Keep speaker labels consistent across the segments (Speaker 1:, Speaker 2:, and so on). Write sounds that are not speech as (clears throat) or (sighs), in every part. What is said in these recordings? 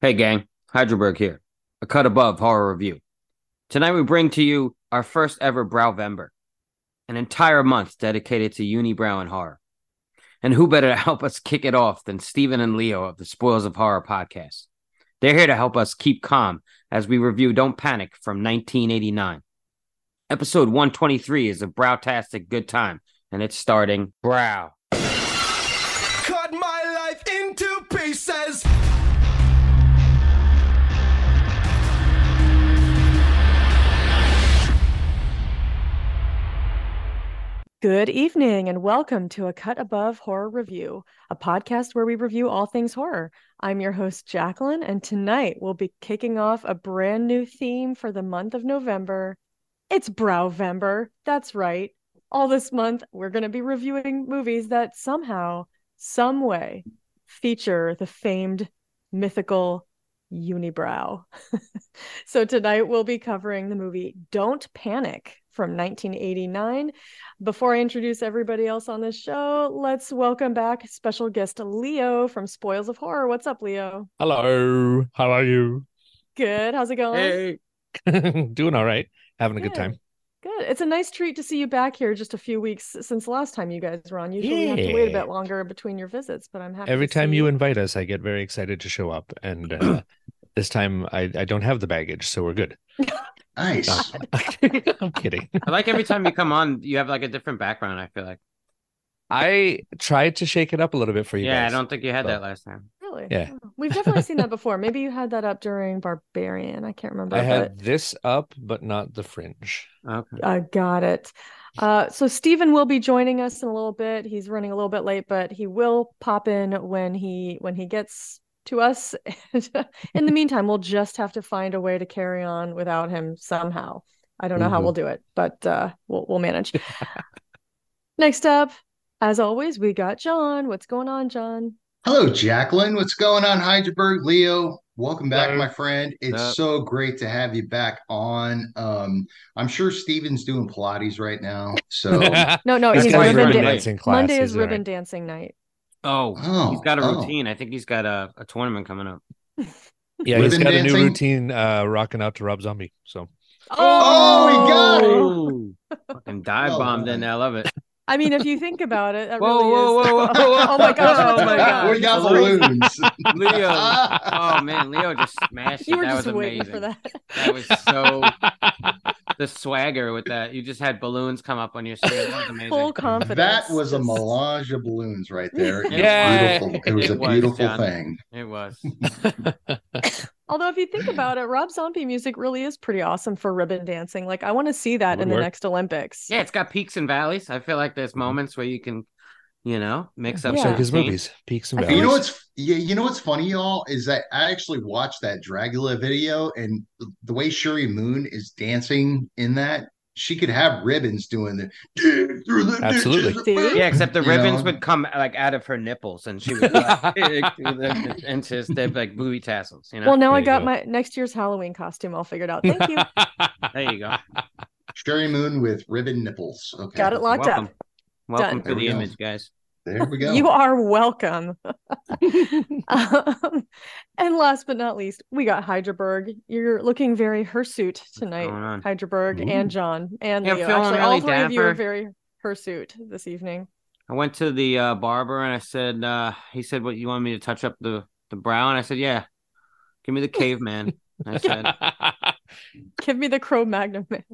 Speaker 1: Hey, gang. Heidelberg here. A cut above horror review. Tonight we bring to you our first ever Browvember, an entire month dedicated to unibrow and horror. And who better to (laughs) help us kick it off than Stephen and Leo of the Spoils of Horror podcast? They're here to help us keep calm as we review Don't Panic from 1989. Episode 123 is a browtastic good time, and it's starting brow.
Speaker 2: Cut my life into pieces.
Speaker 3: Good evening and welcome to a Cut Above Horror Review, a podcast where we review all things horror. I'm your host, Jacqueline, and tonight we'll be kicking off a brand new theme for the month of November. It's Browvember. That's right. All this month, we're going to be reviewing movies that somehow, some way, feature the famed mythical unibrow. (laughs) so tonight we'll be covering the movie Don't Panic from 1989 before I introduce everybody else on this show, let's welcome back special guest Leo from Spoils of Horror. What's up, Leo?
Speaker 4: Hello, how are you? (laughs)
Speaker 3: Good. How's it going?
Speaker 4: Doing all right, having a good
Speaker 3: Good.
Speaker 4: time.
Speaker 3: Good. It's a nice treat to see you back here just a few weeks since the last time you guys were on. Usually you have to wait a
Speaker 4: Yeah.
Speaker 3: bit longer between your visits, but I'm happy.
Speaker 4: Every
Speaker 3: to
Speaker 4: time
Speaker 3: see
Speaker 4: you invite us, I get very excited to show up, and
Speaker 3: (clears throat)
Speaker 4: uh, this time I, I don't have the baggage, so we're good. (laughs)
Speaker 5: Nice.
Speaker 4: I'm kidding.
Speaker 1: I like every time you come on, you have like a different background, I feel like.
Speaker 4: I tried to shake it up a little bit for you
Speaker 1: Yeah, I
Speaker 4: guys.
Speaker 1: don't think you had
Speaker 4: So-
Speaker 1: that last time.
Speaker 3: (laughs) Really?
Speaker 4: Yeah.
Speaker 3: Oh, We've definitely seen that before. Maybe you had that up during Barbarian. I can't remember.
Speaker 4: I
Speaker 3: but-
Speaker 4: had this up, but not the fringe.
Speaker 1: Okay.
Speaker 3: Uh, got it. Uh, so Stephen will be joining us in a little bit. He's running a little bit late, but he will pop in when he when he gets to us. (laughs) in the meantime, we'll just have to find a way to carry on without him somehow. I don't know how
Speaker 4: Mhm.
Speaker 3: we'll do it, but uh, we'll we'll manage. Next up, as always, we got John. What's going on, John?
Speaker 5: Hello, Jacqueline. What's going on, Heidelberg? Leo, welcome back,
Speaker 4: Hello.
Speaker 5: my friend. It's
Speaker 1: Sup?
Speaker 5: so great to have you back on. Um, I'm sure Steven's doing Pilates right now.
Speaker 1: (laughs)
Speaker 5: So,
Speaker 3: No,
Speaker 4: (laughs)
Speaker 3: no,
Speaker 4: He's
Speaker 3: he's
Speaker 4: got his
Speaker 1: ribbon
Speaker 3: ribbon dan-
Speaker 1: dancing
Speaker 4: dancing class.
Speaker 3: Monday is
Speaker 4: isn't he?
Speaker 3: ribbon dancing night. (laughs)
Speaker 1: Oh,
Speaker 5: oh,
Speaker 1: he's got a
Speaker 5: oh.
Speaker 1: routine. I think he's got a, a tournament coming up.
Speaker 4: Yeah, he's
Speaker 5: Ribbon
Speaker 4: got a
Speaker 5: dancing?
Speaker 4: new routine, uh, rocking out to Rob Zombie. So
Speaker 5: Oh, he got it.
Speaker 1: Ooh. (laughs) Fucking dive
Speaker 5: Well
Speaker 1: bombed in
Speaker 5: done.
Speaker 1: there. I love it.
Speaker 3: I mean, if you think about it, that
Speaker 1: Whoa,
Speaker 3: really
Speaker 1: whoa,
Speaker 3: is. (laughs)
Speaker 1: whoa, whoa, whoa.
Speaker 3: (laughs) oh my
Speaker 1: (laughs)
Speaker 3: gosh!
Speaker 1: Oh my gosh.
Speaker 5: we got
Speaker 1: Hello.
Speaker 5: balloons.
Speaker 1: (laughs) (laughs)
Speaker 5: (laughs)
Speaker 1: Leo. Oh man, Leo just smashed it.
Speaker 3: You were
Speaker 1: that
Speaker 3: just
Speaker 1: was
Speaker 3: waiting
Speaker 1: amazing.
Speaker 3: for that.
Speaker 1: That was so (laughs) the swagger with that. You just had balloons come up on your stage. (laughs) That was amazing.
Speaker 3: Full confidence.
Speaker 5: that was a
Speaker 3: Just-
Speaker 5: melange of balloons right there. It was
Speaker 4: Yeah.
Speaker 5: beautiful. It was
Speaker 1: It
Speaker 5: a
Speaker 1: was,
Speaker 5: beautiful
Speaker 1: John.
Speaker 5: thing.
Speaker 1: It was.
Speaker 3: Although, if you think about it, Rob Zombie music really is pretty awesome for ribbon dancing. Like, I want to see that
Speaker 4: Would
Speaker 3: in the
Speaker 4: work.
Speaker 3: next Olympics.
Speaker 1: Yeah, it's got peaks and valleys. I feel like there's moments where you can, you know, mix up
Speaker 3: Yeah.
Speaker 4: Just like
Speaker 1: some
Speaker 4: his
Speaker 1: routine.
Speaker 4: movies, peaks and
Speaker 3: I
Speaker 4: valleys.
Speaker 3: feel
Speaker 5: You know
Speaker 3: like-
Speaker 5: what's yeah, you know what's funny, y'all, is that I actually watched that Dragula video and the way Shuri Moon is dancing in that, she could have ribbons doing the dig through the ditches
Speaker 4: Absolutely.
Speaker 5: (laughs) of
Speaker 3: See?
Speaker 5: earth.
Speaker 1: Yeah, except the
Speaker 5: You
Speaker 1: ribbons
Speaker 5: know?
Speaker 1: would come like out of her nipples, and she would like, (laughs) dig
Speaker 5: (laughs)
Speaker 1: through them into his- they'd be like booby tassels. You know,
Speaker 3: Well, now
Speaker 4: There
Speaker 3: I
Speaker 4: you
Speaker 3: got
Speaker 4: go.
Speaker 3: my next year's Halloween costume all
Speaker 1: (laughs)
Speaker 3: figured out. (laughs) Thank you.
Speaker 1: there you
Speaker 3: (laughs)
Speaker 1: go.
Speaker 5: Shuri Moon with ribbon nipples. Okay.
Speaker 3: got it locked
Speaker 1: Welcome,
Speaker 3: up.
Speaker 1: welcome
Speaker 3: Done.
Speaker 1: to
Speaker 5: There
Speaker 1: the
Speaker 5: we go.
Speaker 1: image, guys.
Speaker 5: There we go.
Speaker 3: You are welcome. (laughs) Um, and last but not least, we got Hydraberg. You're looking very hirsute
Speaker 1: going on?
Speaker 3: tonight, Hydraberg
Speaker 5: Ooh.
Speaker 3: and John and
Speaker 1: Yeah, I'm
Speaker 3: Leo.
Speaker 1: feeling
Speaker 3: Actually,
Speaker 1: really
Speaker 3: all three of you are
Speaker 1: dapper.
Speaker 3: very hirsute this evening.
Speaker 1: I went to the uh, barber and I said, uh, he said, "What you want me to touch up the the brow?" And I said, "Yeah, give me the caveman."
Speaker 3: (laughs)
Speaker 1: I said,
Speaker 3: Give me the Crow Magnum man.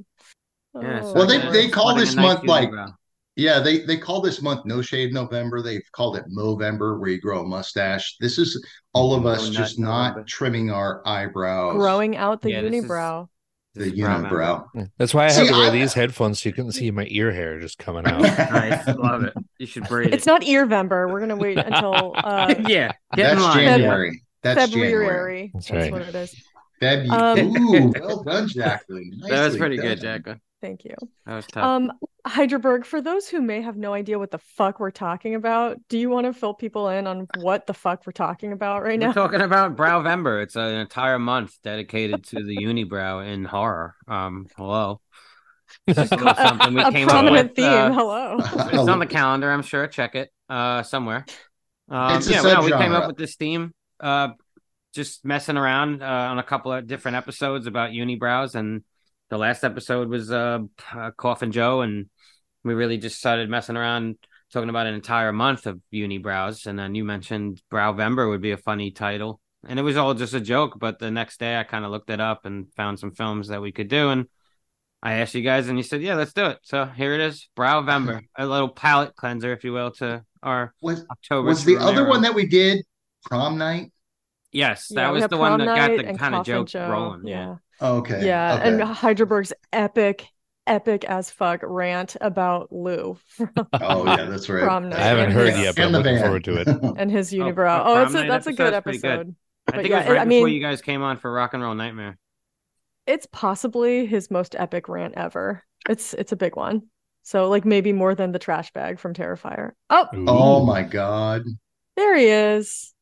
Speaker 1: "Yeah." so
Speaker 3: Oh,
Speaker 1: I
Speaker 5: Well, they-
Speaker 3: Lord.
Speaker 1: got-
Speaker 5: they call
Speaker 1: wanted a
Speaker 5: this
Speaker 1: nice
Speaker 5: month, like,
Speaker 1: unibrow.
Speaker 5: Yeah, they they call this month No Shave November. They've called it Movember, where you grow a mustache. This is all of us
Speaker 1: No, not
Speaker 5: just not
Speaker 1: November.
Speaker 5: trimming our eyebrows,
Speaker 3: growing out the
Speaker 1: Yeah, this is-
Speaker 3: unibrow.
Speaker 5: the
Speaker 1: This is brow member.
Speaker 5: unibrow.
Speaker 4: That's why I
Speaker 5: See,
Speaker 4: had to wear
Speaker 5: I-
Speaker 4: these headphones so you couldn't see my ear hair just
Speaker 1: (laughs)
Speaker 4: coming out.
Speaker 1: Nice, love it. You
Speaker 3: (laughs)
Speaker 1: should braid
Speaker 3: It's
Speaker 1: it.
Speaker 3: not Earvember. We're gonna wait until uh,
Speaker 1: (laughs) yeah, get in
Speaker 5: That's
Speaker 1: line.
Speaker 5: January. That's
Speaker 3: February.
Speaker 5: January.
Speaker 4: That's
Speaker 3: That's,
Speaker 4: right.
Speaker 3: what it is.
Speaker 5: February.
Speaker 3: Um,
Speaker 5: Ooh, well done, Jacqueline.
Speaker 1: (laughs) That was
Speaker 5: Nicely
Speaker 1: pretty good,
Speaker 5: (laughs) done.
Speaker 1: Jacqueline.
Speaker 3: Thank you.
Speaker 1: That was tough.
Speaker 3: Um, Hyderberg, for those who may have no idea what the fuck we're talking about, do you want to fill people in on what the fuck we're talking about right
Speaker 1: We're
Speaker 3: now? (laughs)
Speaker 1: talking about Browvember. It's an entire month dedicated to the unibrow in horror. Um,
Speaker 5: (laughs)
Speaker 1: hello. It's just a little something we
Speaker 3: (laughs) a
Speaker 1: came up
Speaker 3: prominent
Speaker 1: with.
Speaker 3: theme.
Speaker 1: uh, (laughs)
Speaker 3: Hello.
Speaker 1: it's on the calendar, I'm sure. Check it uh, somewhere. Um,
Speaker 5: It's a
Speaker 1: yeah, well, no, we came
Speaker 5: subgenre.
Speaker 1: up with this theme uh, just messing around uh, on a couple of different episodes about unibrows, and the last episode was uh, uh, Coffin Joe, and we really just started messing around talking about an entire month of unibrows, and then you mentioned Browvember would be a funny title, and it was all just a joke. But the next day, I kind of looked it up and found some films that we could do, and I asked you guys, and you said, "Yeah, let's do it." So here it is,
Speaker 5: (laughs)
Speaker 1: Browvember, a little palate cleanser, if you will, to our
Speaker 5: Was
Speaker 1: October.
Speaker 5: was the other
Speaker 1: Romero.
Speaker 5: one that we did prom night?
Speaker 1: Yes, that
Speaker 3: Yeah, we
Speaker 1: was
Speaker 3: had
Speaker 1: the one
Speaker 3: Prom
Speaker 1: that got
Speaker 3: Night
Speaker 1: the
Speaker 3: and
Speaker 1: kind of
Speaker 3: Coffin
Speaker 1: joke
Speaker 3: Joe.
Speaker 1: rolling. Yeah.
Speaker 5: Okay.
Speaker 3: Yeah,
Speaker 5: Okay.
Speaker 3: and Hydraberg's epic, epic as fuck rant about Lou
Speaker 5: oh yeah, that's right.
Speaker 3: Prom night.
Speaker 4: I haven't heard
Speaker 3: Yeah.
Speaker 4: yet, but I'm
Speaker 5: And the
Speaker 4: looking
Speaker 5: van.
Speaker 4: forward to it.
Speaker 3: and his
Speaker 1: Oh,
Speaker 3: unibrow.
Speaker 1: Prom
Speaker 3: Oh, it's a,
Speaker 1: Night
Speaker 3: that's a good
Speaker 1: episode's pretty good.
Speaker 3: episode.
Speaker 1: I
Speaker 3: But
Speaker 1: think
Speaker 3: yeah,
Speaker 1: it was right
Speaker 3: I
Speaker 1: before
Speaker 3: mean-
Speaker 1: you guys came on for Rock and Roll Nightmare.
Speaker 3: It's possibly his most epic rant ever. It's it's a big one. So like maybe more than the trash bag from Terrifier. Oh,
Speaker 5: (laughs) oh my god.
Speaker 3: there he is.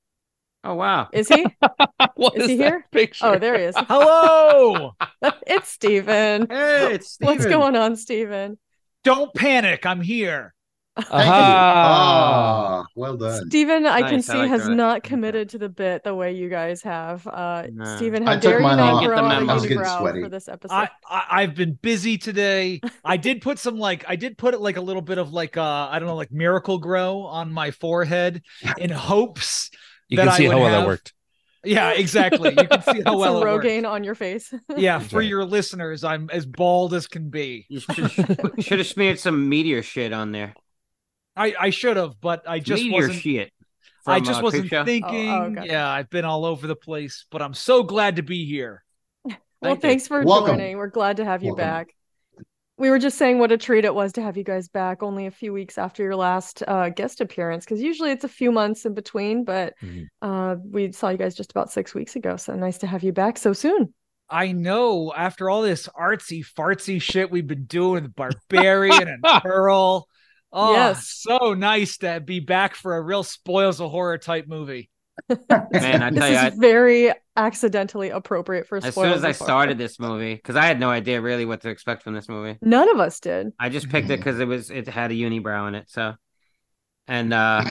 Speaker 1: Oh wow! (laughs)
Speaker 3: Is he?
Speaker 4: (laughs) What
Speaker 3: Is he
Speaker 4: that
Speaker 3: here?
Speaker 4: Picture?
Speaker 3: Oh, there he is.
Speaker 6: Hello.
Speaker 3: (laughs) it's Steven.
Speaker 1: Hey, it's Steven.
Speaker 3: What's going on, Steven?
Speaker 6: (laughs) Don't panic. I'm here.
Speaker 5: Thank you.
Speaker 4: Aha.
Speaker 1: Oh,
Speaker 5: Ah,
Speaker 3: (laughs)
Speaker 5: well done.
Speaker 3: Steven, I can
Speaker 1: Nice, I
Speaker 3: see,
Speaker 1: like
Speaker 3: has
Speaker 1: that.
Speaker 3: not
Speaker 1: that.
Speaker 3: committed to the bit the way you guys have. Uh,
Speaker 1: Nah.
Speaker 3: Steven, how
Speaker 5: I took
Speaker 3: dare you
Speaker 5: mine
Speaker 3: not
Speaker 5: off.
Speaker 1: Get the
Speaker 3: grow out a
Speaker 1: memo. I was
Speaker 5: getting
Speaker 3: unibrow
Speaker 5: sweaty.
Speaker 3: for this episode?
Speaker 6: I, I I've been busy today. I did put some like I did put like a little bit of like uh I don't know like miracle grow on my forehead in hopes. (laughs)
Speaker 4: You
Speaker 6: That
Speaker 4: can
Speaker 6: I
Speaker 4: see how
Speaker 6: would
Speaker 4: well that
Speaker 6: have-
Speaker 4: worked.
Speaker 6: Yeah, exactly. You can see how
Speaker 3: Some
Speaker 6: well it worked.
Speaker 3: Rogaine on your face.
Speaker 6: Yeah, for
Speaker 4: right.
Speaker 6: your listeners, I'm as bald as can be.
Speaker 1: You should have smeared some meteor shit on there.
Speaker 6: I I should have, but I just
Speaker 1: meteor
Speaker 6: wasn't.
Speaker 1: shit.
Speaker 6: I
Speaker 1: from,
Speaker 6: just
Speaker 1: uh,
Speaker 6: wasn't
Speaker 1: Creepshow.
Speaker 6: thinking.
Speaker 3: Oh, okay.
Speaker 6: Yeah, I've been all over the place, but I'm so glad to be here.
Speaker 3: well,
Speaker 1: Thank you.
Speaker 3: thanks for
Speaker 5: Welcome.
Speaker 3: joining. We're glad to have you
Speaker 5: Welcome.
Speaker 3: back. We were just saying what a treat it was to have you guys back only a few weeks after your last uh, guest appearance, because usually it's a few months in between, but
Speaker 4: Mhm.
Speaker 5: Mm-hmm.
Speaker 3: uh, we saw you guys just about six weeks ago. So nice to have you back so soon.
Speaker 6: I know after all this artsy fartsy shit we've been doing with Barbarian and Pearl. Oh,
Speaker 3: Yes.
Speaker 6: so nice to be back for a real spoils of horror type movie.
Speaker 1: Man, I
Speaker 3: This
Speaker 1: tell you,
Speaker 3: is
Speaker 1: I,
Speaker 3: very accidentally appropriate for
Speaker 1: as soon
Speaker 3: spoilers
Speaker 1: as I
Speaker 3: of horror.
Speaker 1: started this movie, because I had no idea really what to expect from this movie.
Speaker 3: None of us did.
Speaker 1: I just picked
Speaker 6: (laughs)
Speaker 1: it because it was it had a unibrow in it. So, and uh,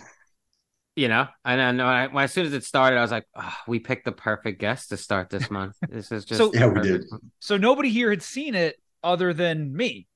Speaker 1: you know, and I know I, well, as soon as it started, I was like, oh, we picked the perfect guest to start this
Speaker 6: (laughs)
Speaker 1: month. This is just
Speaker 6: So-
Speaker 5: Yeah, we
Speaker 1: perfect.
Speaker 6: So nobody here had seen it other than me.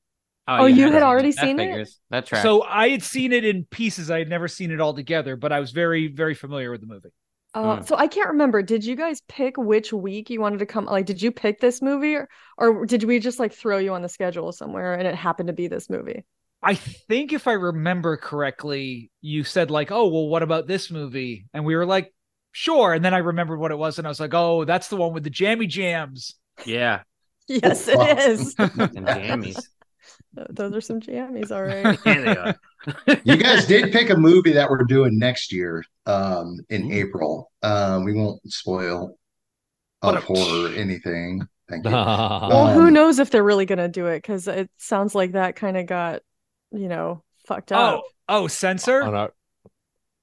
Speaker 3: Oh, you
Speaker 1: that-
Speaker 3: had already
Speaker 1: that
Speaker 3: seen it?
Speaker 1: figures. That tracks.
Speaker 6: So I had seen it in pieces. I had never seen it all together, but I was very, very familiar with the movie.
Speaker 3: Uh,
Speaker 1: Mm.
Speaker 3: So I can't remember. Did you guys pick which week you wanted to come? Like, did you pick this movie, or, or did we just like throw you on the schedule somewhere and it happened to be this movie?
Speaker 6: I think if I remember correctly, you said like, "Oh, well, what about this movie?" And we were like, "Sure." And then I remembered what it was, and I was like, "Oh, that's the one with the jammy jams."
Speaker 1: yeah,
Speaker 3: Yes,
Speaker 5: wow.
Speaker 3: it is.
Speaker 1: and jammies.
Speaker 6: (laughs)
Speaker 3: Th- Those are some jammies,
Speaker 1: (laughs)
Speaker 3: all right.
Speaker 1: Yeah, they are.
Speaker 5: you guys did pick a movie that we're doing next year um
Speaker 1: Mm.
Speaker 5: in April. Um we won't spoil
Speaker 6: What
Speaker 5: up
Speaker 6: a-
Speaker 5: horror or anything. Thank you.
Speaker 4: Uh-huh.
Speaker 3: Well,
Speaker 4: Well,
Speaker 3: who
Speaker 5: Um,
Speaker 3: knows if they're really gonna do it? Because it sounds like that kind of got, you know, fucked up.
Speaker 6: Oh, oh,
Speaker 4: (laughs)
Speaker 6: censor.
Speaker 4: on our-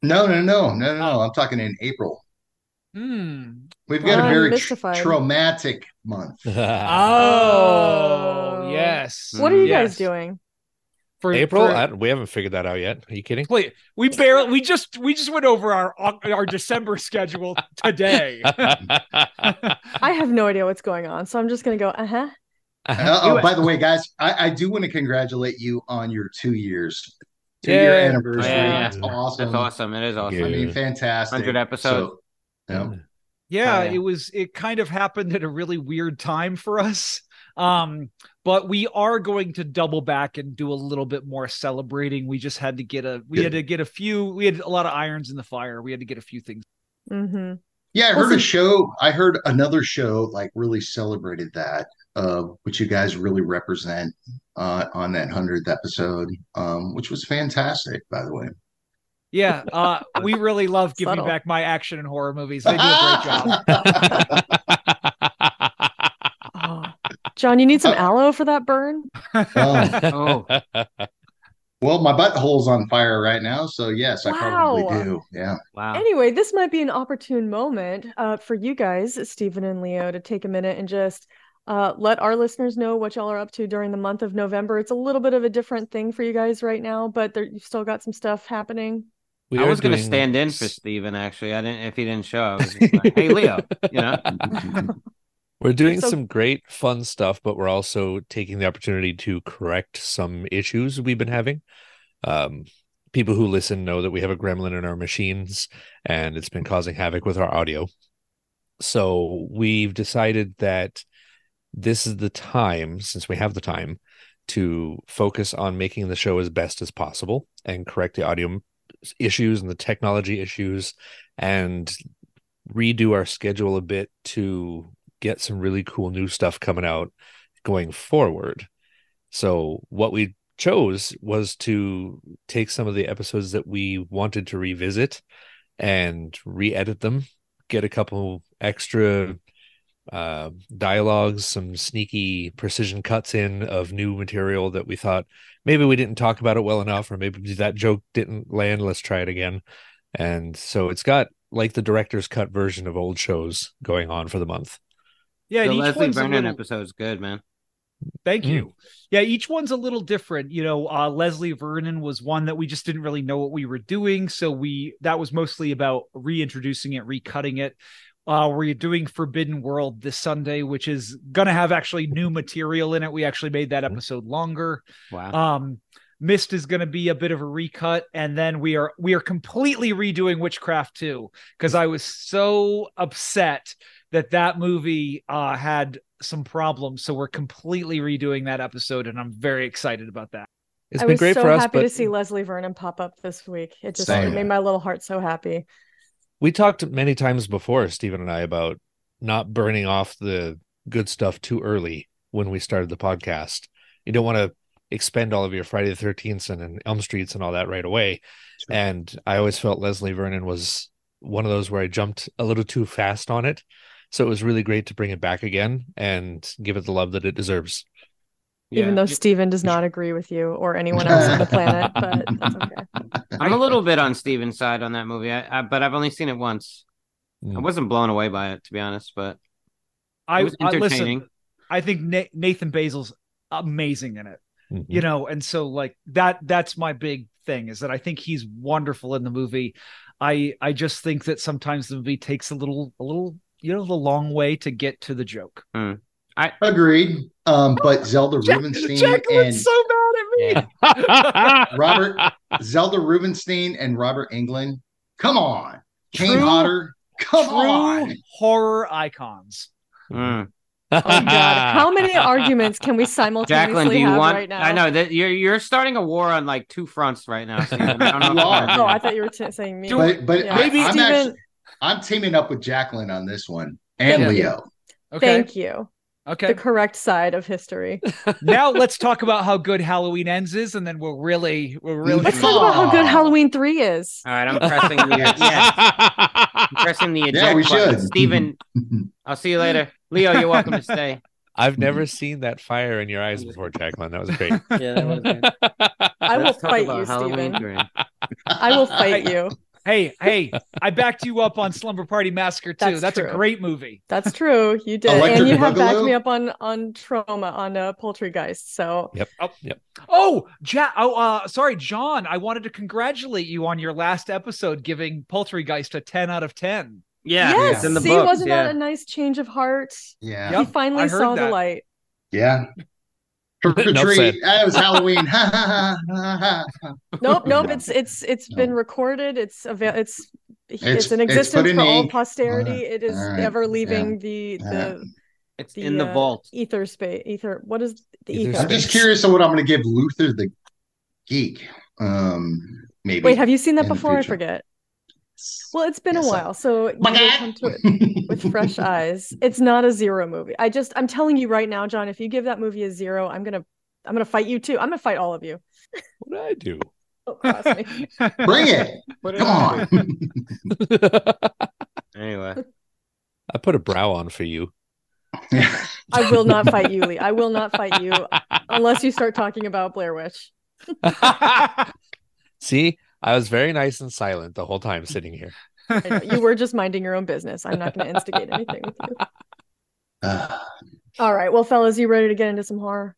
Speaker 5: No, no, no, no, no, no. I'm talking in April.
Speaker 6: Hmm.
Speaker 5: We've got
Speaker 3: I'm
Speaker 5: a very tr-
Speaker 3: mystified.
Speaker 5: traumatic
Speaker 4: (laughs)
Speaker 5: month.
Speaker 4: Uh,
Speaker 6: Oh,
Speaker 3: Oh.
Speaker 6: yes.
Speaker 3: What are you
Speaker 6: mm, Yes.
Speaker 3: guys
Speaker 6: (laughs)
Speaker 3: doing?
Speaker 6: For
Speaker 4: April?
Speaker 6: for-
Speaker 4: I don't- we haven't figured that out yet. Are
Speaker 1: (laughs)
Speaker 4: you kidding?
Speaker 6: Wait, we barely we just we just went over our our December schedule
Speaker 4: (laughs)
Speaker 6: today.
Speaker 3: I have no idea what's going on, so I'm just gonna go. Uh huh.
Speaker 5: Uh,
Speaker 4: You-
Speaker 5: oh, by the way, guys, I, I do want to congratulate you on your two years, two year
Speaker 4: Yay.
Speaker 5: anniversary.
Speaker 1: Oh, yeah, yeah.
Speaker 5: That's awesome.
Speaker 1: That's awesome. It is awesome.
Speaker 5: I mean, fantastic.
Speaker 1: 100 episodes.
Speaker 5: So, yeah.
Speaker 6: yeah,
Speaker 1: Oh, yeah.
Speaker 6: it was it kind of happened at a really weird time for us. Um, but we are going to double back and do a little bit more celebrating. We just had to get a we had to get a few we had a lot of irons in the fire. We had to get a few things.
Speaker 3: Mm-hmm.
Speaker 6: (laughs)
Speaker 5: Yeah, I
Speaker 3: Well,
Speaker 5: heard
Speaker 3: so-
Speaker 5: a show. I heard another show like really celebrated that, uh, which you guys really represent uh, on that hundredth episode, um, which was fantastic, by the way.
Speaker 6: Yeah,
Speaker 4: (laughs)
Speaker 6: uh, we really love giving
Speaker 3: Subtle.
Speaker 6: back my action and horror movies. They do a
Speaker 4: (laughs)
Speaker 6: great job.
Speaker 5: (laughs)
Speaker 3: Oh. John, you need some aloe for that burn.
Speaker 5: Oh,
Speaker 1: Oh,
Speaker 5: well, my butthole's on fire right now, so yes, I
Speaker 3: Wow.
Speaker 5: probably do. Yeah,
Speaker 1: wow.
Speaker 3: Anyway, this might be an opportune moment uh, for you guys, Stephen and Leo, to take a minute and just uh, let our listeners know what y'all are up to during the month of November. It's a little bit of a different thing for you guys right now, but there, you've still got some stuff happening.
Speaker 4: We
Speaker 1: I
Speaker 4: are
Speaker 1: was going to
Speaker 4: doing
Speaker 1: stand in for
Speaker 4: s-
Speaker 1: Steven, actually. I didn't if he didn't show. I was just like, hey,
Speaker 3: (laughs)
Speaker 1: Leo, you know,
Speaker 4: (laughs) We're doing
Speaker 3: So-
Speaker 4: some great fun stuff, but we're also taking the opportunity to correct some issues we've been having. Um, people who listen know that we have a gremlin in our machines and it's been causing havoc with our audio. So we've decided that this is the time, since we have the time, to focus on making the show as best as possible and correct the audio issues and the technology issues and redo our schedule a bit to get some really cool new stuff coming out going forward. So what we chose was to take some of the episodes that we wanted to revisit and re-edit them, get a couple extra uh, dialogues, some sneaky precision cuts in of new material that we thought maybe we didn't talk about it well enough, or maybe that joke didn't land. Let's try it again. And so it's got like the director's cut version of old shows going on for the month.
Speaker 6: (laughs) Yeah,
Speaker 1: the
Speaker 6: and each
Speaker 1: Leslie
Speaker 6: one's a
Speaker 1: Vernon
Speaker 6: little-
Speaker 1: episode's good, man.
Speaker 6: Thank
Speaker 4: Mm.
Speaker 6: you. Yeah, each one's a little different. You know, uh, Leslie Vernon was one that we just didn't really know what we were doing, so we that was mostly about reintroducing it, recutting it. Uh, we're doing Forbidden World this Sunday, which is gonna have actually new material in it. We actually made that episode longer.
Speaker 1: Wow. (laughs)
Speaker 3: Uh,
Speaker 6: Um, Mist is going to be a bit of a recut, and then we are we are completely redoing Witchcraft too because I was so upset that that movie uh, had some problems, so we're completely redoing that episode, and I'm very excited about that.
Speaker 4: It's
Speaker 3: I
Speaker 4: been
Speaker 3: was
Speaker 4: great
Speaker 3: so
Speaker 4: for us,
Speaker 3: happy
Speaker 4: but
Speaker 3: to see Leslie Vernon pop up this week. It just
Speaker 5: Same.
Speaker 3: it made my little heart so happy.
Speaker 4: we talked many times before, Stephen and I, about not burning off the good stuff too early when we started the podcast. You don't want to expend all of your Friday the 13th and, and Elm Streets and all that right away.
Speaker 5: Sure.
Speaker 4: And I always felt Leslie Vernon was one of those where I jumped a little too fast on it. So it was really great to bring it back again and give it the love that it deserves.
Speaker 3: Even
Speaker 1: Yeah.
Speaker 3: though Steven does not agree with you or anyone else on
Speaker 1: (laughs)
Speaker 3: the planet, but that's okay.
Speaker 4: (laughs)
Speaker 1: I'm
Speaker 3: (laughs)
Speaker 1: a little bit on Steven's side on that movie, I, I, but I've only seen it once. I
Speaker 4: Mm.
Speaker 1: wasn't blown away by it, to be honest, but
Speaker 6: I
Speaker 1: it was
Speaker 6: I- listen,
Speaker 1: entertaining.
Speaker 6: I think Na- Nathan Basil's amazing in it.
Speaker 4: Mhm.
Speaker 6: you know and so like that that's my big thing is that i think he's wonderful in the movie i i just think that sometimes the movie takes a little a little you know the long way to get to the joke
Speaker 5: (laughs) Agreed. Um, but Zelda Rubinstein and
Speaker 6: so mad at
Speaker 5: (laughs)
Speaker 6: me
Speaker 5: Robert Zelda Rubinstein and Robert England. Come on, Kane
Speaker 6: True-
Speaker 5: Hodder. Come
Speaker 6: true
Speaker 5: on.
Speaker 6: horror icons
Speaker 1: Mm.
Speaker 3: Oh God!
Speaker 4: (laughs)
Speaker 3: How many arguments can we simultaneously
Speaker 1: Jacqueline, do you
Speaker 3: have
Speaker 1: want?
Speaker 3: right now?
Speaker 1: I know that you're you're starting a war on like two fronts right now. Steven. I don't know
Speaker 3: (laughs)
Speaker 1: if
Speaker 5: You are.
Speaker 1: I'm-
Speaker 3: Oh, I thought you were t- saying me.
Speaker 5: But but
Speaker 3: Yeah.
Speaker 5: I,
Speaker 3: Maybe
Speaker 5: am
Speaker 3: Steven-
Speaker 5: actually I'm teaming up with Jacqueline on this one and
Speaker 3: Thank you.
Speaker 5: Leo.
Speaker 6: okay
Speaker 3: Thank you. (laughs) The
Speaker 6: okay
Speaker 3: correct side
Speaker 4: (laughs)
Speaker 3: of history.
Speaker 6: now let's talk about how good halloween ends is and then we'll really we'll really
Speaker 3: Let's talk about how good
Speaker 5: Aw.
Speaker 3: Halloween three is.
Speaker 4: (laughs)
Speaker 1: All right, I'm pressing the
Speaker 3: (laughs)
Speaker 1: yes. I'm pressing the eject
Speaker 5: we
Speaker 1: button.
Speaker 5: should.
Speaker 1: Steven, I'll see you later. Leo, you're welcome to stay.
Speaker 4: I've never seen that fire in your eyes before, Jacqueline. That was great.
Speaker 1: (laughs) Yeah, that was good.
Speaker 3: I will
Speaker 1: Let's talk
Speaker 3: fight
Speaker 1: about
Speaker 3: you,
Speaker 1: Halloween
Speaker 3: Steven.
Speaker 1: three.
Speaker 3: (laughs) I will fight you.
Speaker 6: hey hey i backed you up on slumber party massacre too
Speaker 3: That's
Speaker 6: that's, a
Speaker 3: true.
Speaker 6: great movie
Speaker 3: That's true. You did,
Speaker 5: Electric
Speaker 3: and you have backed
Speaker 5: Boogaloo?
Speaker 3: me up on on trauma on uh, Poultrygeist. So
Speaker 6: Oh, ja- oh, uh, sorry, John. I wanted to congratulate you on your last episode, giving Poltergeist a ten out of ten.
Speaker 1: Yeah,
Speaker 3: yes,
Speaker 1: it's in the
Speaker 3: see,
Speaker 1: books.
Speaker 3: wasn't
Speaker 1: yeah.
Speaker 3: that a nice change of heart?
Speaker 5: (laughs) Yeah.
Speaker 6: Yep,
Speaker 3: he finally
Speaker 6: I heard
Speaker 3: saw the
Speaker 6: that.
Speaker 3: light.
Speaker 5: Yeah. Trick or
Speaker 4: Enough
Speaker 5: treat. That
Speaker 3: (laughs)
Speaker 5: was Halloween. (laughs) Ha, ha, ha, ha, ha.
Speaker 3: Nope, nope.
Speaker 5: No.
Speaker 3: It's it's it's
Speaker 5: No.
Speaker 3: been recorded. It's avail. It's, it's
Speaker 5: It's-
Speaker 3: in
Speaker 5: it's put
Speaker 3: existence
Speaker 5: in
Speaker 3: for all
Speaker 5: ink.
Speaker 3: posterity.
Speaker 5: Alright,
Speaker 3: It is
Speaker 5: alright,
Speaker 3: ever
Speaker 5: yeah,
Speaker 3: leaving the
Speaker 5: alright.
Speaker 3: the
Speaker 1: it's
Speaker 3: the,
Speaker 1: in the
Speaker 3: uh,
Speaker 1: vault.
Speaker 3: ether space. Ether. What is the
Speaker 4: Ether
Speaker 3: ether?
Speaker 5: I'm just curious of what I'm going to give Luther the geek. Um, maybe.
Speaker 3: Wait, have you seen that
Speaker 5: in the
Speaker 3: before? I
Speaker 5: future.
Speaker 3: forget. Well, it's been
Speaker 5: Yes,
Speaker 3: a
Speaker 5: I-
Speaker 3: while, so you will come to it
Speaker 5: (laughs)
Speaker 3: with fresh eyes. It's not a zero movie. I just I'm telling you right now, John. If you give that movie a zero, I'm gonna I'm gonna fight you too. I'm gonna fight all of you.
Speaker 4: What did I do?
Speaker 3: Don't cross me.
Speaker 5: (laughs) Bring it. Come
Speaker 1: (laughs)
Speaker 5: on.
Speaker 1: Anyway,
Speaker 4: I put a brow on for you.
Speaker 3: I will not fight you, Lee. I will not fight you unless you start talking about Blair Witch.
Speaker 6: (laughs)
Speaker 4: See, I was very nice and silent the whole time sitting here.
Speaker 3: I know. You were just minding your own business. I'm not going to instigate anything with you.
Speaker 5: Uh,
Speaker 3: All right. Well, fellas, you ready to get into some horror?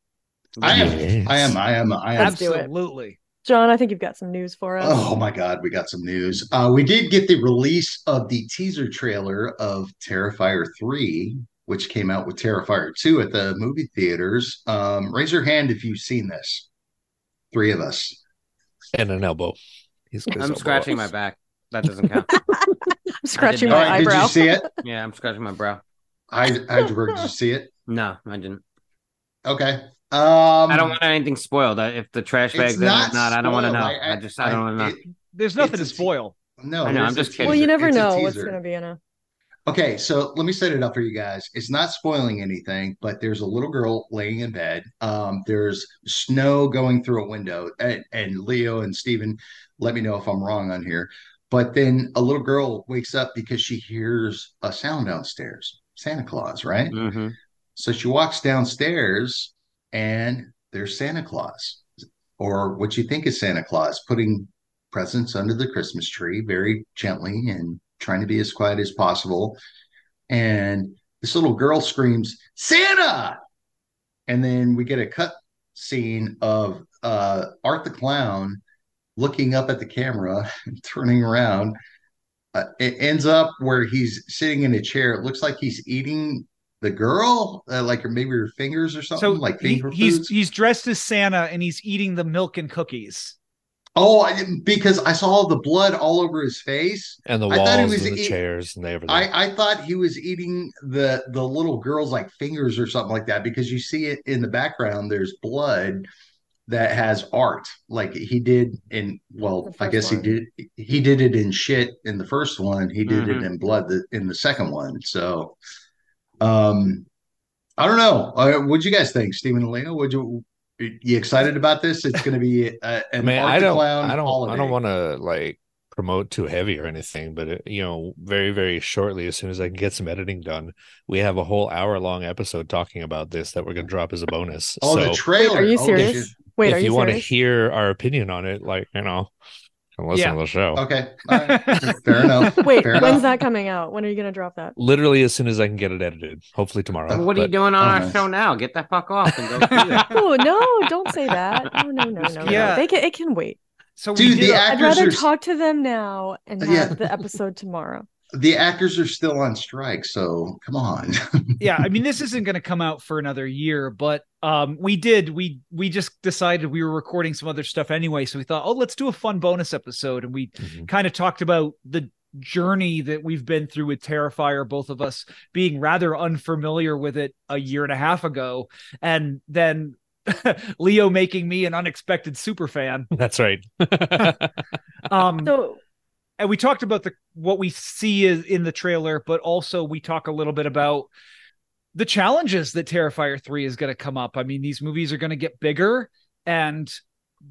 Speaker 5: I am.
Speaker 4: Yes.
Speaker 5: I am. I am. I am.
Speaker 3: Let's do it.
Speaker 6: Absolutely.
Speaker 3: John, I think you've got some news for us.
Speaker 5: Oh my God, we got some news. Uh, we did get the release of the teaser trailer of Terrifier 3, which came out with Terrifier 2 at the movie theaters. Um, raise your hand if you've seen this. Three of us.
Speaker 4: and an elbow. He's got his
Speaker 1: I'm
Speaker 4: elbow
Speaker 1: scratching my
Speaker 4: up.
Speaker 1: back. That doesn't
Speaker 3: (laughs)
Speaker 1: count.
Speaker 3: I'm scratching
Speaker 1: not.
Speaker 3: my
Speaker 5: All right, did
Speaker 3: eyebrow.
Speaker 5: you
Speaker 3: (laughs)
Speaker 5: see it?
Speaker 1: yeah, I'm scratching my brow.
Speaker 5: I, Heidelberg, did you see it?
Speaker 1: No, I didn't.
Speaker 5: Okay. Um,
Speaker 1: I don't want anything spoiled. I- If the trash
Speaker 5: It's
Speaker 1: bag's in,
Speaker 5: not
Speaker 1: it's not. I don't want to know.
Speaker 5: spoiled.
Speaker 1: I, just, I don't want to know.
Speaker 5: it-
Speaker 6: There's nothing
Speaker 5: It's a
Speaker 6: to spoil.
Speaker 5: no,
Speaker 1: I know,
Speaker 5: there's
Speaker 1: I'm
Speaker 5: a
Speaker 1: just kidding.
Speaker 3: well, you
Speaker 5: teaser.
Speaker 3: never
Speaker 5: It's a
Speaker 3: know what's
Speaker 5: teaser.
Speaker 3: going to be in a.
Speaker 5: Okay, so let me set it up for you guys. It's not spoiling anything, but there's a little girl laying in bed. Um, there's snow going through a window, and, and Leo and Steven, let me know if I'm wrong on here. But then a little girl wakes up because she hears a sound downstairs, Santa Claus, right?
Speaker 1: Mhm.
Speaker 5: So she walks downstairs, and there's Santa Claus, or what you think is Santa Claus, putting presents under the Christmas tree very gently and trying to be as quiet as possible. And this little girl screams, Santa! And then we get a cut scene of uh, Art the Clown looking up at the camera (laughs) and turning around. Uh, it ends up where he's sitting in a chair. It looks like he's eating the girl, uh, like or maybe her fingers or something,
Speaker 6: So
Speaker 5: like
Speaker 6: he-
Speaker 5: finger
Speaker 6: he's
Speaker 5: foods.
Speaker 6: he's dressed as Santa and he's eating the milk
Speaker 3: (laughs)
Speaker 6: and cookies.
Speaker 5: Oh, I, didn't- because I saw the blood all over his face.
Speaker 4: And the
Speaker 5: I
Speaker 4: walls
Speaker 5: thought it
Speaker 4: and
Speaker 5: was
Speaker 4: the
Speaker 5: e-
Speaker 4: chairs and everything.
Speaker 5: I, I thought he was eating the the little girl's like fingers or something like that because you see it in the background. There's blood that has art, like he did in well,
Speaker 3: The
Speaker 5: I guess
Speaker 3: first
Speaker 5: he did he did it in shit in the first one. He did
Speaker 4: Mm-hmm.
Speaker 5: it in blood the, in the second one. So, um, I don't know. Uh, what'd you guys think, Stephen and Lena? Would you you excited about this? It's going to be uh,
Speaker 4: I
Speaker 5: an
Speaker 4: mean,
Speaker 5: art
Speaker 4: I don't,
Speaker 5: clown
Speaker 4: I don't, I
Speaker 5: holiday.
Speaker 4: don't want to like promote too heavy or anything, but it, you know, very, very shortly, as soon as I can get some editing done, we have a whole hour long episode talking about this that we're going to drop as a bonus.
Speaker 5: Oh,
Speaker 4: so
Speaker 5: the trailer!
Speaker 3: Wait, are you
Speaker 5: Oh,
Speaker 3: serious?
Speaker 5: shit.
Speaker 3: Wait, are
Speaker 4: if you,
Speaker 3: you,
Speaker 4: want to
Speaker 3: serious?
Speaker 4: hear our opinion on it, like you know, and listen
Speaker 6: Yeah.
Speaker 4: to the show.
Speaker 5: Okay, all right. (laughs) fair
Speaker 3: (laughs)
Speaker 5: enough.
Speaker 3: Wait,
Speaker 5: Fair
Speaker 3: when's
Speaker 5: enough.
Speaker 3: that coming out? When are you going to drop that?
Speaker 4: Literally as soon as I can get it edited, hopefully tomorrow.
Speaker 1: What are you
Speaker 4: but-
Speaker 1: doing on
Speaker 5: Oh,
Speaker 1: our
Speaker 5: nice.
Speaker 1: show now? Get that fuck off and go see it.
Speaker 3: Oh no! Don't say that. No, no, no, no. no.
Speaker 6: Yeah.
Speaker 3: They can. It can wait.
Speaker 6: so we
Speaker 5: Dude,
Speaker 6: did
Speaker 5: the
Speaker 6: a-
Speaker 3: I'd
Speaker 5: actors
Speaker 3: rather
Speaker 5: are
Speaker 3: talk to them now and have
Speaker 5: Yeah.
Speaker 3: the episode tomorrow.
Speaker 5: the actors are still on strike, so come on. (laughs)
Speaker 6: yeah i mean this isn't going to come out for another year but um we did we we just decided we were recording some other stuff anyway so we thought oh let's do a fun bonus episode and we
Speaker 4: Mhm.
Speaker 6: kind of talked about the journey that we've been through with terrifier both of us being rather unfamiliar with it a year and a half ago and then (laughs) leo making me an unexpected super fan
Speaker 4: (laughs) That's right. (laughs)
Speaker 6: um
Speaker 3: (laughs) So
Speaker 6: and we talked about the what we see is in the trailer, but also we talk a little bit about the challenges that Terrifier 3 is going to come up. I mean, these movies are going to get bigger and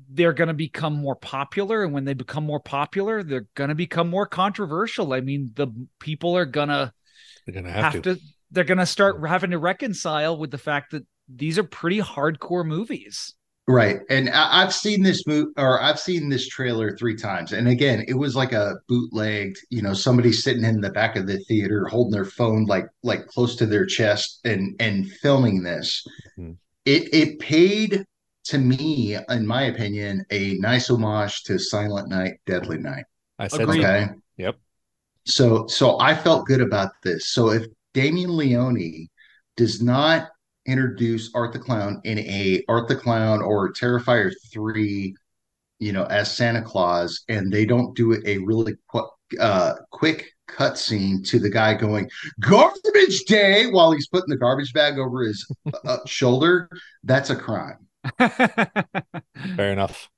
Speaker 6: they're going to become more popular and when they become more popular, they're going to become more controversial. I mean, the people are going to
Speaker 4: We're gonna have,
Speaker 6: have, to. they're going to start having to reconcile with the fact that these are pretty hardcore movies. (laughs)
Speaker 5: right. And I, I've seen this movie or I've seen this trailer three times. And again, it was like a bootlegged, you know, somebody sitting in the back of the theater holding their phone like like close to their chest and and filming this.
Speaker 4: Mhm.
Speaker 5: It it paid to me, in my opinion, a nice homage to Silent Night, Deadly Night.
Speaker 4: I said
Speaker 6: Agreed.
Speaker 5: Okay.
Speaker 4: Yep.
Speaker 5: So so I felt good about this. So if Damien Leone does not introduce Art the Clown in a Art the Clown or Terrifier 3, you know, as Santa Claus, and they don't do a really qu- uh, quick cut scene to the guy going garbage day while he's putting the garbage bag over his uh, shoulder, that's a crime.
Speaker 4: fair enough.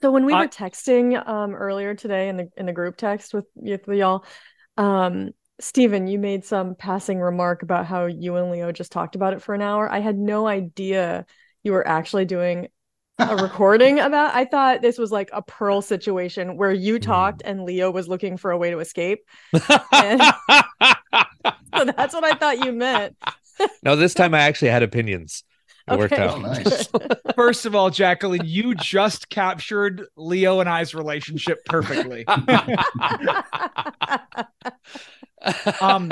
Speaker 3: So when we
Speaker 6: I-
Speaker 3: were texting um, earlier today in the in the group text with, with y'all, um, Stephen, you made some passing remark about how you and Leo just talked about it for an hour. I had no idea you were actually doing a recording about. I thought this was like a Pearl situation where you talked and Leo was looking for a way to escape. So that's what I thought you meant. (laughs)
Speaker 4: no, this time I actually had opinions. It worked
Speaker 3: Okay.
Speaker 5: Oh,
Speaker 4: out.
Speaker 5: nice.
Speaker 6: First of all, Jacqueline, you just captured Leo and I's relationship perfectly. um,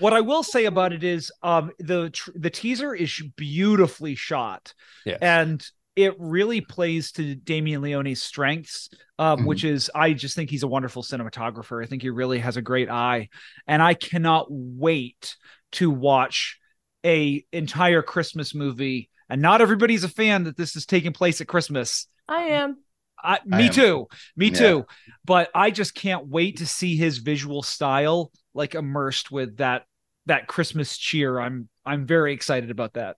Speaker 6: what I will say about it is, um, the tr- the teaser is sh- beautifully shot,
Speaker 4: Yes.
Speaker 6: and it really plays to Damien Leone's strengths, um,
Speaker 5: Mhm.
Speaker 6: which is I just think he's a wonderful cinematographer. I think he really has a great eye, and I cannot wait to watch a entire Christmas movie. And not everybody's a fan that this is taking place at Christmas.
Speaker 3: I am.
Speaker 6: I,
Speaker 5: I
Speaker 6: me
Speaker 5: am.
Speaker 6: too. Me
Speaker 5: Yeah.
Speaker 6: too. But I just can't wait to see his visual style like immersed with that that Christmas cheer. I'm I'm very excited about that.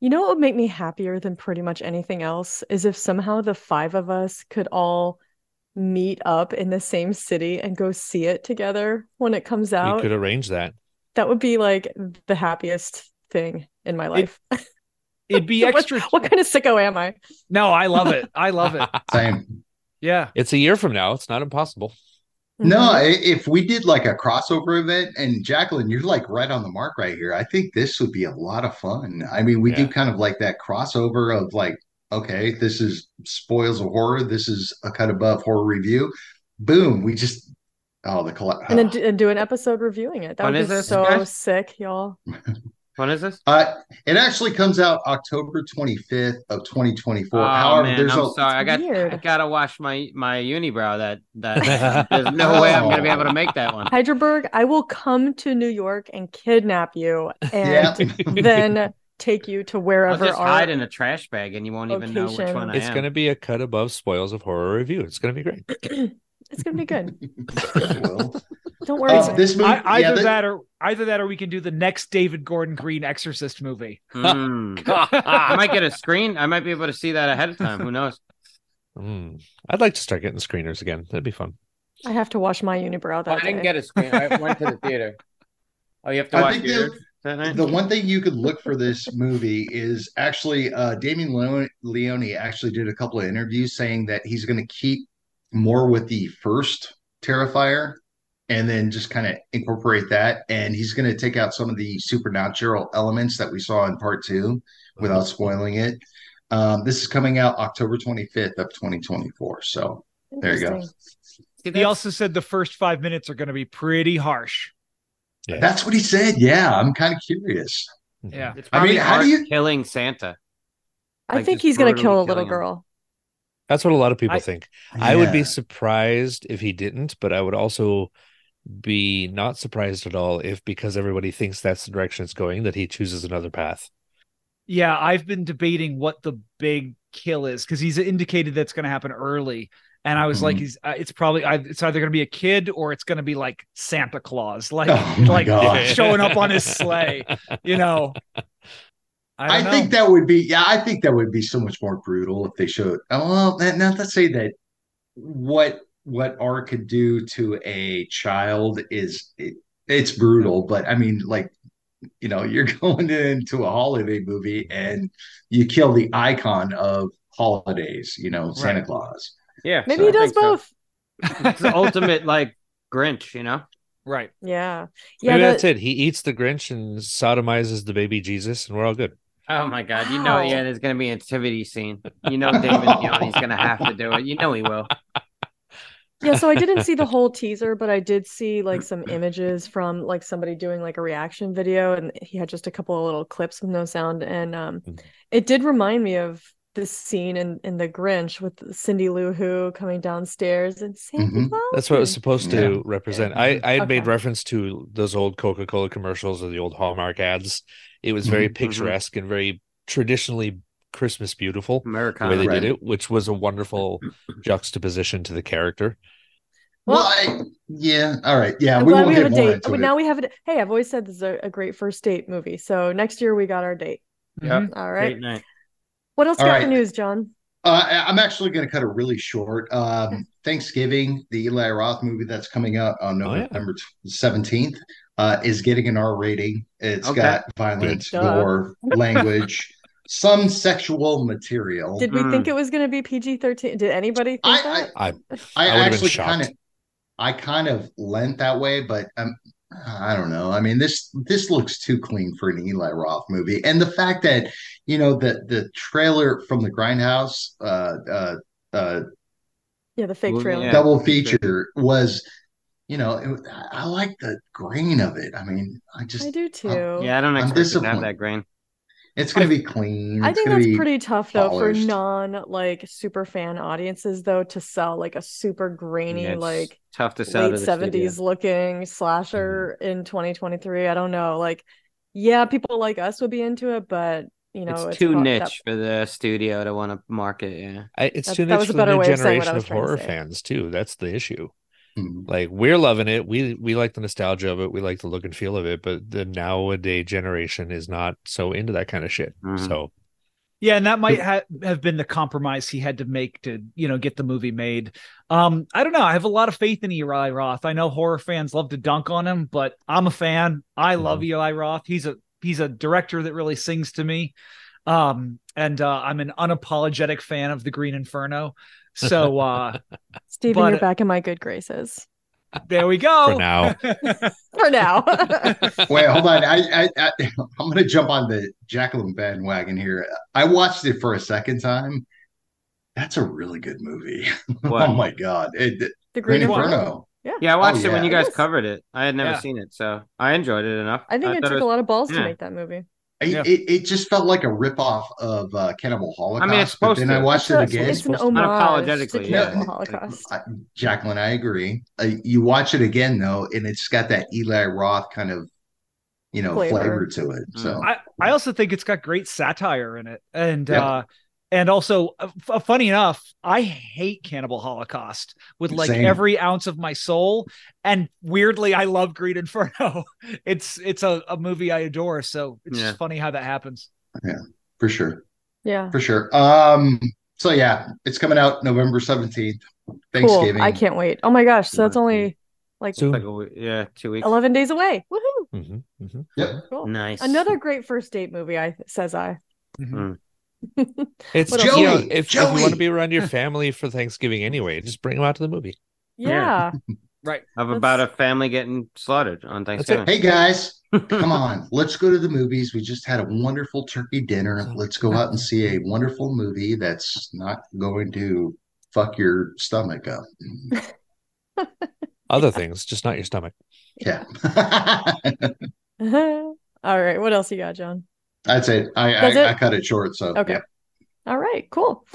Speaker 3: You know what would make me happier than pretty much anything else is if somehow the five of us could all meet up in the same city and go see it together when it comes
Speaker 4: We
Speaker 3: out.
Speaker 4: could arrange that.
Speaker 3: That would be like the happiest thing in my life. (laughs)
Speaker 6: It'd be
Speaker 3: What-
Speaker 6: extra.
Speaker 3: what kind of sicko am I?
Speaker 6: No, I love it. I love it.
Speaker 5: Same.
Speaker 6: Yeah.
Speaker 4: It's a year from now. It's not impossible.
Speaker 5: No,
Speaker 3: Mhm.
Speaker 5: i- if we did like a crossover event, and Jacqueline, you're like right on the mark right here. I think this would be a lot of fun. I mean, we do
Speaker 4: Yeah.
Speaker 5: kind of like that crossover of like, okay, this is spoils of horror. This is a cut above horror review. Boom. We just, oh, the collab.
Speaker 3: and
Speaker 5: (sighs)
Speaker 3: then do, and do an episode reviewing it. That
Speaker 1: When
Speaker 3: would
Speaker 1: is
Speaker 3: be
Speaker 1: this,
Speaker 3: so
Speaker 1: guys?
Speaker 3: sick, y'all.
Speaker 1: When is
Speaker 5: (laughs)
Speaker 1: this?
Speaker 5: Uh, it actually comes out October 25th of 2024.
Speaker 1: oh
Speaker 5: However,
Speaker 1: man,
Speaker 5: there's
Speaker 1: I'm
Speaker 5: a,
Speaker 1: sorry. I got
Speaker 3: weird.
Speaker 1: I gotta wash my my unibrow. That
Speaker 4: (laughs)
Speaker 1: that there's no way I'm gonna
Speaker 5: Oh.
Speaker 1: be able to make that one.
Speaker 3: Hyderberg, I will come to New York and kidnap
Speaker 1: (laughs)
Speaker 3: you,
Speaker 5: yeah, (laughs)
Speaker 3: and then take you to
Speaker 1: I'll
Speaker 3: wherever
Speaker 1: just
Speaker 3: our (clears throat)
Speaker 1: hide in a trash bag, and you won't even know which
Speaker 3: Location.
Speaker 1: one I
Speaker 4: It's
Speaker 1: am.
Speaker 4: going to be a cut above spoils of horror review. It's going to be great.
Speaker 3: it's gonna be good.
Speaker 1: (laughs)
Speaker 5: Well,
Speaker 3: Don't worry.
Speaker 5: uh,
Speaker 3: Zach.
Speaker 5: this movie,
Speaker 6: I, either
Speaker 5: yeah, thi-
Speaker 6: that or either that or we can do the next David Gordon Green Exorcist movie.
Speaker 1: Mm. Ah, I might get a screen. I might be able to see that ahead of time. Who knows?
Speaker 4: Mm. I'd like to start getting screeners again. That'd be fun.
Speaker 3: I have to wash my unibrow that
Speaker 1: (laughs) I didn't
Speaker 3: day.
Speaker 1: get a screen. I went to the theater. Oh, you have to
Speaker 5: I
Speaker 1: watch
Speaker 5: think
Speaker 1: theater
Speaker 5: the-
Speaker 1: that night.
Speaker 5: The one thing you could look for this movie is actually uh, Damien Leone, Leone actually did a couple of interviews saying that he's going to keep more with the first Terrifier and then just kind of incorporate that. And he's going to take out some of the supernatural elements that we saw in part two without spoiling it. Um, this is coming out October 25th of 2024. So there you go.
Speaker 3: Interesting.
Speaker 1: See,
Speaker 6: He
Speaker 1: that's-
Speaker 6: also said the first five minutes are going to be pretty harsh.
Speaker 4: Yeah.
Speaker 5: That's what he said. Yeah, I'm kind of curious.
Speaker 4: Hmm.
Speaker 6: Yeah.
Speaker 1: it's
Speaker 5: I
Speaker 1: probably
Speaker 5: mean, how do
Speaker 1: Art
Speaker 5: you-
Speaker 1: killing Santa.
Speaker 3: I
Speaker 1: Like,
Speaker 3: think
Speaker 1: just
Speaker 3: he's gonna kill a
Speaker 1: brutally
Speaker 3: little
Speaker 1: killing him.
Speaker 3: girl.
Speaker 4: That's what a lot of people
Speaker 6: I-
Speaker 4: think. I would be (laughs)
Speaker 5: Yeah.
Speaker 4: surprised if he didn't, but I would also be not surprised at all if because everybody thinks that's the direction it's going that he chooses another path.
Speaker 6: Yeah, I've been debating what the big kill is because he's indicated that's going to happen early, and I was like,
Speaker 5: Mhm.
Speaker 6: he's uh, it's probably I, it's either going to be a kid or it's going to be like Santa Claus, like
Speaker 5: Oh my
Speaker 6: like
Speaker 5: gosh.
Speaker 6: showing up on his sleigh, you know. I,
Speaker 5: I,
Speaker 6: don't
Speaker 5: think
Speaker 6: know.
Speaker 5: that would be yeah, I think that would be so much more brutal if they showed oh well that- not to say that what what R could do to a child is it, it's brutal, but I mean like you know, (laughs) you're going into a holiday movie and you kill the icon of holidays, you know, Santa
Speaker 6: Right.
Speaker 5: Claus.
Speaker 1: Yeah,
Speaker 3: Maybe
Speaker 1: so
Speaker 3: he
Speaker 1: I
Speaker 3: does
Speaker 1: think so.
Speaker 3: both.
Speaker 1: It's the ultimate like Grinch, you know.
Speaker 6: right.
Speaker 3: Yeah, yeah.
Speaker 4: Maybe
Speaker 3: the-
Speaker 4: that's it. He eats the Grinch and sodomizes the baby Jesus, and we're all good.
Speaker 1: Oh my God! You know,
Speaker 3: Wow.
Speaker 1: yeah, there's gonna be an activity scene. You know, David (laughs) Leone's gonna have to do it. You know, he will.
Speaker 3: yeah so i didn't see
Speaker 4: (laughs)
Speaker 3: the whole teaser but i did see like some
Speaker 4: Mm-hmm.
Speaker 3: images from like somebody doing like a reaction video and he had just a couple of little clips with no sound and um
Speaker 4: Mhm.
Speaker 3: it did remind me of this scene in in the grinch with cindy lou who coming downstairs and santa
Speaker 5: Mhm.
Speaker 3: Claus
Speaker 4: Mm-hmm. That's what it was
Speaker 3: is-
Speaker 4: supposed
Speaker 5: Yeah.
Speaker 4: to represent. I, I had made
Speaker 3: Okay.
Speaker 4: reference to those old Coca Cola commercials or the old Hallmark ads. It was very
Speaker 5: Mhm.
Speaker 4: picturesque and very traditionally Christmas beautiful. the way
Speaker 1: Americana.
Speaker 4: they
Speaker 5: Mm-hmm. Right.
Speaker 4: did it, which was a
Speaker 5: (clears throat)
Speaker 4: wonderful juxtaposition to the character.
Speaker 5: Well,
Speaker 3: Well-
Speaker 5: I, yeah, all right. Yeah,
Speaker 3: I'm
Speaker 5: we
Speaker 3: glad
Speaker 5: will
Speaker 3: we have a
Speaker 5: get more
Speaker 3: date.
Speaker 5: into
Speaker 3: But
Speaker 5: it.
Speaker 3: now we have it. Hey, I've always said this is a, a great first date movie. So next year we got our date.
Speaker 1: Yep.
Speaker 6: Mhm.
Speaker 3: All
Speaker 1: Great
Speaker 3: right.
Speaker 1: night.
Speaker 3: What else
Speaker 5: All
Speaker 3: got
Speaker 5: right.
Speaker 3: for news, John?
Speaker 5: Uh, I- I'm actually going to cut it really short. Um, Thanksgiving, the Eli Roth movie that's coming out on
Speaker 4: Oh, yeah.
Speaker 5: November tw 17th, uh, is getting an R rating. It's
Speaker 1: Okay.
Speaker 5: got violence,
Speaker 3: Good. Duh.
Speaker 5: gore,
Speaker 3: (laughs)
Speaker 5: language, some sexual material.
Speaker 3: Did we
Speaker 1: Mm.
Speaker 3: think it was going to be PG 13? Did anybody think
Speaker 5: I-
Speaker 3: that?
Speaker 4: I
Speaker 5: I,
Speaker 4: I would've been
Speaker 5: actually
Speaker 4: shocked.
Speaker 5: kind of, I kind of lent that way, but um, I don't know. I mean this this looks too clean for an Eli Roth movie, and the fact that you know the the trailer from the Grindhouse, uh, uh, uh,
Speaker 3: yeah, the fake
Speaker 1: Well,
Speaker 3: trailer.
Speaker 1: yeah.
Speaker 5: double
Speaker 1: for sure.
Speaker 5: feature was you know it, was- i I like the grain of it i mean i just
Speaker 3: I do too.
Speaker 1: Oh, Yeah, I don't
Speaker 5: I'm
Speaker 1: expect it to have
Speaker 5: disappointed.
Speaker 1: that grain.
Speaker 5: It's going to be clean.
Speaker 3: I
Speaker 5: It's
Speaker 3: think
Speaker 5: gonna
Speaker 3: that's
Speaker 5: be-
Speaker 3: pretty tough though for
Speaker 5: polished.
Speaker 3: non like super fan audiences though to sell like a super grainy
Speaker 1: Yeah, it's
Speaker 3: like
Speaker 1: tough to sell to
Speaker 3: late
Speaker 1: the studio. Mm-hmm.
Speaker 3: 70s looking slasher in 2023. I don't know. Like yeah, people like us would be into it, but you know,
Speaker 1: it's too
Speaker 3: prob-
Speaker 1: niche
Speaker 3: that-
Speaker 1: for the studio to want to market. Yeah,
Speaker 4: I, it's
Speaker 3: That-
Speaker 4: too
Speaker 3: that
Speaker 4: niche
Speaker 3: was
Speaker 4: for
Speaker 3: a
Speaker 4: the
Speaker 3: better
Speaker 4: new
Speaker 3: way of saying what I
Speaker 4: generation
Speaker 3: was
Speaker 4: of
Speaker 3: trying to
Speaker 4: horror
Speaker 3: say.
Speaker 4: fans too. That's the issue.
Speaker 5: Mhm.
Speaker 4: Like we're loving it. We we like the nostalgia of it. We like the look and feel of it. But the nowadays generation is not so into that kind of shit.
Speaker 1: Mhm.
Speaker 4: So
Speaker 6: Yeah, and that might ha- have been the compromise he had to make to, you know, get the movie made. Um, I don't know. I have a lot of faith in Eli Roth. I know horror fans love to dunk on him, but I'm a fan. I love Eli Roth. He's a he's a director that really sings to me. Um, and uh, I'm an unapologetic fan of The Green Inferno. So uh,
Speaker 3: Steven,
Speaker 6: but-
Speaker 3: you're back in my good graces (laughs)
Speaker 6: there
Speaker 4: (laughs)
Speaker 6: we go.
Speaker 4: for now,
Speaker 3: for now. (laughs)
Speaker 5: Wait, hold on. I, I, (laughs) I I'm going to jump on the Jacqueline bandwagon here. I watched it for a second time. That's a really good movie. (laughs)
Speaker 1: What?
Speaker 5: oh my god, it, it,
Speaker 3: the
Speaker 5: Green
Speaker 3: Green Inferno.
Speaker 5: Inferno.
Speaker 1: yeah. I watched
Speaker 5: Oh,
Speaker 1: it when
Speaker 5: yeah.
Speaker 1: you guys
Speaker 3: Yes.
Speaker 1: covered it. I had never
Speaker 6: Yeah.
Speaker 1: seen it, so I enjoyed it enough.
Speaker 3: I think it
Speaker 1: thought
Speaker 3: took a lot of balls
Speaker 1: yeah.
Speaker 3: to make that movie.
Speaker 5: It,
Speaker 6: Yeah.
Speaker 5: it, it just felt like a ripoff of uh, Cannibal Holocaust. but
Speaker 1: supposed
Speaker 5: then I
Speaker 1: to.
Speaker 5: watched it
Speaker 3: It's a-
Speaker 5: again.
Speaker 3: It's an
Speaker 1: to.
Speaker 3: homage to
Speaker 1: Unapologetically, yeah.
Speaker 3: Cannibal Holocaust.
Speaker 5: I- Jacqueline, I agree. Uh, you watch it again though, and it's got that Eli Roth kind of, you know,
Speaker 3: Flavor.
Speaker 5: flavor, to it. So
Speaker 6: I, I also think it's got great satire in it, and
Speaker 5: Yeah.
Speaker 6: uh, and also, uh, f- funny enough, I hate Cannibal Holocaust with like
Speaker 5: Same.
Speaker 6: every ounce of my soul, and weirdly, I love Green Inferno. (laughs) it's it's a, a movie I adore, so it's
Speaker 1: Yeah.
Speaker 6: just funny how that happens.
Speaker 5: for sure,
Speaker 3: Yeah.
Speaker 5: for sure. Um, so yeah, it's coming out November seventeenth, Thanksgiving.
Speaker 3: Cool. I can't wait. Oh my gosh. So that's only like
Speaker 4: soon.
Speaker 1: Like a w- yeah, two weeks.
Speaker 3: 11 days away. Woohoo.
Speaker 4: Mhm, mhm.
Speaker 3: Cool.
Speaker 1: Nice.
Speaker 3: Another great first date movie, I says I.
Speaker 4: It's
Speaker 3: What
Speaker 4: you
Speaker 3: else?
Speaker 4: know,
Speaker 5: Joey,
Speaker 4: if, if you want to
Speaker 5: Joey.
Speaker 4: be around your family for Thanksgiving anyway, just bring them out to the movie.
Speaker 3: Yeah.
Speaker 1: of
Speaker 3: Let's-
Speaker 1: about a family getting slaughtered on
Speaker 4: it.
Speaker 1: Thanksgiving.
Speaker 3: (laughs)
Speaker 5: Hey guys, come on, let's go to the movies. We just had a wonderful turkey dinner. Let's go out and see a wonderful movie that's not going to fuck your stomach
Speaker 3: (laughs)
Speaker 5: up. (laughs)
Speaker 4: Other things, just not your stomach.
Speaker 5: Yeah.
Speaker 3: (laughs) All right. What else you got, John?
Speaker 5: That's it. I,
Speaker 3: That's
Speaker 5: I,
Speaker 3: it?
Speaker 5: I cut it short. So
Speaker 3: Okay.
Speaker 5: yep.
Speaker 3: All right, cool.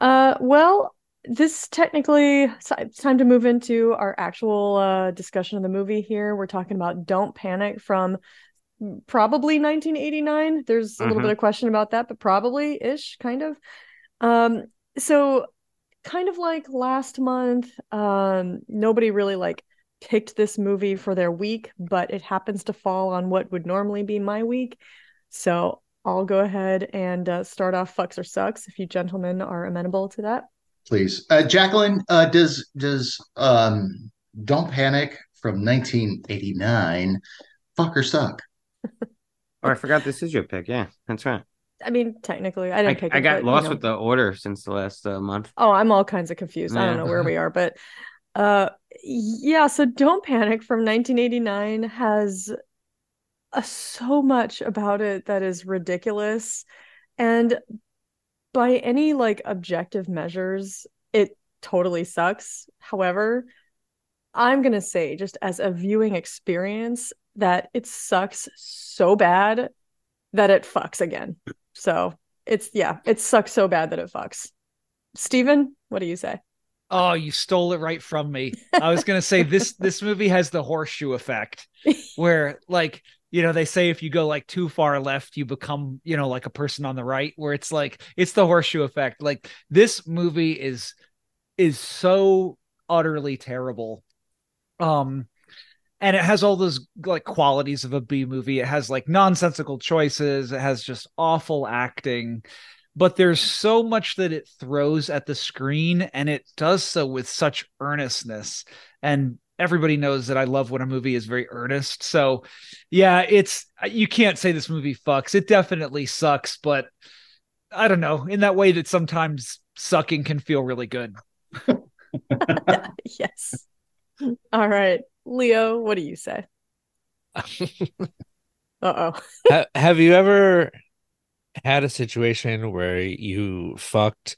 Speaker 3: Uh, well, this technically so it's time to move into our actual uh, discussion of the movie here. We're talking about Don't Panic from probably 1989. There's a little
Speaker 1: Mhm.
Speaker 3: bit of question about that, but probably ish, kind of. Um, so kind of like last month, um, nobody really like picked this movie for their week, but it happens to fall on what would normally be my week. So I'll go ahead and uh, start off fucks or sucks if you gentlemen are amenable to that.
Speaker 5: please. Uh, Jacqueline, uh, does does um, Don't Panic from 1989 fuck or suck?
Speaker 1: Or I forgot this is your pick. Yeah, that's right.
Speaker 3: I mean, technically, I
Speaker 1: I,
Speaker 3: didn't pick.
Speaker 1: I
Speaker 3: it,
Speaker 1: got
Speaker 3: but, you
Speaker 1: lost
Speaker 3: know.
Speaker 1: with the order since the last uh, month.
Speaker 3: (laughs) Oh, I'm all kinds of confused. I don't
Speaker 1: Yeah.
Speaker 3: know where we are, but uh yeah, so Don't Panic from 1989 has uh, so much about it that is ridiculous and by any like objective measures, it totally sucks. However, I'm going to say just as a viewing experience that it sucks so bad that it fucks again. So, it's yeah, it sucks so bad that it fucks. Steven, what do you say? (laughs)
Speaker 6: Oh, you stole it right from me. I was gonna say this this movie has the horseshoe effect, where like you know they say if you go like too far left, you become you know like a person on the right. Where it's like it's the horseshoe effect. Like this movie is is so utterly terrible. Um, and it has all those like qualities of a B movie. It has like nonsensical choices. It has just awful acting but there's so much that it throws at the screen and it does so with such earnestness and everybody knows that i love when a movie is very earnest so yeah it's you can't say this movie fucks it definitely sucks but i don't know in that way that sometimes sucking can feel really good
Speaker 3: yes. All right. Leo, what do you say? Uh oh.
Speaker 4: Ha- have you ever had a situation where you fucked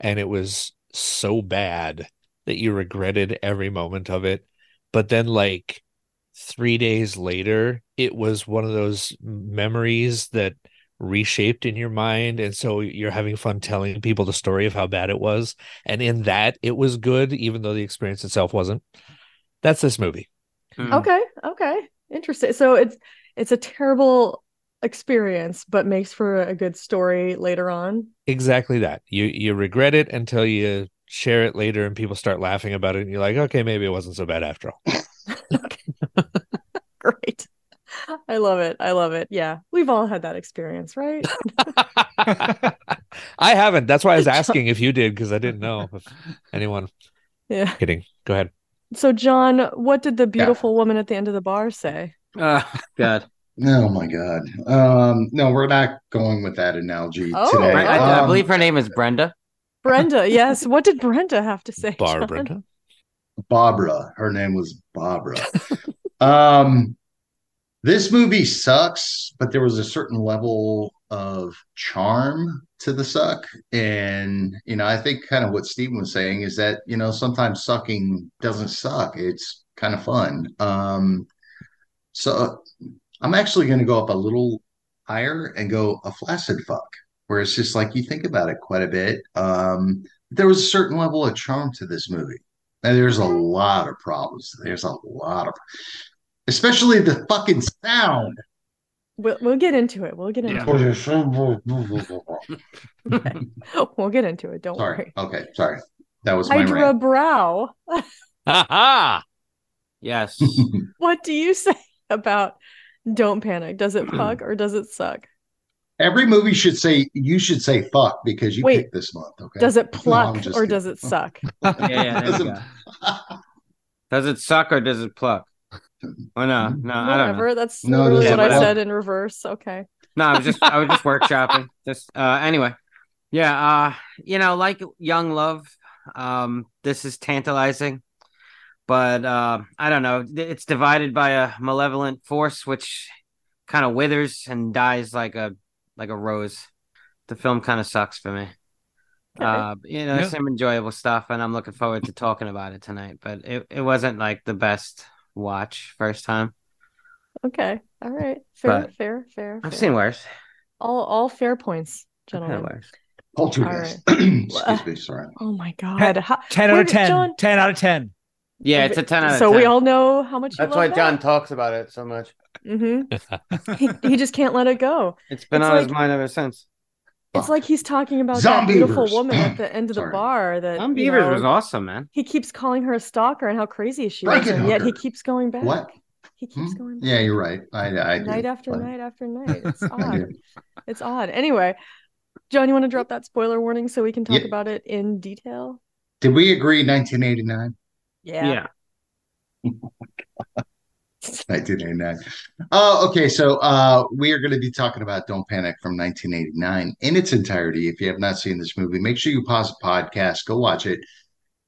Speaker 4: and it was so bad that you regretted every moment of it but then like three days later it was one of those memories that reshaped in your mind and so you're having fun telling people the story of how bad it was and in that it was good even though the experience itself wasn't that's this movie
Speaker 5: Hmm.
Speaker 1: Mm.
Speaker 3: Okay. Okay. Interesting. So it's it's a terrible experience, but makes for a good story later on. (laughs)
Speaker 4: exactly that you you regret it until you share it later and people start laughing about it and you're like okay maybe it wasn't so
Speaker 1: (laughs)
Speaker 4: bad after all
Speaker 3: Great. I love it. I love it. Yeah. We've all had that experience, right?
Speaker 4: i haven't that's why i was asking if you did because i didn't know
Speaker 1: (laughs)
Speaker 4: if anyone
Speaker 3: Yeah.
Speaker 4: kidding go ahead
Speaker 3: So John, what did the beautiful woman at the end of the bar say?
Speaker 5: Uh,
Speaker 1: (laughs) Oh,
Speaker 5: (laughs)
Speaker 1: God.
Speaker 5: Oh my God. Um, no, we're not going with that analogy
Speaker 3: Oh,
Speaker 5: today.
Speaker 1: Bre- I, I
Speaker 5: Um,
Speaker 1: believe her name is Brenda.
Speaker 3: Brenda, yes. What did Brenda have to say?
Speaker 4: bar
Speaker 3: John?
Speaker 4: brenda
Speaker 5: Barbara. Her name was Barbara. (laughs) um, this movie sucks, but there was a certain level of charm to the suck. And, you know, I think kind of what Steven was saying is that, you know, sometimes sucking doesn't suck. It's kind of fun. Um, so I'm actually going to go up a little higher and go a flaccid fuck, where it's just like you think about it quite a bit. Um, there was a certain level of charm to this movie. Now, there's a lot of problems. There's a lot of, especially the fucking sound.
Speaker 3: We'll, we'll get into it. We'll get into
Speaker 6: Yeah.
Speaker 3: it. (laughs) We'll get into it. Don't
Speaker 5: Sorry. Okay. Sorry. That was my
Speaker 3: worry. Hydra
Speaker 5: rant.
Speaker 3: Brow,
Speaker 1: (laughs)
Speaker 4: ha ha
Speaker 1: Yes.
Speaker 3: what do you say about don't panic?
Speaker 1: (clears throat)
Speaker 3: Does it fuck or does it suck?
Speaker 5: (laughs) Every movie should say you should say fuck because you
Speaker 3: Wait.
Speaker 5: picked this month. Okay. (laughs)
Speaker 3: Does it pluck
Speaker 5: just
Speaker 3: or
Speaker 5: kidding.
Speaker 3: does it
Speaker 1: Oh.
Speaker 3: suck?
Speaker 1: Yeah, yeah,
Speaker 6: (laughs)
Speaker 1: there you
Speaker 5: Doesn't-
Speaker 1: go. Does it suck or does it pluck? Oh no, no, I don't know.
Speaker 3: Whatever. That's
Speaker 5: No, it
Speaker 3: literally
Speaker 1: doesn't
Speaker 3: what I
Speaker 1: matter.
Speaker 3: said in reverse. Okay.
Speaker 1: No, I was just I was just workshopping. Just uh anyway. Yeah, uh you know, like Young Love, um this is tantalizing. But uh, I don't know. It's divided by a malevolent force which kind of withers and dies like a like a rose. The film kind of sucks for me.
Speaker 3: Okay.
Speaker 1: Uh, you know,
Speaker 6: Yeah.
Speaker 1: some enjoyable stuff, and I'm looking forward to talking about it tonight. But it, it wasn't like the best watch first time.
Speaker 3: Okay. All right. Fair,
Speaker 1: But-
Speaker 3: fair, fair.
Speaker 1: I've
Speaker 3: fair.
Speaker 1: seen worse.
Speaker 3: all all fair points,
Speaker 1: I've had
Speaker 3: gentlemen.
Speaker 1: worse.
Speaker 5: Poltergeist. (clears throat) Excuse me. Sorry.
Speaker 3: Oh my god. How,
Speaker 6: 10 out
Speaker 3: Where
Speaker 6: of
Speaker 3: did
Speaker 6: 10.
Speaker 3: John-
Speaker 6: 10 out of 10.
Speaker 1: Yeah, it's a ten out of
Speaker 3: so
Speaker 1: ten.
Speaker 3: we all know how much you
Speaker 1: That's
Speaker 3: love
Speaker 1: why
Speaker 3: that.
Speaker 1: John talks about it so much.
Speaker 3: Mhm.
Speaker 1: (laughs)
Speaker 3: he, he just can't let it go.
Speaker 1: It's been
Speaker 3: It's
Speaker 1: on his
Speaker 3: like-
Speaker 1: mind ever since.
Speaker 3: It's like he's talking about
Speaker 5: Zombie
Speaker 3: that beautiful
Speaker 5: Beavers.
Speaker 3: woman at the end of the
Speaker 5: Sorry.
Speaker 3: bar that
Speaker 1: Tom
Speaker 3: you
Speaker 1: Beavers
Speaker 3: know,
Speaker 1: was awesome, man.
Speaker 3: he keeps calling her a stalker and how crazy she is,
Speaker 5: Frankenhooker.
Speaker 3: and yet he keeps going back.
Speaker 5: What?
Speaker 3: He keeps
Speaker 5: Hmm?
Speaker 3: going back.
Speaker 5: Yeah, you're right. I, I do.
Speaker 3: night after
Speaker 5: Fine.
Speaker 3: night
Speaker 5: (laughs)
Speaker 3: after night. It's
Speaker 5: I do.
Speaker 3: odd. it's odd. Anyway, John, you want to drop that spoiler warning so we can talk
Speaker 5: Yeah.
Speaker 3: about it in detail?
Speaker 5: Did we agree 1989?
Speaker 1: Yeah.
Speaker 5: 1989. Oh, okay. So uh, we are going to be talking about Don't Panic from 1989 in its entirety. If you have not seen this movie, make sure you pause the podcast, go watch it,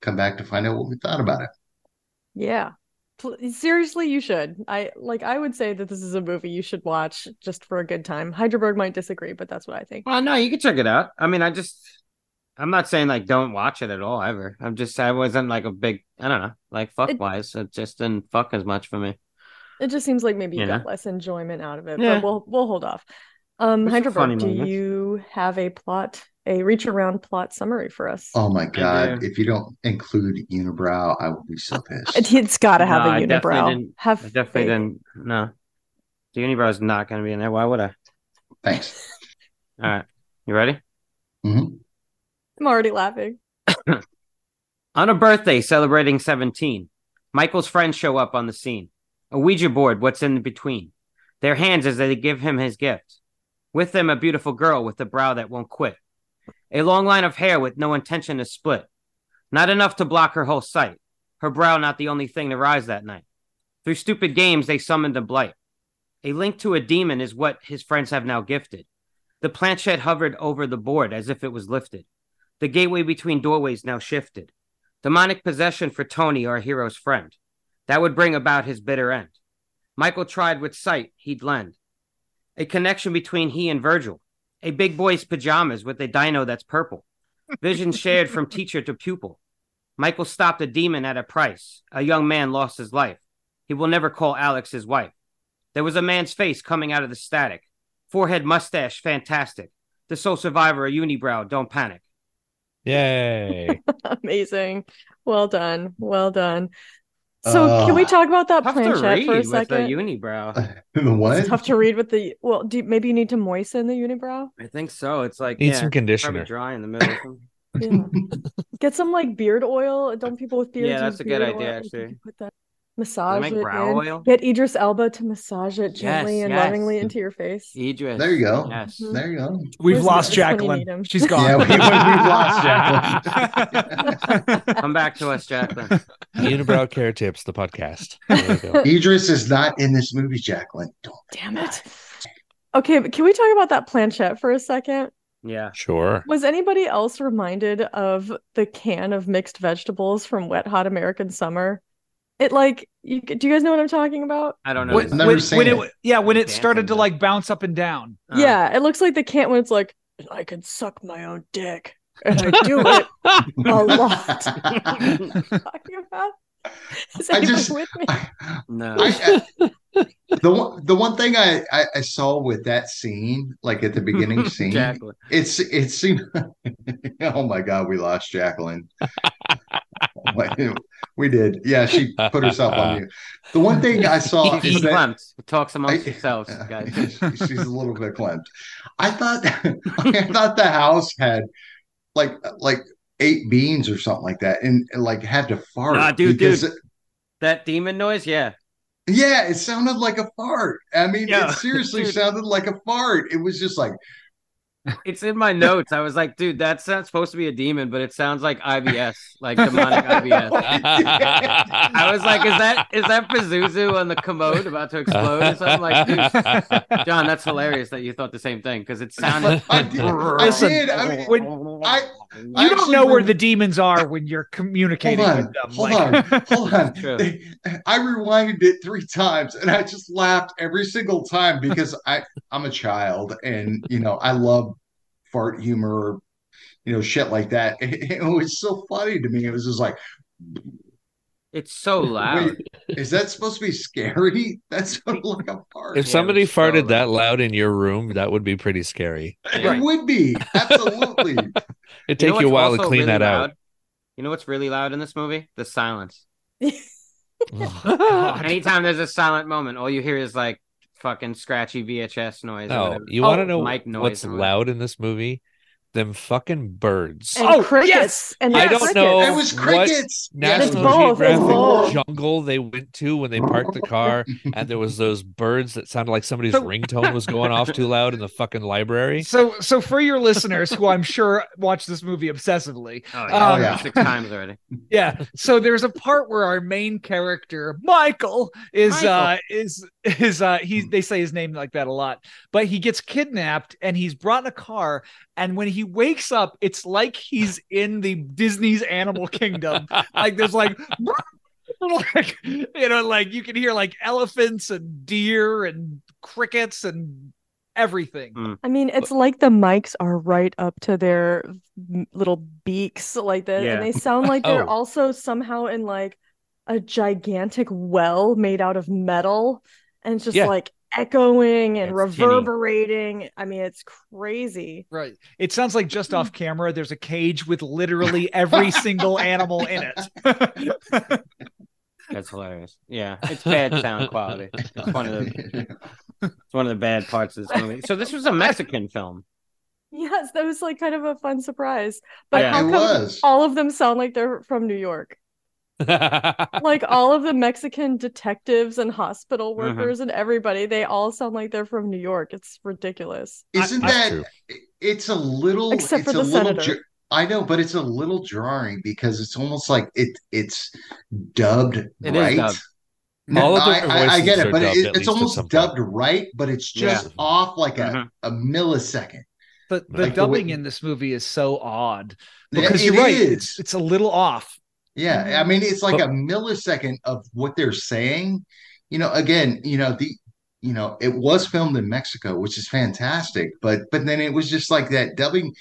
Speaker 5: come back to find out what we thought about it.
Speaker 3: Yeah. Pl- Seriously, you should. I like. I would say that this is a movie you should watch just for a good time. Hyderberg might disagree, but that's what I think.
Speaker 1: Well, no, you can check it out. I mean, I just, I'm not saying like don't watch it at all ever. I'm just, I wasn't like a big, I don't know, like fuck
Speaker 3: It-
Speaker 1: wise. It just didn't fuck as much for me.
Speaker 3: It just seems like maybe you
Speaker 1: Yeah.
Speaker 3: got less enjoyment out of it,
Speaker 1: Yeah.
Speaker 3: but we'll we'll hold off. Um,
Speaker 1: There's some funny
Speaker 3: Hyderberg, do
Speaker 1: moments.
Speaker 3: you have a plot, a reach around plot summary for us?
Speaker 5: Oh my
Speaker 1: I
Speaker 5: God.
Speaker 1: do.
Speaker 5: If you don't include Unibrow, I will be so
Speaker 3: It-
Speaker 5: pissed.
Speaker 3: Uh, It's got to have
Speaker 1: No,
Speaker 3: a
Speaker 1: I definitely
Speaker 3: unibrow.
Speaker 1: didn't-
Speaker 3: Have
Speaker 1: I definitely
Speaker 3: faith.
Speaker 1: didn't. No, the unibrow is not going to be in there. Why would I?
Speaker 5: Thanks.
Speaker 1: All right, you ready?
Speaker 5: Mhm.
Speaker 3: I'm already laughing. (laughs)
Speaker 1: On a birthday celebrating 17, Michael's friends show up on the scene. A Ouija board, what's in between? Their hands as they give him his gift. With them, a beautiful girl with a brow that won't quit. A long line of hair with no intention to split. Not enough to block her whole sight. Her brow not the only thing to rise that night. Through stupid games, they summoned a blight. A link to a demon is what his friends have now gifted. The planchette hovered over the board as if it was lifted. The gateway between doorways now shifted. Demonic possession for Tony, our hero's friend. That would bring about his bitter end. Michael tried with sight, he'd lend. A connection between he and Virgil. A big boy's pajamas with a dino that's purple. Vision shared
Speaker 3: (laughs)
Speaker 1: from teacher to pupil. Michael stopped a demon at a price. A young man lost his life. He will never call Alex his wife. There was a man's face coming out of the static. Forehead mustache, fantastic. The sole survivor, a unibrow, don't panic.
Speaker 4: Yay.
Speaker 3: Amazing. Well done. Well done. So can we
Speaker 5: Uh,
Speaker 3: talk about that
Speaker 1: Tough to
Speaker 3: planchette
Speaker 1: read
Speaker 3: for a
Speaker 1: with the
Speaker 3: second?
Speaker 1: unibrow.
Speaker 5: (laughs) the
Speaker 3: It's
Speaker 5: what?
Speaker 3: tough to read with the well. Do maybe you need to moisten the unibrow?
Speaker 1: I think so. It's like
Speaker 4: Need
Speaker 1: yeah,
Speaker 4: some
Speaker 1: probably
Speaker 4: conditioner.
Speaker 1: dry in the middle. or
Speaker 5: (coughs)
Speaker 1: something.
Speaker 3: Yeah. Get some like beard oil. Don't people with beards?
Speaker 1: Yeah, that's
Speaker 3: use
Speaker 1: a good
Speaker 3: beard
Speaker 1: idea,
Speaker 3: oil? Like, you
Speaker 1: actually.
Speaker 3: could Put that
Speaker 1: Does it
Speaker 3: massage
Speaker 1: make
Speaker 3: it
Speaker 1: brow
Speaker 3: in.
Speaker 1: oil?
Speaker 3: Get Idris Elba to massage it gently
Speaker 1: Yes,
Speaker 3: and
Speaker 1: yes.
Speaker 3: lovingly into your face.
Speaker 1: Idris.
Speaker 5: There you go. (laughs)
Speaker 1: Yes.
Speaker 3: Mhm.
Speaker 5: There you go.
Speaker 6: We've
Speaker 3: Where's
Speaker 6: lost
Speaker 3: Marcus when you need
Speaker 6: Jacqueline.
Speaker 3: him?
Speaker 6: She's gone.
Speaker 5: Yeah, we- we- we've lost Jacqueline.
Speaker 1: Come back to us, Jacqueline.
Speaker 4: Unibrow Care Tips, the podcast. There we
Speaker 1: (laughs)
Speaker 4: go.
Speaker 5: Idris is not in this movie, Jacqueline. Don't.
Speaker 3: Damn it. Okay, but can we talk about that planchette for a second?
Speaker 1: Yeah.
Speaker 4: Sure.
Speaker 3: Was anybody else reminded of the can of mixed vegetables from Wet Hot American Summer? It like you do you guys know what I'm talking about?
Speaker 1: I don't know.
Speaker 6: (laughs) When,
Speaker 5: I've never
Speaker 6: when-
Speaker 5: seen
Speaker 6: when
Speaker 5: it.
Speaker 6: it yeah, when it
Speaker 1: Dancing
Speaker 6: started to
Speaker 1: though.
Speaker 6: like bounce up and down.
Speaker 1: Uh,
Speaker 3: yeah, it looks like the can when it's like "And I can suck my own dick and I do it a lot. (laughs) talking about? Is
Speaker 5: I
Speaker 3: anyone
Speaker 5: just-
Speaker 3: with me?
Speaker 5: (laughs) I-
Speaker 1: No.
Speaker 5: I- the one, the one thing I, I I saw with that scene, like at
Speaker 3: (laughs)
Speaker 5: the beginning scene,
Speaker 1: Jacqueline.
Speaker 5: it's it seemed. (laughs) oh my God, we lost
Speaker 6: (laughs)
Speaker 5: Jacqueline. we did. Yeah, she put herself on mute. The one thing I saw
Speaker 1: He
Speaker 5: is that
Speaker 1: clumped. It talks amongst
Speaker 5: I-
Speaker 1: themselves, guys.
Speaker 5: (laughs) She's a little bit clamped. I thought (laughs) I thought the house had like like eight beans or something like that, and like had to fart.
Speaker 6: Ah,
Speaker 1: Nah, dude,
Speaker 5: because-
Speaker 1: That demon noise, yeah.
Speaker 5: Yeah, it sounded like a fart. I mean,
Speaker 1: Yeah,
Speaker 5: it seriously
Speaker 1: dude.
Speaker 5: sounded like a fart. It was just like
Speaker 1: It's in my notes. I was like, dude, that's not supposed to be a demon, but it sounds like IBS, like demonic IBS. I was like, is that is that Pazuzu on the commode about to explode or something? Like,
Speaker 4: (laughs)
Speaker 1: dude, John, that's hilarious that you thought the same thing because it sounded.
Speaker 5: I did. I
Speaker 6: Listen,
Speaker 5: did. I mean,
Speaker 6: when-
Speaker 5: I-
Speaker 6: You
Speaker 5: I
Speaker 6: don't
Speaker 5: actually
Speaker 6: know where
Speaker 5: rem-
Speaker 6: the demons are when you're communicating
Speaker 5: Hold on,
Speaker 6: with them.
Speaker 5: hold
Speaker 6: like,
Speaker 5: on, hold on.
Speaker 1: True.
Speaker 5: They- I rewinded it three times, and I just laughed every single time because I I'm a child, and you know I love fart humor, you know shit like that. (laughs) It, it was so funny to me. It was just like,
Speaker 1: it's so loud.
Speaker 5: wait, is that supposed to be scary? (laughs) That's like a fart.
Speaker 4: If
Speaker 1: Yeah,
Speaker 4: somebody
Speaker 1: it's so
Speaker 4: farted
Speaker 1: loud.
Speaker 4: that loud in your room, that would be pretty scary.
Speaker 5: it would be
Speaker 4: (laughs)
Speaker 5: absolutely.
Speaker 4: It'd take you, a while to clean that out.
Speaker 1: You know what's really loud in this movie? The silence.
Speaker 6: God.
Speaker 1: Anytime there's a silent moment, all you hear is like fucking scratchy VHS noise. or
Speaker 4: Oh,
Speaker 1: whatever.
Speaker 4: you want to know
Speaker 1: mic noise
Speaker 4: what's
Speaker 1: and whatever.
Speaker 4: loud in this movie? Them fucking birds.
Speaker 3: And
Speaker 6: Oh,
Speaker 3: crickets.
Speaker 6: yes!
Speaker 3: And
Speaker 4: I
Speaker 3: they're
Speaker 4: don't
Speaker 3: crickets.
Speaker 4: know.
Speaker 5: It was
Speaker 4: What?
Speaker 5: crickets.
Speaker 4: National
Speaker 3: It's both, it's
Speaker 4: Geographic
Speaker 3: both.
Speaker 4: jungle they went to when they parked the car, (laughs) and there was those birds that sounded like somebody's
Speaker 6: So-
Speaker 4: ringtone was going off too loud in the fucking
Speaker 3: (laughs)
Speaker 5: (laughs)
Speaker 4: library.
Speaker 6: (laughs) So, so for your listeners who I'm sure watch this movie obsessively,
Speaker 1: Oh, yeah.
Speaker 5: (laughs)
Speaker 6: Um,
Speaker 5: yeah.
Speaker 1: Six times already.
Speaker 6: yeah. So there's a part where our main character Michael is
Speaker 1: Michael.
Speaker 6: uh is is uh he they say his name like that a lot, but he gets kidnapped and he's brought in a car, and when he wakes up, it's like he's in the Disney's Animal Kingdom. Like there's like. Like you know, like you can hear like elephants and deer and crickets and everything.
Speaker 3: I mean, it's like the mics are right up to their m- little beaks like this,
Speaker 1: Yeah.
Speaker 3: and they sound like they're
Speaker 4: Oh.
Speaker 3: also somehow in like a gigantic well made out of metal, and it's just
Speaker 4: Yeah.
Speaker 3: like echoing and
Speaker 1: It's tinny.
Speaker 3: reverberating. I mean, it's crazy. (laughs)
Speaker 6: Right. It sounds like just off camera, there's a cage with literally every single animal in it. (laughs)
Speaker 1: That's hilarious. Yeah, it's bad sound quality. It's one of the it's one of the bad parts of this movie. So this was a Mexican film.
Speaker 3: Yes, that was like kind of a fun surprise. But
Speaker 1: Yeah.
Speaker 3: how
Speaker 5: it
Speaker 3: come
Speaker 5: was.
Speaker 3: all of them sound like they're from New York? Like all of the Mexican detectives and hospital
Speaker 1: Mhm.
Speaker 3: workers and everybody, they all sound like they're from New York. It's ridiculous.
Speaker 5: Isn't
Speaker 4: That's
Speaker 5: that
Speaker 4: true.
Speaker 5: it's a little
Speaker 3: Except
Speaker 5: it's
Speaker 3: for
Speaker 5: a
Speaker 3: the
Speaker 5: little
Speaker 3: senator.
Speaker 5: jar- I know, but it's a little jarring because it's almost like it it's dubbed
Speaker 1: It is
Speaker 5: right.
Speaker 1: dubbed.
Speaker 5: No,
Speaker 4: All of
Speaker 5: I,
Speaker 4: their
Speaker 5: I- I
Speaker 4: voices
Speaker 5: get it,
Speaker 4: are
Speaker 5: but
Speaker 4: dubbed at
Speaker 5: it- it's
Speaker 4: least at some
Speaker 5: almost
Speaker 4: point.
Speaker 5: dubbed right, but it's just
Speaker 4: Yeah.
Speaker 5: off like
Speaker 1: Mhm.
Speaker 5: a, a millisecond.
Speaker 6: but the
Speaker 4: Like
Speaker 5: the
Speaker 6: dubbing
Speaker 5: way-
Speaker 6: in this movie is so odd.
Speaker 5: Yeah,
Speaker 6: Because
Speaker 5: it
Speaker 6: you're right.
Speaker 5: is.
Speaker 6: It's, it's a little off.
Speaker 5: Yeah,
Speaker 3: Mm-hmm.
Speaker 5: I mean it's like
Speaker 4: But-
Speaker 5: a millisecond of what they're saying. You know, again, you know, the you know, it was filmed in Mexico, which is fantastic, but but then it was just like that dubbing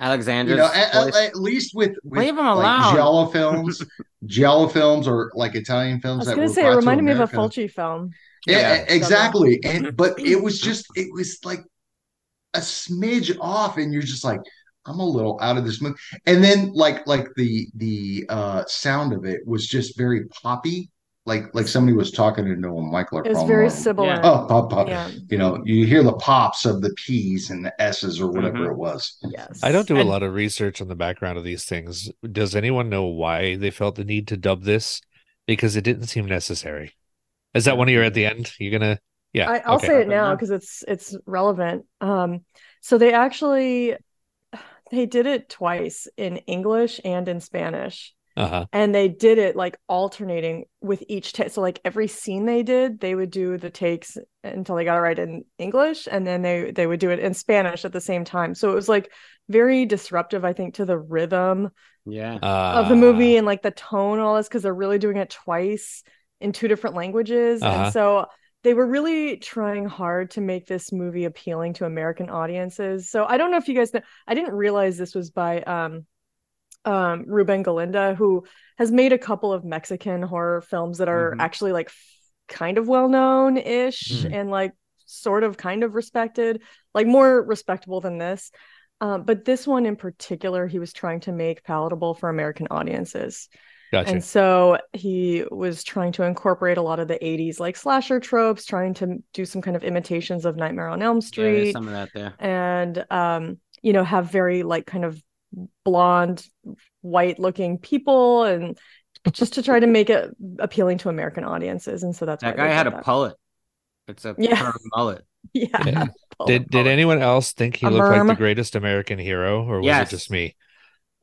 Speaker 1: Alexander's
Speaker 5: you know, at, at-
Speaker 1: voice.
Speaker 5: at least with, with
Speaker 1: Leave 'em alone.
Speaker 5: like Giallo films, Giallo films, or like Italian
Speaker 3: I
Speaker 5: films
Speaker 3: was
Speaker 5: that
Speaker 3: gonna
Speaker 5: were
Speaker 3: say
Speaker 5: brought
Speaker 3: it
Speaker 5: to
Speaker 3: reminded me of a
Speaker 5: America.
Speaker 3: Fulci film.
Speaker 5: Yeah,
Speaker 1: Yeah.
Speaker 5: e- exactly. And but it was just it was like a smidge off, and you're just like, I'm a little out of this mood. And then like like the the uh sound of it was just very poppy, like like somebody was talking into a Michael.
Speaker 3: It was very
Speaker 5: simple.
Speaker 3: sibilant.
Speaker 5: Oh, pop, pop.
Speaker 3: Yeah.
Speaker 5: You know, you hear the pops of the P's and the S's or whatever it was.
Speaker 3: Yes.
Speaker 4: I don't do
Speaker 6: And-
Speaker 4: a lot of research on the background of these things. Does anyone know why they felt the need to dub this? Because it didn't seem necessary. Is that one of your at the end? You're gonna yeah.
Speaker 3: I, I'll
Speaker 4: okay.
Speaker 3: say it now
Speaker 1: now.
Speaker 3: because it's it's relevant. Um, so they actually they did it twice in English and in Spanish,
Speaker 4: Uh-huh.
Speaker 3: and they did it like alternating with each take. So like every scene they did, they would do the takes until they got it right in English, and then they they would do it in Spanish at the same time. So it was like very disruptive, I think, to the rhythm
Speaker 1: Yeah.
Speaker 4: Uh
Speaker 3: of the movie and like the tone and all this because they're really doing it twice in two different languages
Speaker 4: Uh-huh.
Speaker 3: and so they were really trying hard to make this movie appealing to american audiences so i don't know if you guys know i didn't realize this was by um um ruben galinda who has made a couple of mexican horror films that are
Speaker 1: Mhm.
Speaker 3: actually like f- kind of well known ish
Speaker 4: Mhm.
Speaker 3: and like sort of kind of respected like more respectable than this um, but this one in particular he was trying to make palatable for american audiences
Speaker 4: Gotcha.
Speaker 3: and so he was trying to incorporate a lot of the 80s like slasher tropes trying to do some kind of imitations of nightmare on elm
Speaker 1: Yeah, there's
Speaker 3: street
Speaker 1: some of that there.
Speaker 3: and um you know have very like kind of blonde white looking people and just to try to make it appealing to american audiences and so that's
Speaker 1: That
Speaker 3: why
Speaker 1: guy
Speaker 3: they
Speaker 1: had a
Speaker 3: did that.
Speaker 1: pullet. It's a
Speaker 3: Yeah.
Speaker 1: perm mullet.
Speaker 3: (laughs) yeah,
Speaker 4: Yeah.
Speaker 3: (laughs) Pull.
Speaker 4: Did did anyone else think he
Speaker 3: um, A
Speaker 4: looked like the
Speaker 3: merm.
Speaker 4: greatest American hero, or was
Speaker 1: Yes.
Speaker 4: it just me?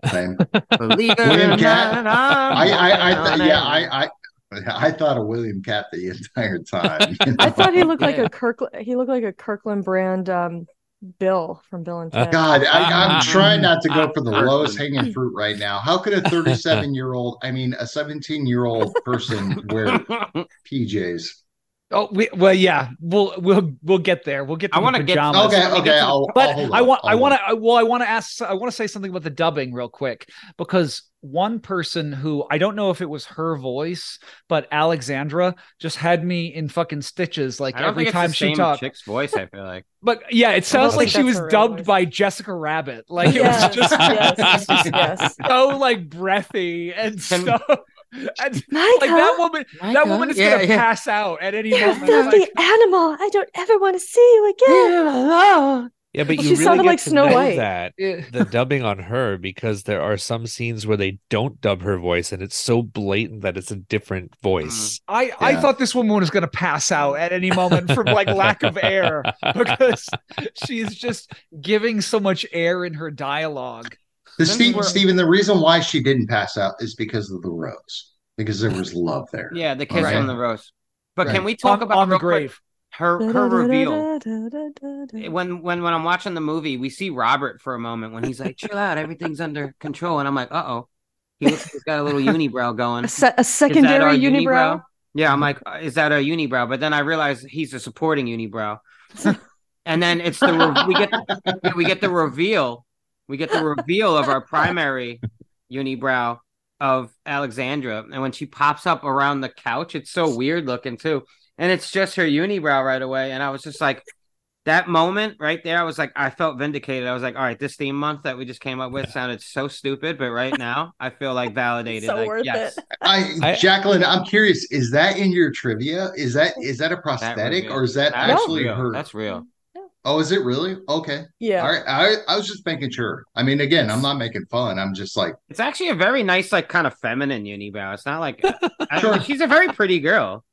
Speaker 5: Same.
Speaker 1: Believe it
Speaker 5: William
Speaker 1: or
Speaker 5: Cat-
Speaker 1: not, I'm
Speaker 5: I, I, I
Speaker 1: on
Speaker 5: th-
Speaker 1: it.
Speaker 5: yeah, I, I, I thought of William Cat the entire time. you
Speaker 3: I
Speaker 5: know?
Speaker 3: thought he looked like
Speaker 1: Yeah.
Speaker 3: a Kirkland. He looked like a Kirkland brand um, Bill from Bill and Ted.
Speaker 5: God, I, I'm trying not to go for the
Speaker 1: Ah.
Speaker 5: lowest hanging fruit right now. How could a 37 year old, I mean, a 17 year old person wear
Speaker 1: (laughs)
Speaker 5: PJs?
Speaker 6: Oh, we, well, yeah, we'll we'll we'll get there. We'll get. To
Speaker 1: I
Speaker 6: the
Speaker 1: wanna get-
Speaker 6: pajamas.
Speaker 5: Okay,
Speaker 6: We'll get
Speaker 5: okay,
Speaker 6: to the-
Speaker 5: I'll-
Speaker 6: Um, but
Speaker 5: I'll hold
Speaker 6: I
Speaker 5: off,
Speaker 6: want, I
Speaker 5: I'll
Speaker 6: want to, well, I want to ask, I want to say something about the dubbing real quick because one person who I don't know if it was her voice, but Alexandra just had me in fucking stitches. Like
Speaker 1: I don't
Speaker 6: every
Speaker 1: think it's
Speaker 6: time
Speaker 1: the
Speaker 6: she
Speaker 1: same
Speaker 6: talked,
Speaker 1: chick's voice. I feel like
Speaker 6: but yeah, it sounds
Speaker 4: think
Speaker 6: like she
Speaker 3: that's
Speaker 6: was
Speaker 3: her real
Speaker 6: dubbed
Speaker 3: voice.
Speaker 6: by Jessica Rabbit. Like it
Speaker 3: yes,
Speaker 6: (laughs) was just
Speaker 3: (laughs) yes, yes.
Speaker 6: (laughs) so like breathy and
Speaker 1: Can-
Speaker 6: so. (laughs) And,
Speaker 3: Micah,
Speaker 6: (laughs) like that woman, that woman is
Speaker 1: Yeah,
Speaker 6: gonna
Speaker 1: yeah.
Speaker 6: pass out at any
Speaker 3: you're a
Speaker 6: moment.
Speaker 3: filthy
Speaker 6: Like,
Speaker 3: animal. I don't ever want to see you again.
Speaker 4: Yeah, but
Speaker 3: Well,
Speaker 4: you
Speaker 3: she
Speaker 4: really
Speaker 3: sounded
Speaker 4: get
Speaker 3: like
Speaker 4: to
Speaker 3: Snow
Speaker 4: know
Speaker 3: White.
Speaker 4: that
Speaker 3: (laughs)
Speaker 6: it-
Speaker 4: the dubbing on her because there are some scenes where they don't dub her voice, and it's so blatant that it's a different voice.
Speaker 6: I I
Speaker 5: Yeah.
Speaker 6: thought this woman was going to pass out at any moment from
Speaker 1: (laughs)
Speaker 6: Mm. like lack of
Speaker 4: (laughs)
Speaker 6: air because (laughs) she's just giving so much air in her dialogue.
Speaker 5: The
Speaker 1: Since
Speaker 5: Steve,
Speaker 1: we're-
Speaker 5: Stephen, the reason why she didn't pass out is because of the rose, because there was love there.
Speaker 1: (laughs) yeah, the kiss
Speaker 5: Right.
Speaker 1: on the roast. But
Speaker 5: Right.
Speaker 1: can we talk
Speaker 6: On-
Speaker 1: about
Speaker 6: on the
Speaker 1: real quick,
Speaker 6: grave.
Speaker 1: her her reveal?
Speaker 3: reveal.
Speaker 1: When when when I'm watching the movie, we see Robert for a moment when he's like, "Chill out, everything's under control," and I'm like, "Uh oh." He looks like he's got a
Speaker 6: (laughs)
Speaker 1: little unibrow going.
Speaker 3: A, se- a
Speaker 1: Is that our
Speaker 3: secondary unibrow.
Speaker 1: Yeah, I'm like, uh, is that a unibrow? But then I realize he's a supporting unibrow. (laughs) and then it's the re- we get we get the reveal, we get the reveal of our primary unibrow of Alexandra, and when she pops up around the couch, it's so weird looking too, and it's just her unibrow right away, and I was just like. That moment right there, I was like, I felt vindicated. I was like, all right, this theme month that we just came up with sounded so stupid, but right now I feel like validated.
Speaker 3: So
Speaker 1: like,
Speaker 3: worth
Speaker 1: yes.
Speaker 3: it.
Speaker 5: I,
Speaker 4: I-
Speaker 5: Jacqueline, I'm curious, is that in your trivia? Is that is that a prosthetic
Speaker 1: reveal.
Speaker 5: or is that
Speaker 1: That's
Speaker 5: actually
Speaker 1: real.
Speaker 5: her?
Speaker 1: That's real.
Speaker 5: Oh, is it really? Okay.
Speaker 3: Yeah.
Speaker 5: All right. I, I was just making sure. I mean, again, I'm not making fun. I'm just like,
Speaker 1: It's actually a very nice, like, kind of feminine unibrow. It's not
Speaker 6: (laughs)
Speaker 1: like I-
Speaker 5: Sure.
Speaker 1: she's a very pretty girl.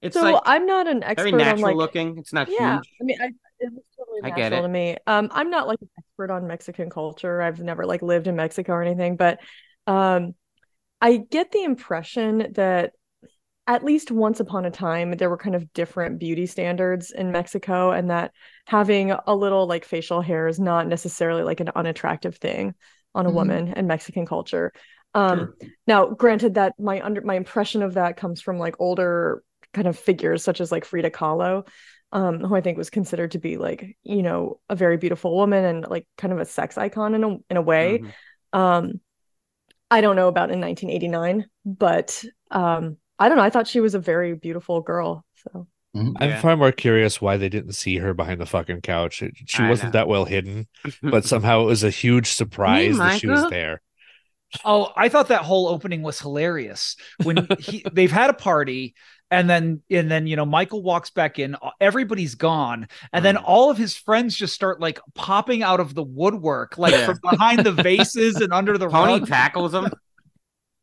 Speaker 1: It's
Speaker 3: so
Speaker 1: like
Speaker 3: I'm not an
Speaker 1: very
Speaker 3: expert on
Speaker 1: natural
Speaker 3: like
Speaker 1: looking. It's not
Speaker 3: yeah.
Speaker 1: huge.
Speaker 3: I mean, I, it was totally
Speaker 1: I
Speaker 3: natural
Speaker 1: get it.
Speaker 3: to me. Um, I'm not like an expert on Mexican culture. I've never like lived in Mexico or anything, but um, I get the impression that at least once upon a time there were kind of different beauty standards in Mexico, and that having a little like facial hair is not necessarily like an unattractive thing on a
Speaker 1: Mm-hmm.
Speaker 5: Mhm.
Speaker 3: woman in Mexican culture. Um,
Speaker 5: sure.
Speaker 3: now, granted that my under my impression of that comes from like older kind of figures such as like Frida Kahlo, um, who I think was considered to be like, you know, a very beautiful woman and like kind of a sex icon in a in a way.
Speaker 1: Mhm.
Speaker 3: Um, I don't know about in 1989, but um, I don't know. I thought she was a very beautiful girl. So
Speaker 4: I'm
Speaker 6: Yeah.
Speaker 4: far more curious why they didn't see her behind the fucking couch. It- She
Speaker 1: I
Speaker 4: wasn't
Speaker 1: know.
Speaker 4: that well hidden,
Speaker 1: Mm-hmm. (laughs)
Speaker 4: but somehow it was a huge surprise that she was
Speaker 1: Michael.
Speaker 4: there.
Speaker 6: Oh, I thought that whole opening was hilarious.
Speaker 1: (laughs)
Speaker 6: When he, they've had a party and then and then you know Michael walks back in, everybody's gone, and then
Speaker 1: Mm.
Speaker 6: all of his friends just start like popping out of the woodwork, like
Speaker 1: Yeah.
Speaker 6: from behind the vases and under the
Speaker 1: Tony
Speaker 6: rug.
Speaker 1: tackles him.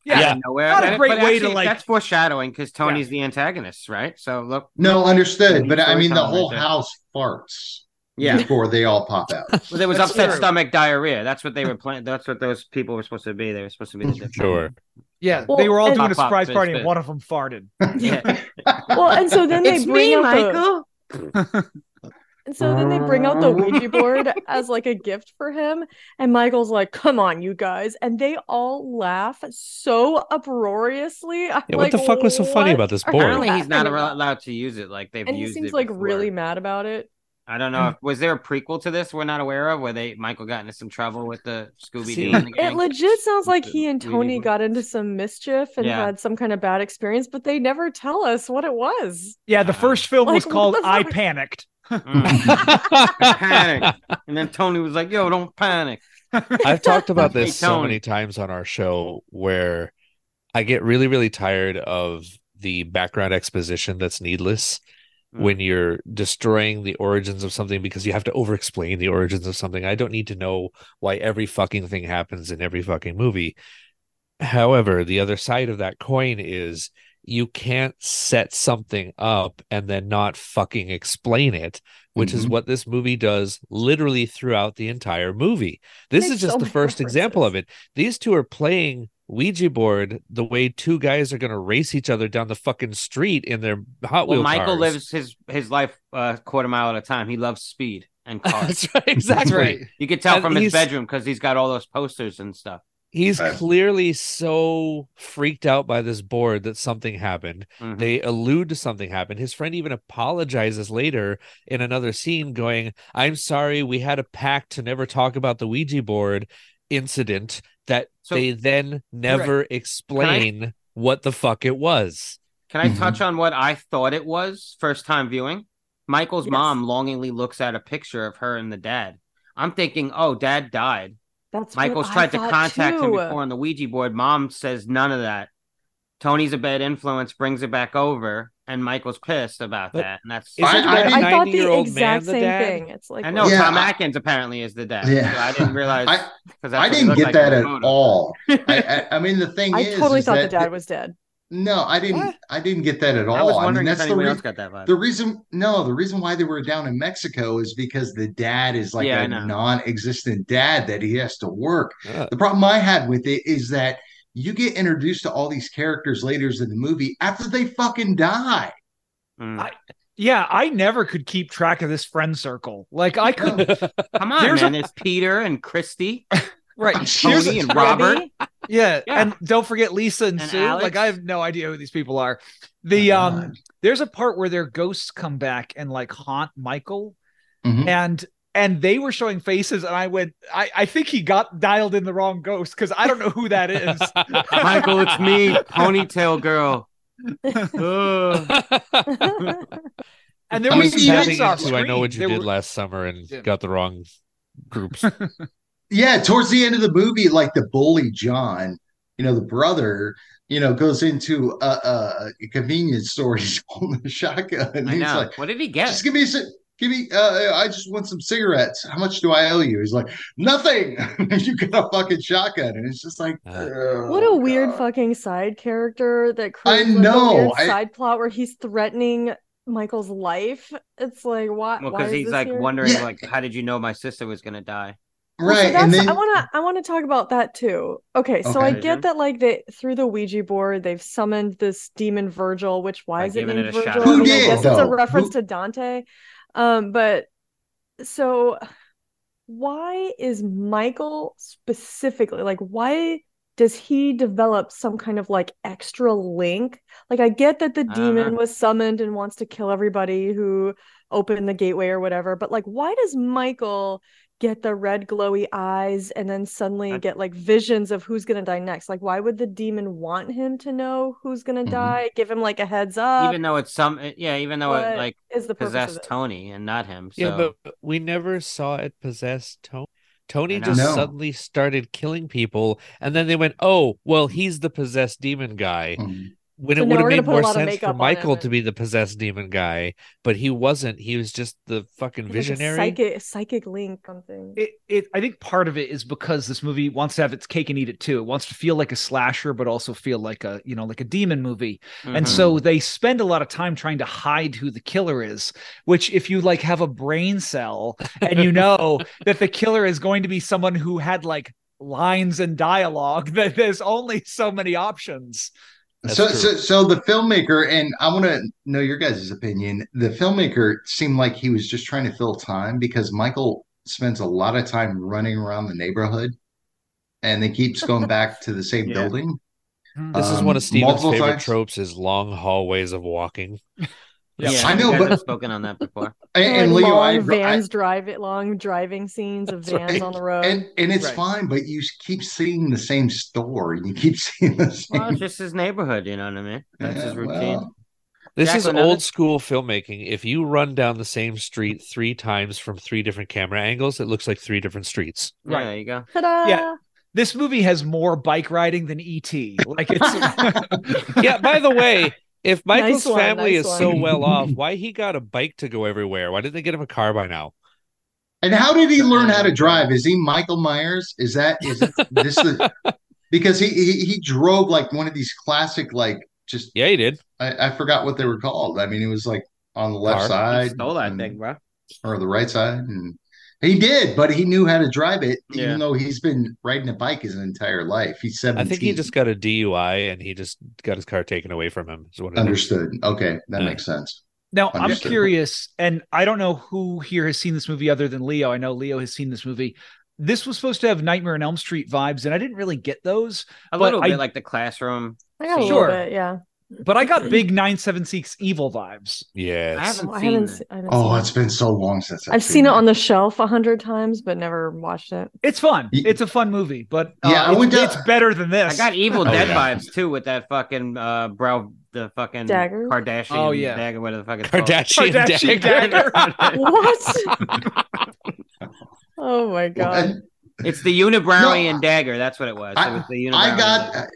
Speaker 6: Yeah.
Speaker 1: out of nowhere.
Speaker 6: Not a
Speaker 1: And-
Speaker 6: great
Speaker 1: but
Speaker 6: way to,
Speaker 1: actually,
Speaker 6: like-
Speaker 1: That's foreshadowing because Tony's the antagonist, right? So look,
Speaker 5: No, understood. But I mean,
Speaker 1: Storytelling
Speaker 5: the
Speaker 1: right
Speaker 5: whole
Speaker 1: there.
Speaker 5: house farts
Speaker 1: yeah,
Speaker 5: before they all pop out.
Speaker 1: (laughs) Well, there was
Speaker 6: That's
Speaker 1: upset
Speaker 6: true.
Speaker 1: stomach diarrhea. That's what they were playing. That's what those people were supposed to be. They were supposed to be the different-
Speaker 4: Sure.
Speaker 6: Yeah,
Speaker 3: Well,
Speaker 6: they were all
Speaker 3: and-
Speaker 6: doing a
Speaker 1: Pop, pop,
Speaker 6: surprise
Speaker 1: fizz,
Speaker 6: party, and
Speaker 1: fizz.
Speaker 6: one of them farted.
Speaker 1: Yeah.
Speaker 3: (laughs) Well, and so then they
Speaker 1: (laughs) it's
Speaker 3: bring
Speaker 1: me,
Speaker 3: out the-
Speaker 1: Michael.
Speaker 3: And so then they bring out the
Speaker 4: (laughs)
Speaker 3: Ouija board as like a gift for him. And Michael's like, come on, you guys. And they all laugh so uproariously. I'm
Speaker 4: Yeah, what the
Speaker 3: like,
Speaker 4: fuck was so funny
Speaker 3: "What
Speaker 4: about this
Speaker 3: are
Speaker 4: board?"
Speaker 1: Apparently, he's not
Speaker 3: laughing about?"
Speaker 1: allowed to use it. Like they've
Speaker 3: And he
Speaker 1: used
Speaker 3: seems
Speaker 1: it
Speaker 3: like
Speaker 1: before.
Speaker 3: really mad about it.
Speaker 1: I don't know. If, was there a prequel to this we're not aware of where they Michael got into some trouble with the Scooby
Speaker 4: See,
Speaker 1: Doo? and the
Speaker 3: It
Speaker 1: gang?
Speaker 3: legit sounds like
Speaker 1: the
Speaker 3: he and
Speaker 1: Ouija
Speaker 3: Tony
Speaker 1: board.
Speaker 3: got into some mischief and
Speaker 1: Yeah.
Speaker 3: had some kind of bad experience, but they never tell us what it was.
Speaker 6: Yeah,
Speaker 4: (laughs)
Speaker 6: the
Speaker 1: Uh,
Speaker 6: first film was
Speaker 3: Like, what
Speaker 6: called
Speaker 3: the
Speaker 6: "I
Speaker 3: fuck?
Speaker 6: Panicked."
Speaker 1: Mm. (laughs)
Speaker 3: (laughs)
Speaker 1: Panic. And then Tony was like, "Yo, don't panic."
Speaker 4: I've talked about
Speaker 1: Hey,
Speaker 4: this so
Speaker 1: Tony.
Speaker 4: many times on our show where I get really, really tired of the background exposition that's needless
Speaker 1: Mm.
Speaker 4: when you're destroying the origins of something because you have to over explain the origins of something. I don't need to know why every fucking thing happens in every fucking movie. However, the other side of that coin is you can't set something up and then not fucking explain it, which is
Speaker 1: Mm-hmm.
Speaker 5: Mhm.
Speaker 4: what this movie does literally throughout the entire movie. This
Speaker 3: Makes
Speaker 4: is just
Speaker 3: so
Speaker 4: the
Speaker 3: many
Speaker 4: first example of
Speaker 3: references.
Speaker 4: it. These two are playing Ouija board the way two guys are going to race each other down the fucking street in their Hot
Speaker 1: Well,
Speaker 4: Wheel
Speaker 1: Michael
Speaker 4: cars. (laughs)
Speaker 1: lives his his life uh, quarter mile at a time. He loves speed
Speaker 3: (laughs)
Speaker 1: and cars.
Speaker 4: That's right, exactly.
Speaker 6: right.
Speaker 1: You could tell
Speaker 4: And
Speaker 1: from his
Speaker 4: he's-
Speaker 1: bedroom because he's got all those posters and stuff.
Speaker 4: He's
Speaker 5: Right.
Speaker 4: clearly so freaked out by this board that something happened.
Speaker 1: Mhm.
Speaker 4: They allude to something happened. His friend even apologizes later in another scene, going, I'm sorry, we had a pact to never talk about the Ouija board incident that
Speaker 1: So-
Speaker 4: they then never explain what the fuck it was.
Speaker 1: Can I
Speaker 5: Mhm.
Speaker 1: touch on what I thought it was first time viewing? Michael's
Speaker 3: Yes.
Speaker 1: mom longingly looks at a picture of her and the dad. I'm thinking, oh, dad died.
Speaker 3: That's what
Speaker 1: Michael's
Speaker 3: I
Speaker 1: tried to
Speaker 3: thought
Speaker 1: contact him
Speaker 3: too.
Speaker 1: before on the Ouija board. Mom says none of that. Tony's a bad influence, brings it back over, and Michael's pissed about
Speaker 4: But
Speaker 1: that. And that's
Speaker 5: I-
Speaker 4: Isn't
Speaker 5: I
Speaker 4: that
Speaker 5: didn't-
Speaker 3: I thought the
Speaker 4: 90-year-old man
Speaker 3: exact
Speaker 4: the
Speaker 3: same
Speaker 4: dad?
Speaker 3: thing. It's like
Speaker 1: I know
Speaker 5: Yeah,
Speaker 1: Tom
Speaker 5: I-
Speaker 1: Atkins apparently is the dad.
Speaker 5: Yeah.
Speaker 1: So I didn't realize
Speaker 5: I,
Speaker 1: because
Speaker 5: I didn't get that at
Speaker 3: (laughs)
Speaker 5: all. I, I, I mean, the thing
Speaker 3: I
Speaker 5: is,
Speaker 3: totally
Speaker 5: is
Speaker 3: thought the
Speaker 5: that-
Speaker 3: dad was dead.
Speaker 5: No, I didn't.
Speaker 4: What?
Speaker 5: I didn't get that at all.
Speaker 1: I was wondering
Speaker 5: I mean,
Speaker 1: if
Speaker 5: that's the,
Speaker 1: anyone
Speaker 5: re-
Speaker 1: else got that vibe.
Speaker 5: the reason. No, the reason why they were down in Mexico is because the dad is like
Speaker 1: Yeah, I
Speaker 5: a
Speaker 1: know.
Speaker 5: non-existent dad that he has to work.
Speaker 4: Uh,
Speaker 5: The problem I had with it is that you get introduced to all these characters later in the movie after they fucking die.
Speaker 1: Mm.
Speaker 6: I- Yeah, I never could keep track of this friend circle. Like I
Speaker 4: (laughs)
Speaker 5: Oh,
Speaker 6: could,
Speaker 1: Come on,
Speaker 6: There's a-
Speaker 1: man. There's Peter and Christy,
Speaker 6: right? here's-
Speaker 1: Tony and Robert.
Speaker 3: Debbie?
Speaker 6: Yeah,
Speaker 1: Yeah.
Speaker 6: and don't forget Lisa and,
Speaker 1: And
Speaker 6: Sue. Like
Speaker 1: Alex.
Speaker 6: I have no idea who these people are. The
Speaker 5: Oh,
Speaker 6: um
Speaker 5: God.
Speaker 6: there's a part where their ghosts come back and like haunt Michael
Speaker 4: Mm-hmm.
Speaker 5: Mhm.
Speaker 6: and and they were showing faces and I went I I think he got dialed in the wrong ghost cuz I don't know who
Speaker 4: (laughs)
Speaker 6: that is.
Speaker 1: Michael, it's
Speaker 6: (laughs)
Speaker 1: me, ponytail girl. Ugh.
Speaker 6: And there
Speaker 5: I mean,
Speaker 6: was some
Speaker 5: tapping
Speaker 6: kids off
Speaker 4: into I know
Speaker 6: screen.
Speaker 4: what you
Speaker 6: There
Speaker 4: did
Speaker 6: were-
Speaker 4: last summer and
Speaker 6: Yeah.
Speaker 4: got the wrong groups.
Speaker 5: Yeah, towards the end of the movie, like the bully John, you know, the brother, you know, goes into a, a convenience store. (laughs) He's holding a shotgun. And
Speaker 1: I
Speaker 5: he's
Speaker 1: know.
Speaker 5: like,
Speaker 1: what did he get?
Speaker 5: just give me a, ci- give me, uh, I just want some cigarettes. How much do I owe you? He's like, nothing. (laughs) you got a fucking shotgun. And it's just like,
Speaker 4: Uh,
Speaker 5: oh,
Speaker 3: What a weird
Speaker 5: God.
Speaker 3: fucking side character that
Speaker 5: I
Speaker 3: creates like, a weird
Speaker 5: know, I-
Speaker 3: side plot where he's threatening Michael's life. It's like why?
Speaker 1: Well,
Speaker 3: why
Speaker 1: because
Speaker 3: is
Speaker 1: he's
Speaker 3: this
Speaker 1: like
Speaker 3: here?
Speaker 1: wondering,
Speaker 5: Yeah.
Speaker 1: like, how did you know my sister was gonna die?
Speaker 3: Well, so
Speaker 5: Right. and
Speaker 3: that's-
Speaker 5: then,
Speaker 3: I want to I want to talk about that too. Okay, so I
Speaker 5: Okay.
Speaker 3: get that like they through the Ouija board they've summoned this demon Virgil, which why
Speaker 1: By
Speaker 3: is it
Speaker 1: giving it
Speaker 3: named
Speaker 1: a
Speaker 3: Virgil?
Speaker 1: shadow.
Speaker 3: I
Speaker 5: Who
Speaker 3: mean, I
Speaker 5: did,
Speaker 3: guess it's a
Speaker 5: though?
Speaker 3: reference to
Speaker 5: Who-
Speaker 3: Dante. Um, but so why is Michael specifically like why does he develop some kind of like extra link? Like I get that the
Speaker 1: I don't know.
Speaker 3: demon was summoned and wants to kill everybody who open the gateway or whatever. But like, why does Michael get the red glowy eyes and then suddenly
Speaker 1: That-
Speaker 3: get like visions of who's gonna die next? Like, why would the demon want him to know who's gonna
Speaker 5: Mhm.
Speaker 3: die? Give him like a heads up.
Speaker 1: even though it's some, yeah, even though it
Speaker 3: Uh, but
Speaker 1: like
Speaker 3: is the purpose of
Speaker 1: possessed
Speaker 3: it?
Speaker 1: Tony and not him. So
Speaker 4: (laughs) Yeah, but we never saw it possess Tony.
Speaker 1: I
Speaker 4: Tony
Speaker 1: know.
Speaker 4: just
Speaker 5: No.
Speaker 4: suddenly started killing people, and then they went, "Oh, well, he's the possessed demon guy."
Speaker 5: Mhm.
Speaker 4: When
Speaker 3: So
Speaker 4: it
Speaker 3: now
Speaker 4: would have
Speaker 3: we're gonna
Speaker 4: made
Speaker 3: put a
Speaker 4: more
Speaker 3: lot of
Speaker 4: sense
Speaker 3: makeup
Speaker 4: for
Speaker 3: on him
Speaker 4: Michael
Speaker 3: and-
Speaker 4: to be the possessed demon guy, but he wasn't. He was just the fucking
Speaker 3: Like a
Speaker 4: visionary.
Speaker 3: psychic psychic link something.
Speaker 6: it, it I think part of it is because this movie wants to have its cake and eat it too. It wants to feel like a slasher, but also feel like a you know like a demon movie. And
Speaker 1: Mhm.
Speaker 6: so they spend a lot of time trying to hide who the killer is. Which, if you like have a brain cell and you know that the killer is going to be someone who had like lines and dialogue, (laughs) that there's only so many options.
Speaker 4: That's
Speaker 5: So,
Speaker 4: true.
Speaker 5: so, so the filmmaker, and I want to know your guys' opinion. The filmmaker seemed like he was just trying to fill time because Michael spends a lot of time running around the neighborhood, and he keeps going back to the same
Speaker 6: Yeah.
Speaker 5: building.
Speaker 4: This is
Speaker 5: Um,
Speaker 4: one of Steven's
Speaker 5: multiple
Speaker 4: favorite
Speaker 5: times.
Speaker 4: tropes: is long hallways of walking.
Speaker 1: yeah,
Speaker 5: I know,
Speaker 1: you guys
Speaker 5: but-
Speaker 1: have spoken on that before.
Speaker 5: And,
Speaker 3: Like
Speaker 5: and Leo,
Speaker 3: long
Speaker 5: I, I
Speaker 3: vans drive long driving scenes of
Speaker 5: That's
Speaker 3: vans
Speaker 5: right.
Speaker 3: on the road.
Speaker 5: and and it's
Speaker 6: Right.
Speaker 5: fine, but you keep seeing the same store, and you keep (laughs) seeing the
Speaker 1: (laughs)
Speaker 5: same.
Speaker 1: Well, it's just his neighborhood, you know what I mean? That's his
Speaker 5: Yeah,
Speaker 1: routine.
Speaker 5: well,
Speaker 4: This is
Speaker 1: Jacqueline, now
Speaker 4: old
Speaker 1: this-
Speaker 4: school filmmaking. If you run down the same street three times from three different camera angles, it looks like three different streets.
Speaker 1: right.
Speaker 6: Right.
Speaker 1: there you go.
Speaker 3: Ta-da!
Speaker 6: Yeah. This movie has more bike riding than ET. Like it's
Speaker 4: yeah, by the way, if Michael's
Speaker 3: Nice one,
Speaker 4: family
Speaker 3: nice
Speaker 4: is so
Speaker 5: one.
Speaker 4: well off, why he got a bike to go everywhere? Why didn't they get him a car by now?
Speaker 5: And how did he learn how to drive? Is he Michael Myers? Is that is this the because he, he he drove like one of these classic like just
Speaker 4: Yeah, he did.
Speaker 5: I, I forgot what they were called. I mean, it was like on the left
Speaker 4: Car?
Speaker 5: side
Speaker 1: stole that
Speaker 5: and-
Speaker 1: thing, bro.
Speaker 5: or the right side, and he did, but he knew how to drive it,
Speaker 1: Yeah.
Speaker 5: even though he's been riding a bike his entire life. He's
Speaker 4: I
Speaker 5: seventeen.
Speaker 4: think he just got a DUI and he just got his car taken away from him. Is what it is.
Speaker 5: understood. Okay, that
Speaker 4: Yeah.
Speaker 5: makes sense.
Speaker 6: Now, I'm
Speaker 5: Understood.
Speaker 6: curious, and I don't know who here has seen this movie other than Leo. I know Leo has seen this movie. This was supposed to have Nightmare on Elm Street vibes, and I didn't really get those,
Speaker 1: A
Speaker 6: But
Speaker 1: little
Speaker 6: I-
Speaker 1: bit like the classroom.
Speaker 3: I got a
Speaker 6: Sure.
Speaker 3: little bit. Yeah,
Speaker 6: but I got big 976 Evil vibes.
Speaker 4: Yes.
Speaker 1: I haven't
Speaker 3: Well, I
Speaker 1: seen
Speaker 3: haven't.
Speaker 1: that.
Speaker 3: se- I haven't
Speaker 5: Oh,
Speaker 3: seen
Speaker 5: it's been so long since
Speaker 3: I've seen it on
Speaker 5: that.
Speaker 3: the shelf a hundred times, but never watched
Speaker 5: (laughs)
Speaker 3: it.
Speaker 6: It's fun.
Speaker 5: Y-
Speaker 6: It's a fun movie, but uh,
Speaker 5: Yeah, I
Speaker 6: it's,
Speaker 5: would do-
Speaker 6: it's better than this.
Speaker 1: I got Evil
Speaker 4: Oh,
Speaker 1: Dead
Speaker 5: yeah.
Speaker 1: vibes too with that fucking uh brow, the fucking
Speaker 3: Dagger?
Speaker 1: Kardashian
Speaker 6: Oh, yeah.
Speaker 1: dagger, whatever the fuck it's called.
Speaker 4: Kardashian,
Speaker 6: (laughs) Kardashian
Speaker 1: (laughs)
Speaker 4: dagger.
Speaker 6: dagger.
Speaker 3: What? (laughs) oh my god!
Speaker 5: And
Speaker 1: It's the Unibrowian
Speaker 5: No, I-
Speaker 1: dagger. That's what it was. it was the
Speaker 5: I
Speaker 1: Unibrowian
Speaker 5: got,
Speaker 1: dagger.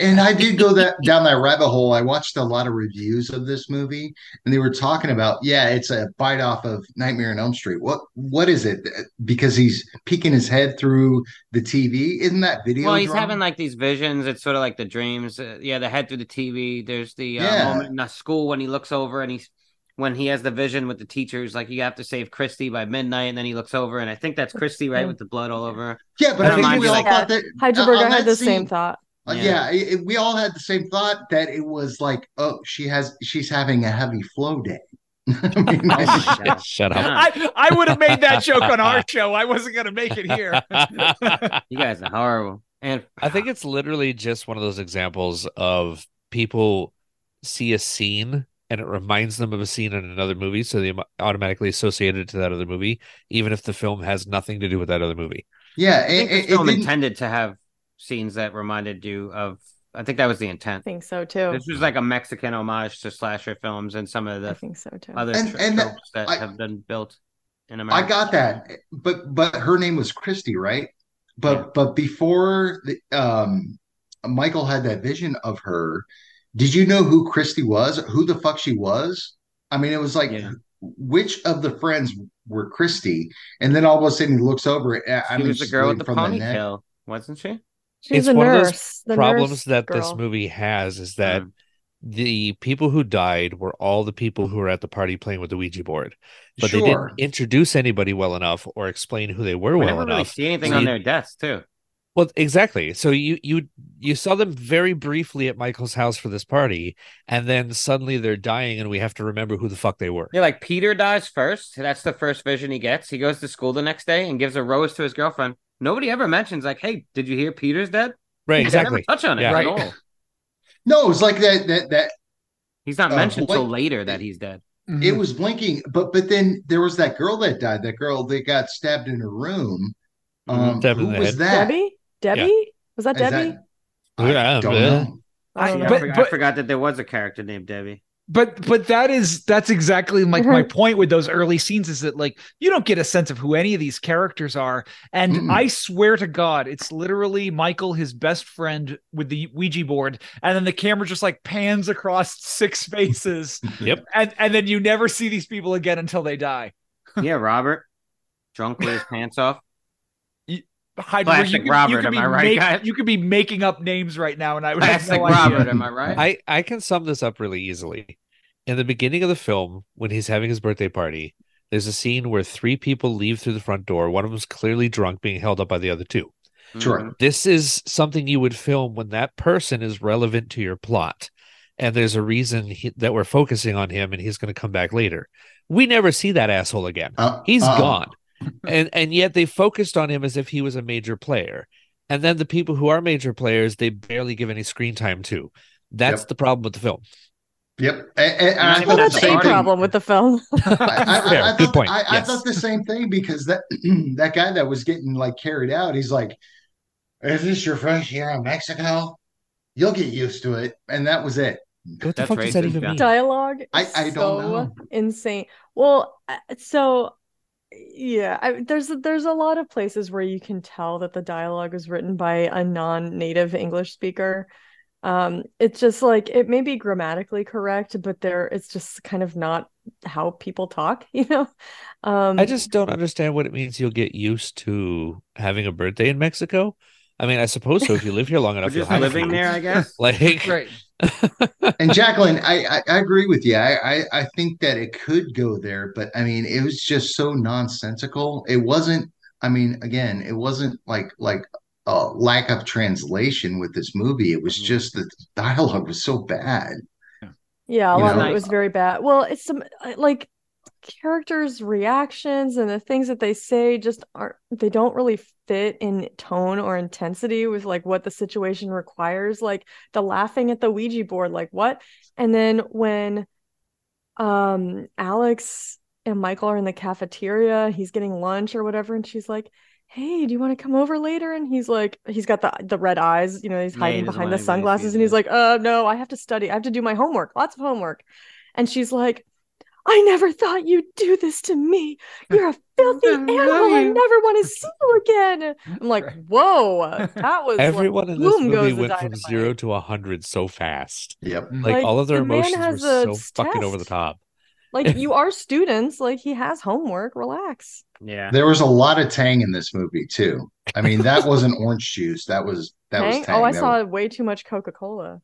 Speaker 5: and I did go that (laughs) down that rabbit hole. I watched a lot of reviews of this movie, and they were talking about, yeah, it's a bite off of Nightmare on Elm Street. What what is it? Because he's peeking his head through the TV. Isn't that video?
Speaker 1: Well, he's
Speaker 5: drawn?
Speaker 1: having like these visions. It's sort of like the dreams. Uh, yeah, the head through the TV. There's the uh,
Speaker 5: Yeah.
Speaker 1: moment in the school when he looks over and he's when he has the vision with the teachers, like you have to save Christy by midnight, and then he looks over, and I think that's Christy, right, with the blood all over. her.
Speaker 5: yeah, but
Speaker 1: That
Speaker 5: I think
Speaker 1: reminds
Speaker 5: we
Speaker 1: me
Speaker 5: all
Speaker 1: like-
Speaker 5: thought that.
Speaker 3: Heidelberg,
Speaker 5: on
Speaker 3: I had
Speaker 5: that
Speaker 3: the same
Speaker 5: scene-
Speaker 3: thought.
Speaker 5: uh,
Speaker 1: Yeah.
Speaker 5: yeah, it, it- we all had the same thought that it was like, oh, she has, she's having a heavy flow day. (laughs) I mean,
Speaker 1: Oh
Speaker 5: (laughs)
Speaker 1: my God.
Speaker 4: (laughs) Shut up.
Speaker 6: (laughs) I, I would have made that joke on our show. I wasn't going to make
Speaker 5: (laughs)
Speaker 6: it here.
Speaker 4: (laughs)
Speaker 1: You guys are horrible. And
Speaker 4: I think it's literally just one of those examples of people see a scene and it reminds them of a scene in another movie, so they au- automatically associate it to that other movie, even if the film has nothing to do with that other movie.
Speaker 5: yeah,
Speaker 1: I
Speaker 5: it,
Speaker 1: think
Speaker 5: it,
Speaker 1: the
Speaker 5: it
Speaker 1: film
Speaker 5: didn't-
Speaker 1: intended to have scenes that reminded you of. I think that was the
Speaker 3: I
Speaker 1: intent.
Speaker 3: think so too.
Speaker 1: This was like a Mexican homage to slasher films and some of
Speaker 3: I
Speaker 1: the
Speaker 3: think so too.
Speaker 1: other
Speaker 5: And-
Speaker 1: tr-
Speaker 5: and that-
Speaker 1: tropes that
Speaker 5: I-
Speaker 1: have been built in
Speaker 5: I
Speaker 1: America.
Speaker 5: got that, but but her name was Christy, right? But
Speaker 1: Yeah.
Speaker 5: but before the, um, Michael had that vision of her, did you know who Christy was? Who the fuck she was? I mean, it was like
Speaker 1: Yeah.
Speaker 5: which of the friends were Christy? And then all of a sudden he looks over. I-
Speaker 1: She
Speaker 5: I mean,
Speaker 1: was the
Speaker 5: she's
Speaker 1: girl with the
Speaker 5: bleeding from neck.
Speaker 1: ponytail, wasn't she?
Speaker 4: It's
Speaker 3: She's a
Speaker 4: one of those
Speaker 3: nurse. the nurse
Speaker 4: Problems that this
Speaker 3: girl.
Speaker 4: movie has is that
Speaker 1: Hmm.
Speaker 4: the people who died were all the people who were at the party playing with the Ouija board, but they
Speaker 5: Sure.
Speaker 4: didn't introduce anybody well enough or explain who they were
Speaker 1: I
Speaker 4: well
Speaker 1: never really
Speaker 4: enough.
Speaker 1: see anything
Speaker 4: So
Speaker 1: on
Speaker 4: you-
Speaker 1: their deaths too.
Speaker 4: Well, exactly. So you you you saw them very briefly at Michael's house for this party, and then suddenly they're dying, and we have to remember who the fuck they were.
Speaker 1: Yeah, like Peter dies first. That's the first vision he gets. He goes to school the next day and gives a rose to his girlfriend. Nobody ever mentions like, "Hey, did you hear Peter's dead?"
Speaker 4: Right,
Speaker 1: They never
Speaker 4: exactly.
Speaker 1: touch on it
Speaker 4: Yeah.
Speaker 1: at
Speaker 6: Right.
Speaker 1: all.
Speaker 5: No, it was like that that that
Speaker 1: He's not
Speaker 5: Uh,
Speaker 1: mentioned
Speaker 5: what-
Speaker 1: till later that he's dead.
Speaker 5: It was blinking, but but then there was that girl that died. That girl that got stabbed in her room.
Speaker 1: Mm-hmm.
Speaker 5: Um,
Speaker 4: Stabbed in
Speaker 5: who
Speaker 4: the
Speaker 5: was
Speaker 4: head.
Speaker 5: that?
Speaker 3: Debbie? Debbie? Was that
Speaker 5: Is that-
Speaker 3: Debbie?
Speaker 4: Yeah,
Speaker 5: I don't
Speaker 4: yeah.
Speaker 5: know.
Speaker 3: I
Speaker 6: I-
Speaker 3: don't know.
Speaker 1: I,
Speaker 6: But-
Speaker 1: forgot, I
Speaker 6: but-
Speaker 1: forgot that there was a character named Debbie.
Speaker 6: but but that is that's exactly like
Speaker 4: Mm-hmm.
Speaker 6: my point with those early scenes is that like you don't get a sense of who any of these characters are and
Speaker 5: Mm-mm.
Speaker 6: i swear to god it's literally michael his best friend with the ouija board and then the camera just like pans across six
Speaker 1: (laughs)
Speaker 6: faces
Speaker 4: Yep.
Speaker 6: and and then you never see these people again until they die
Speaker 1: yeah, Robert, drunk with his pants off.
Speaker 6: Hyde,
Speaker 1: Classic Robert, am
Speaker 6: be
Speaker 1: I right,
Speaker 6: make-
Speaker 1: guys?
Speaker 6: you could be making up names right now and i would have
Speaker 1: Classic
Speaker 6: no idea.
Speaker 1: Robert, am I right?
Speaker 4: I, I can sum this up really easily. In the beginning of the film, when he's having his birthday party, there's a scene where three people leave through the front door. One of them's clearly drunk, being held up by the other two.
Speaker 1: Mhm.
Speaker 5: Sure.
Speaker 4: This is something you would film when that person is relevant to your plot. And there's a reason he, that we're focusing on him and he's going to come back later. We never see that asshole again.
Speaker 5: Uh,
Speaker 4: He's
Speaker 5: uh-uh.
Speaker 4: gone. And and yet they focused on him as if he was a major player. And then the people who are major players, they barely give any screen time to. That's
Speaker 5: Yep.
Speaker 4: the problem with the film.
Speaker 5: Yep. And, and
Speaker 1: Not
Speaker 5: I
Speaker 1: even
Speaker 5: thought
Speaker 3: Well,
Speaker 5: the
Speaker 1: at
Speaker 3: that's
Speaker 5: same
Speaker 3: a
Speaker 1: party.
Speaker 5: thing.
Speaker 3: problem with
Speaker 4: (laughs)
Speaker 3: the film.
Speaker 5: I, I- I-
Speaker 4: Fair.
Speaker 5: I
Speaker 4: Good
Speaker 5: thought,
Speaker 4: point.
Speaker 5: I, I
Speaker 4: Yes.
Speaker 5: thought the same thing because that (clears throat) that guy that was getting like carried out, he's like, "Is this your first year in Mexico? You'll get used to it." And that was it.
Speaker 4: What the
Speaker 1: That's
Speaker 4: fuck does that
Speaker 1: racist,
Speaker 4: even
Speaker 1: yeah.
Speaker 4: mean?
Speaker 3: dialogue
Speaker 5: I-
Speaker 3: is
Speaker 5: I don't
Speaker 3: so
Speaker 5: know.
Speaker 3: insane well uh, so yeah I, there's there's a lot of places where you can tell that the dialogue was written by a non-native english speaker um it's just like it may be grammatically correct but there it's just kind of not how people talk (laughs) you know um
Speaker 4: I just don't understand what it means you'll get used to having a birthday in Mexico. I mean, I suppose so if you live here long
Speaker 1: We're
Speaker 4: enough.
Speaker 1: just
Speaker 4: you'll have
Speaker 1: living
Speaker 4: to.
Speaker 1: there, I
Speaker 4: (laughs)
Speaker 1: guess.
Speaker 4: Like
Speaker 6: right
Speaker 4: (laughs)
Speaker 5: And Jacqueline, I, I I agree with you. I, I I think that it could go there, but I mean, it was just so nonsensical. It wasn't. I mean, again, it wasn't like like a lack of translation with this movie. It
Speaker 4: Mm-hmm.
Speaker 5: was just the dialogue was so bad.
Speaker 3: Yeah, a
Speaker 5: You
Speaker 3: lot of
Speaker 5: know?
Speaker 3: it was very bad. Well, it's some uh, like characters' reactions and the things that they say just aren't they don't really fit in tone or intensity with like what the situation requires. Like the laughing at the Ouija board, like what? And then when um Alex and Michael are in the cafeteria, he's getting lunch or whatever, and she's like, Hey, do you want to come over later? And he's like, he's got the the red eyes, you know, he's
Speaker 1: Yeah, he
Speaker 3: hiding
Speaker 1: doesn't
Speaker 3: behind
Speaker 1: want
Speaker 3: the
Speaker 1: anybody to see
Speaker 3: sunglasses, and
Speaker 1: him.
Speaker 3: he's like, Uh no, I have to study. I have to do my homework, lots of homework. And she's like, I never thought you'd do this to me. You're a filthy
Speaker 6: I love
Speaker 3: animal. I
Speaker 6: you."
Speaker 3: never want to see you again. I'm like,
Speaker 6: Right.
Speaker 3: whoa, that was
Speaker 4: everyone
Speaker 3: like,
Speaker 4: in this
Speaker 3: boom goes
Speaker 4: movie
Speaker 3: the
Speaker 4: went from
Speaker 3: dynamite.
Speaker 4: zero to a hundred so fast.
Speaker 5: Yep.
Speaker 4: Like,
Speaker 3: Like,
Speaker 4: all of their
Speaker 3: the man
Speaker 4: emotions were
Speaker 3: has a
Speaker 4: so fucking over the
Speaker 3: test.
Speaker 4: top.
Speaker 3: Like you are students. Like he has homework. Relax.
Speaker 1: Yeah.
Speaker 5: There was a lot of tang in this movie too. I mean,
Speaker 4: (laughs)
Speaker 5: that wasn't orange juice. That was that
Speaker 3: Tang?
Speaker 5: was tang.
Speaker 3: Oh, I
Speaker 5: That
Speaker 3: saw
Speaker 5: was-
Speaker 3: way too much Coca Cola.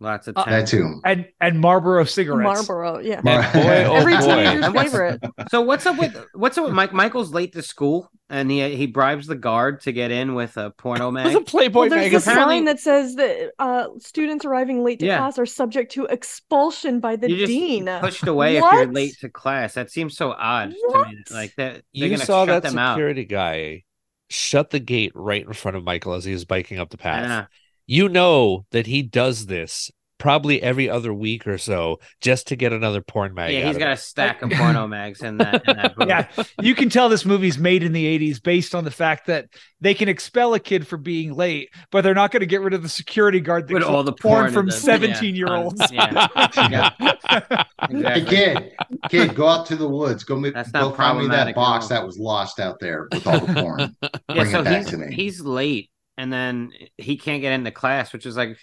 Speaker 1: Lots of
Speaker 6: Uh,
Speaker 1: time.
Speaker 5: that too.
Speaker 6: and and marlboro cigarettes
Speaker 3: Marlboro. Yeah.
Speaker 4: And
Speaker 5: (laughs)
Speaker 4: boy, oh
Speaker 3: Every
Speaker 4: boy.
Speaker 3: teenager's
Speaker 1: And what's-
Speaker 3: favorite.
Speaker 1: So what's up with what's up with Mike? Michael's late to school, and he he bribes the guard to get in with a
Speaker 3: (laughs)
Speaker 1: porno
Speaker 4: It was a
Speaker 1: mag.
Speaker 4: Playboy
Speaker 3: Well, there's a
Speaker 4: magazine.
Speaker 1: apparently-
Speaker 3: sign that says that uh, students arriving late to
Speaker 1: Yeah.
Speaker 3: class are subject to expulsion by the
Speaker 1: you just
Speaker 3: dean.
Speaker 1: pushed away if you're
Speaker 3: What?
Speaker 1: late to class. That seems so odd to me.
Speaker 3: What?
Speaker 1: Like that, they're
Speaker 4: You
Speaker 1: gonna
Speaker 4: saw
Speaker 1: shut
Speaker 4: that
Speaker 1: them out.
Speaker 4: security guy shut the gate right in front of Michael as he was biking up the path.
Speaker 1: Yeah.
Speaker 4: You know that he does this probably every other week or so just to get another porn mag.
Speaker 1: Yeah,
Speaker 4: out
Speaker 1: he's
Speaker 4: of
Speaker 1: got
Speaker 4: it.
Speaker 1: a stack of porno mags in that. In that booth.
Speaker 6: yeah, (laughs) you can tell this movie's made in the 80s based on the fact that they can expel a kid for being late, but they're not going to get rid of the security guard that
Speaker 1: with all the
Speaker 6: keeps porn,
Speaker 1: porn
Speaker 6: from
Speaker 1: in the-
Speaker 6: 17 year
Speaker 1: yeah,
Speaker 6: olds.
Speaker 1: (laughs) um,
Speaker 4: (laughs)
Speaker 1: Yeah,
Speaker 6: (laughs)
Speaker 5: Hey,
Speaker 1: exactly.
Speaker 5: kid, kid, go out to the woods. Go, ma-
Speaker 1: That's
Speaker 5: go
Speaker 1: not
Speaker 5: find me
Speaker 1: problematic
Speaker 5: that
Speaker 1: at
Speaker 5: box
Speaker 1: all.
Speaker 5: that was lost out there with all the
Speaker 4: (laughs)
Speaker 5: porn.
Speaker 1: Yeah,
Speaker 5: Bring
Speaker 1: so
Speaker 5: it back
Speaker 1: he's,
Speaker 5: to me.
Speaker 1: he's late, and then he can't get into class, which is like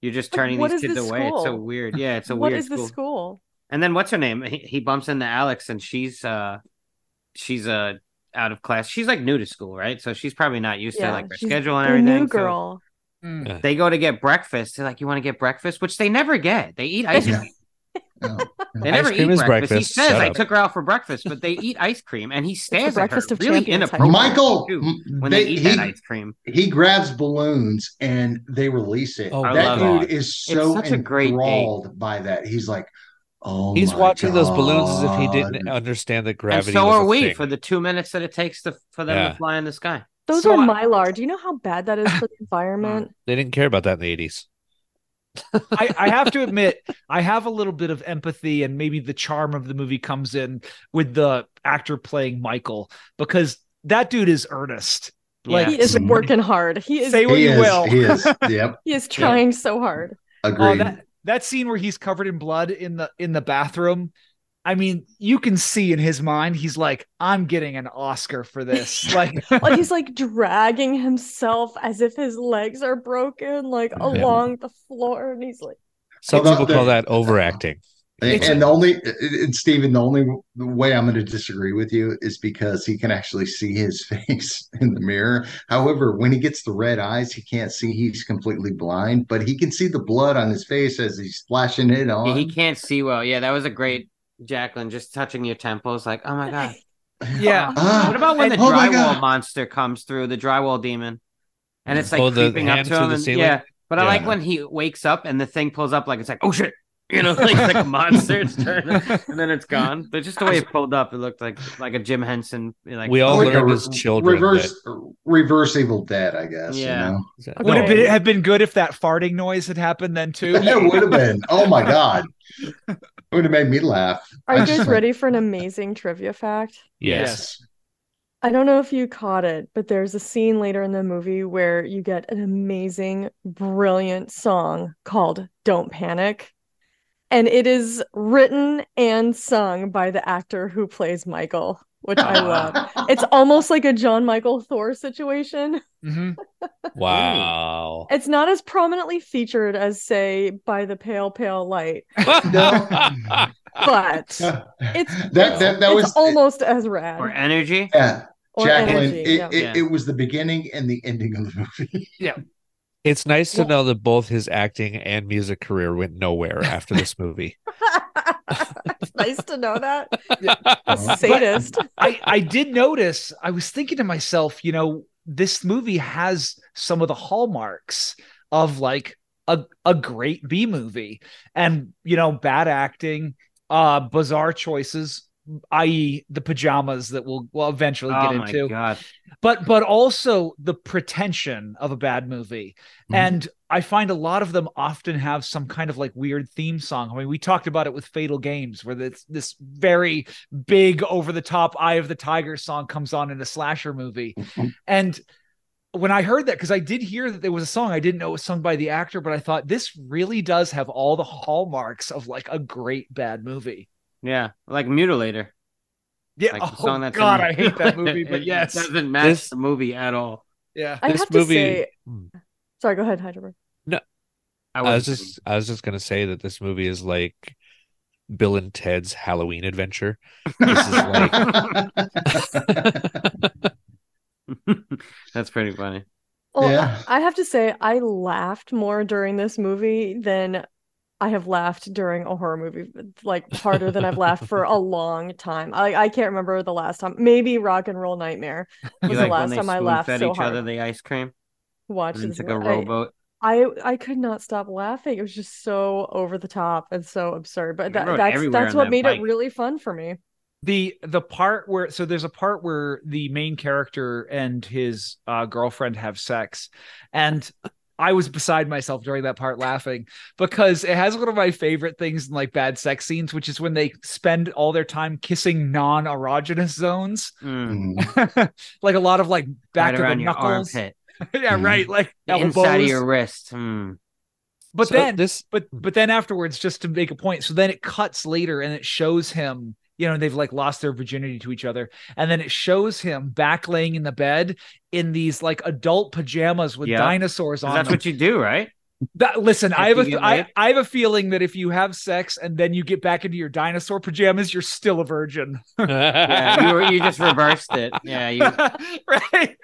Speaker 1: you're just
Speaker 3: Like,
Speaker 1: turning
Speaker 3: what
Speaker 1: these
Speaker 3: is
Speaker 1: kids
Speaker 3: this
Speaker 1: away. It's so
Speaker 3: school?
Speaker 1: weird. Yeah, it's a
Speaker 3: What
Speaker 1: weird
Speaker 3: is the school?
Speaker 1: And then what's her name? He, he bumps into Alex, and she's uh, she's uh out of class. She's like new to school, right? So she's probably not used to
Speaker 3: Yeah,
Speaker 1: like her
Speaker 3: she's
Speaker 1: schedule and
Speaker 3: The
Speaker 1: everything.
Speaker 3: new
Speaker 1: so
Speaker 3: girl.
Speaker 1: they go to get breakfast. They're like, "You want to get breakfast?" Which they never get. They eat ice
Speaker 5: Yeah.
Speaker 4: (laughs)
Speaker 1: cream.
Speaker 5: No.
Speaker 1: They
Speaker 4: Ice
Speaker 1: never
Speaker 4: cream
Speaker 1: eat
Speaker 4: is
Speaker 1: breakfast.
Speaker 4: breakfast.
Speaker 1: He says,
Speaker 4: Shut
Speaker 1: "I
Speaker 4: up.
Speaker 1: took her out for breakfast," but they eat ice cream, and he stares at her
Speaker 3: breakfast of
Speaker 1: really
Speaker 3: champions, I
Speaker 1: inappropriately.
Speaker 5: Michael,
Speaker 1: too,
Speaker 5: m-
Speaker 1: when
Speaker 5: they-
Speaker 1: they, eat
Speaker 5: he,
Speaker 1: that ice cream,
Speaker 5: he grabs balloons and they release it.
Speaker 4: Oh,
Speaker 5: that
Speaker 1: I love
Speaker 5: dude is
Speaker 1: It's
Speaker 5: so
Speaker 1: such a great date.
Speaker 5: enthralled by that. He's like, oh,
Speaker 4: He's
Speaker 5: my
Speaker 4: watching those balloons as if he
Speaker 5: God.
Speaker 4: didn't understand that
Speaker 1: and
Speaker 4: gravity.
Speaker 1: so
Speaker 4: was
Speaker 1: are
Speaker 4: a
Speaker 1: we
Speaker 4: thing.
Speaker 1: for the two minutes that it takes to, for them
Speaker 4: Yeah.
Speaker 1: to fly in the sky.
Speaker 3: Those
Speaker 6: So
Speaker 3: are
Speaker 1: (laughs)
Speaker 6: I-
Speaker 3: mylar. Do you know how bad that is for the environment?
Speaker 4: They didn't care about that in the eighties.
Speaker 6: I, I have to admit, I have a little bit of empathy, and maybe the charm of the movie comes in with the actor playing Michael because that dude is earnest. Like,
Speaker 3: He
Speaker 1: mm-hmm.
Speaker 3: is working hard. He is
Speaker 6: Say what
Speaker 5: He
Speaker 6: you
Speaker 5: is.
Speaker 6: will.
Speaker 4: (laughs)
Speaker 5: He is. Yep.
Speaker 3: he is trying
Speaker 1: (laughs)
Speaker 3: so hard.
Speaker 6: Oh,
Speaker 5: Agreed.
Speaker 6: that that scene where he's covered in blood in the in the bathroom. I mean, you can see in his mind he's like, "I'm getting an Oscar for
Speaker 5: (laughs)
Speaker 6: this." Like,
Speaker 3: Like he's like dragging himself as if his legs are broken, like
Speaker 4: Yeah.
Speaker 3: along the floor, and he's like,
Speaker 4: Some
Speaker 5: Although
Speaker 4: people
Speaker 5: the-
Speaker 4: call that overacting.
Speaker 5: And,
Speaker 6: It's-
Speaker 5: and the only, uh, and Stephen, the only way I'm going to disagree with you is because he can actually see his (laughs) face in the mirror. However, when he gets the red eyes, he can't see. He's completely blind, but he can see the blood on his face as he's splashing it on.
Speaker 1: He can't see well. Yeah, that was a great Jacqueline just touching your temples, like, oh my god.
Speaker 4: (laughs)
Speaker 3: (laughs)
Speaker 6: yeah,
Speaker 5: Ah,
Speaker 1: What about when the
Speaker 5: Oh my
Speaker 1: drywall
Speaker 5: God.
Speaker 1: monster comes through, the drywall demon? And it's like
Speaker 4: Oh, the
Speaker 1: creeping up
Speaker 4: hand
Speaker 1: to
Speaker 4: through
Speaker 1: him.
Speaker 4: the
Speaker 1: and-
Speaker 4: ceiling?
Speaker 1: yeah. But I
Speaker 4: Yeah.
Speaker 1: like when he wakes up and the thing pulls up like it's like, oh shit. You know, (laughs) like, it's like a monster, it's turning, and then it's gone. But just the way it pulled up, it looked like like a Jim Henson. Like
Speaker 4: We all
Speaker 5: like
Speaker 4: learned
Speaker 5: a
Speaker 4: as
Speaker 5: re-
Speaker 4: children
Speaker 5: reverse, reverse Evil Dead, I guess.
Speaker 1: Yeah.
Speaker 4: (laughs)
Speaker 5: You know? (laughs)
Speaker 4: that.
Speaker 6: (laughs) would
Speaker 4: No,
Speaker 6: have been have been good if that farting noise had happened
Speaker 5: (laughs)
Speaker 6: then too.
Speaker 5: That would have been. Oh
Speaker 4: (laughs)
Speaker 5: my god, it would have made me laugh.
Speaker 3: "Are you guys ready for an amazing trivia fact?"
Speaker 4: Yes.
Speaker 3: I don't know if you caught it, but there's a scene later in the movie where you get an amazing, brilliant song called Don't Panic. And it is written and sung by the actor who plays Michael, which
Speaker 5: (laughs)
Speaker 3: I love. It's almost like a John Michael Thor situation.
Speaker 6: Mhm.
Speaker 4: Wow.
Speaker 3: It's not as prominently featured as, say, by the Pale Pale
Speaker 5: (laughs)
Speaker 3: Light,
Speaker 4: (laughs)
Speaker 5: No.
Speaker 3: but it's
Speaker 5: that
Speaker 3: it's-
Speaker 5: that that
Speaker 3: it's
Speaker 5: was
Speaker 3: almost as
Speaker 1: or
Speaker 3: rad.
Speaker 1: energy.
Speaker 5: yeah.
Speaker 3: Or
Speaker 5: Jacqueline,
Speaker 3: energy,
Speaker 5: it,
Speaker 3: yeah.
Speaker 5: it,
Speaker 1: Yeah.
Speaker 5: it was the beginning and the ending of the
Speaker 1: (laughs)
Speaker 5: movie.
Speaker 4: It's nice to know that both his acting and music career went nowhere after this movie.
Speaker 3: it's nice to
Speaker 1: (laughs)
Speaker 3: know that.
Speaker 4: (laughs)
Speaker 3: A
Speaker 5: Uh-huh.
Speaker 3: sadist.
Speaker 6: I I did notice. I was thinking to myself, you know, this movie has some of the hallmarks of like a a great B movie, and you know, bad acting, uh, bizarre choices, i.e., the pajamas that we'll we'll eventually
Speaker 1: Oh
Speaker 6: get
Speaker 1: my
Speaker 6: into,
Speaker 1: god.
Speaker 6: but but also the pretension of a bad movie.
Speaker 1: Mm-hmm.
Speaker 5: Mhm.
Speaker 6: And I find a lot of them often have some kind of like weird theme song. I mean, we talked about it with Fatal Games, where this this very big over the top Eye of the Tiger song comes on in a slasher movie.
Speaker 1: Mm-hmm.
Speaker 6: and when I heard that, because I did hear that there was a song, I didn't know it was sung by the actor, but I thought this really does have all the hallmarks of like a great bad movie.
Speaker 1: Yeah. Like mutilator.
Speaker 6: Yeah.
Speaker 1: Like the
Speaker 6: oh
Speaker 1: song that's in
Speaker 6: God,
Speaker 1: there.
Speaker 6: I hate
Speaker 1: (laughs)
Speaker 6: that movie, but
Speaker 1: It
Speaker 6: yes,
Speaker 1: doesn't match
Speaker 4: This-
Speaker 1: the movie at all.
Speaker 6: yeah.
Speaker 3: I
Speaker 4: This
Speaker 3: have
Speaker 4: movie-
Speaker 3: to say,
Speaker 4: Hmm.
Speaker 3: sorry, go ahead, Heidelberg.
Speaker 4: I was just I was just gonna say that this movie is like Bill and Ted's Halloween adventure. This is like
Speaker 5: (laughs)
Speaker 1: (laughs) That's pretty funny.
Speaker 3: Well,
Speaker 5: Yeah.
Speaker 3: I I have to say, I laughed more during this movie than I have laughed during a horror movie, like harder than I've laughed
Speaker 1: (laughs)
Speaker 3: for a long time. I, I can't remember the last time. Maybe Rock and Roll Nightmare
Speaker 1: You
Speaker 3: was
Speaker 1: like when
Speaker 3: the last
Speaker 1: they
Speaker 3: time I
Speaker 1: spoon
Speaker 3: laughed
Speaker 1: fed
Speaker 3: so
Speaker 1: each
Speaker 3: hard.
Speaker 1: other the ice cream
Speaker 3: Watch
Speaker 1: and
Speaker 3: this.
Speaker 1: took a
Speaker 3: movie.
Speaker 1: rowboat.
Speaker 3: I, I I could not stop laughing. It was just so over the top and so absurd. But
Speaker 1: They
Speaker 3: that,
Speaker 1: rode
Speaker 3: that's
Speaker 1: everywhere
Speaker 3: that's
Speaker 1: on
Speaker 3: what
Speaker 1: that
Speaker 3: made
Speaker 1: bike.
Speaker 3: it really fun for me.
Speaker 6: the the part where so there's a part where the main character and his uh, girlfriend have sex and i was beside myself during that part laughing because it has one of my favorite things in like bad sex scenes which is when they spend all their time kissing non-erogenous zones (laughs)
Speaker 1: Mm.
Speaker 5: Mm.
Speaker 6: like a lot of like back
Speaker 1: right
Speaker 6: of
Speaker 1: around
Speaker 6: the
Speaker 1: your
Speaker 6: knuckles
Speaker 1: armpit,
Speaker 6: (laughs) yeah
Speaker 5: Mhm.
Speaker 6: right like
Speaker 1: the inside of
Speaker 6: elbows.
Speaker 1: your wrist. Mm.
Speaker 6: but
Speaker 4: so
Speaker 6: then
Speaker 4: this
Speaker 6: but
Speaker 1: Hmm.
Speaker 6: but then afterwards just to make a point so then it cuts later and it shows him you know they've like lost their virginity to each other and then it shows him back laying in the bed in these like adult pajamas with
Speaker 1: Yeah.
Speaker 6: dinosaurs
Speaker 1: 'Cause
Speaker 6: on
Speaker 1: That's
Speaker 6: them
Speaker 1: what you do,
Speaker 6: (laughs)
Speaker 1: right?
Speaker 6: That- listen i have
Speaker 1: After
Speaker 6: a
Speaker 1: you get
Speaker 6: I,
Speaker 1: laid?
Speaker 6: I have a feeling that if you have sex and then you get back into your dinosaur pajamas you're still a virgin
Speaker 1: (laughs) Yeah,
Speaker 6: (laughs)
Speaker 1: you, were- you just reversed it. Yeah, you,
Speaker 6: right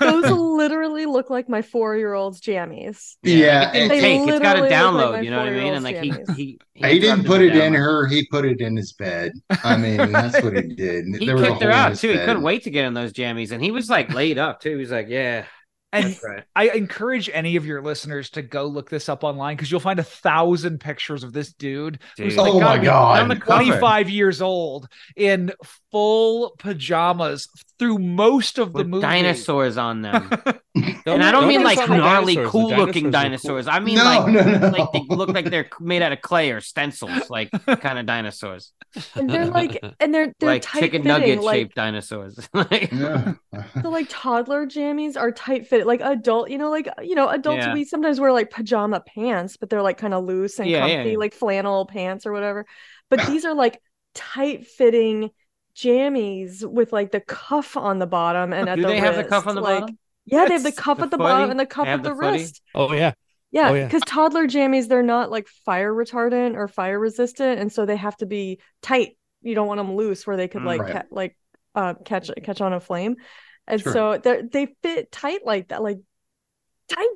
Speaker 3: Those literally look like my four year old's jammies.
Speaker 5: Yeah,
Speaker 1: it didn't
Speaker 3: They
Speaker 5: and-
Speaker 1: take. It's got a
Speaker 3: literally look
Speaker 1: download.
Speaker 3: like my
Speaker 1: you know what I mean? And like he,
Speaker 3: four-year-old's
Speaker 1: he,
Speaker 5: he didn't
Speaker 1: interrupted
Speaker 5: put
Speaker 1: the
Speaker 5: it in
Speaker 1: download.
Speaker 5: her. He put it in his bed. I mean, that's what
Speaker 1: (laughs)
Speaker 5: he did.
Speaker 1: He
Speaker 5: there was a
Speaker 1: kicked her
Speaker 5: hole in
Speaker 1: out
Speaker 5: his
Speaker 1: too. He
Speaker 5: bed.
Speaker 1: couldn't wait to get in those jammies, and he was like laid up too. He was like, "Yeah,
Speaker 6: and
Speaker 1: that's right."
Speaker 6: I encourage any of your listeners to go look this up online because you'll find a thousand pictures of this dude, who's
Speaker 1: Dude.
Speaker 6: like
Speaker 5: Oh my
Speaker 6: gotta be
Speaker 5: God.
Speaker 1: On the cover.
Speaker 6: 25 years old in f- full pajamas through most of the
Speaker 1: with
Speaker 6: movie.
Speaker 1: dinosaurs on them.
Speaker 4: Don't-
Speaker 1: and I don't, mean
Speaker 4: insult
Speaker 1: like
Speaker 4: the
Speaker 1: gnarly,
Speaker 4: dinosaurs. The
Speaker 1: cool looking
Speaker 4: are cool.
Speaker 1: dinosaurs. I mean
Speaker 5: No,
Speaker 1: like,
Speaker 5: no, no.
Speaker 1: like they look like they're made out of clay or stencils, like kind of dinosaurs,
Speaker 3: And
Speaker 1: (laughs)
Speaker 3: they're like, and they're they're
Speaker 1: like
Speaker 3: tight
Speaker 1: chicken
Speaker 3: fitting,
Speaker 1: nugget
Speaker 3: like,
Speaker 1: shaped dinosaurs. (laughs) Like,
Speaker 5: Yeah.
Speaker 1: (laughs)
Speaker 5: (laughs)
Speaker 3: The like toddler jammies are tight fitted, like adult, you know, like you know, adults
Speaker 1: Yeah.
Speaker 3: we sometimes wear like pajama pants, but they're like kind of loose and
Speaker 1: Yeah, yeah,
Speaker 3: comfy,
Speaker 1: yeah.
Speaker 3: like flannel pants or whatever.
Speaker 1: (laughs)
Speaker 3: But these are like tight fitting jammies with like the cuff on the bottom and at
Speaker 1: do
Speaker 3: the
Speaker 1: they have the
Speaker 3: wrist,
Speaker 1: cuff on the
Speaker 3: like,
Speaker 1: bottom?
Speaker 3: Yeah, they have the
Speaker 1: Yes.
Speaker 3: cuff
Speaker 1: The
Speaker 3: at the bottom
Speaker 1: footy?
Speaker 3: and the cuff
Speaker 1: They have
Speaker 3: at the,
Speaker 1: the footy?
Speaker 3: wrist.
Speaker 4: oh yeah,
Speaker 3: Yeah,
Speaker 4: Oh, yeah.
Speaker 3: because toddler jammies they're not like fire retardant or fire resistant, and so they have to be tight. You don't want them loose where they could
Speaker 1: Mm.
Speaker 3: like
Speaker 5: Right.
Speaker 3: ca- like uh, catch catch on a flame, and
Speaker 5: Sure.
Speaker 3: so they they fit tight like that, like tight.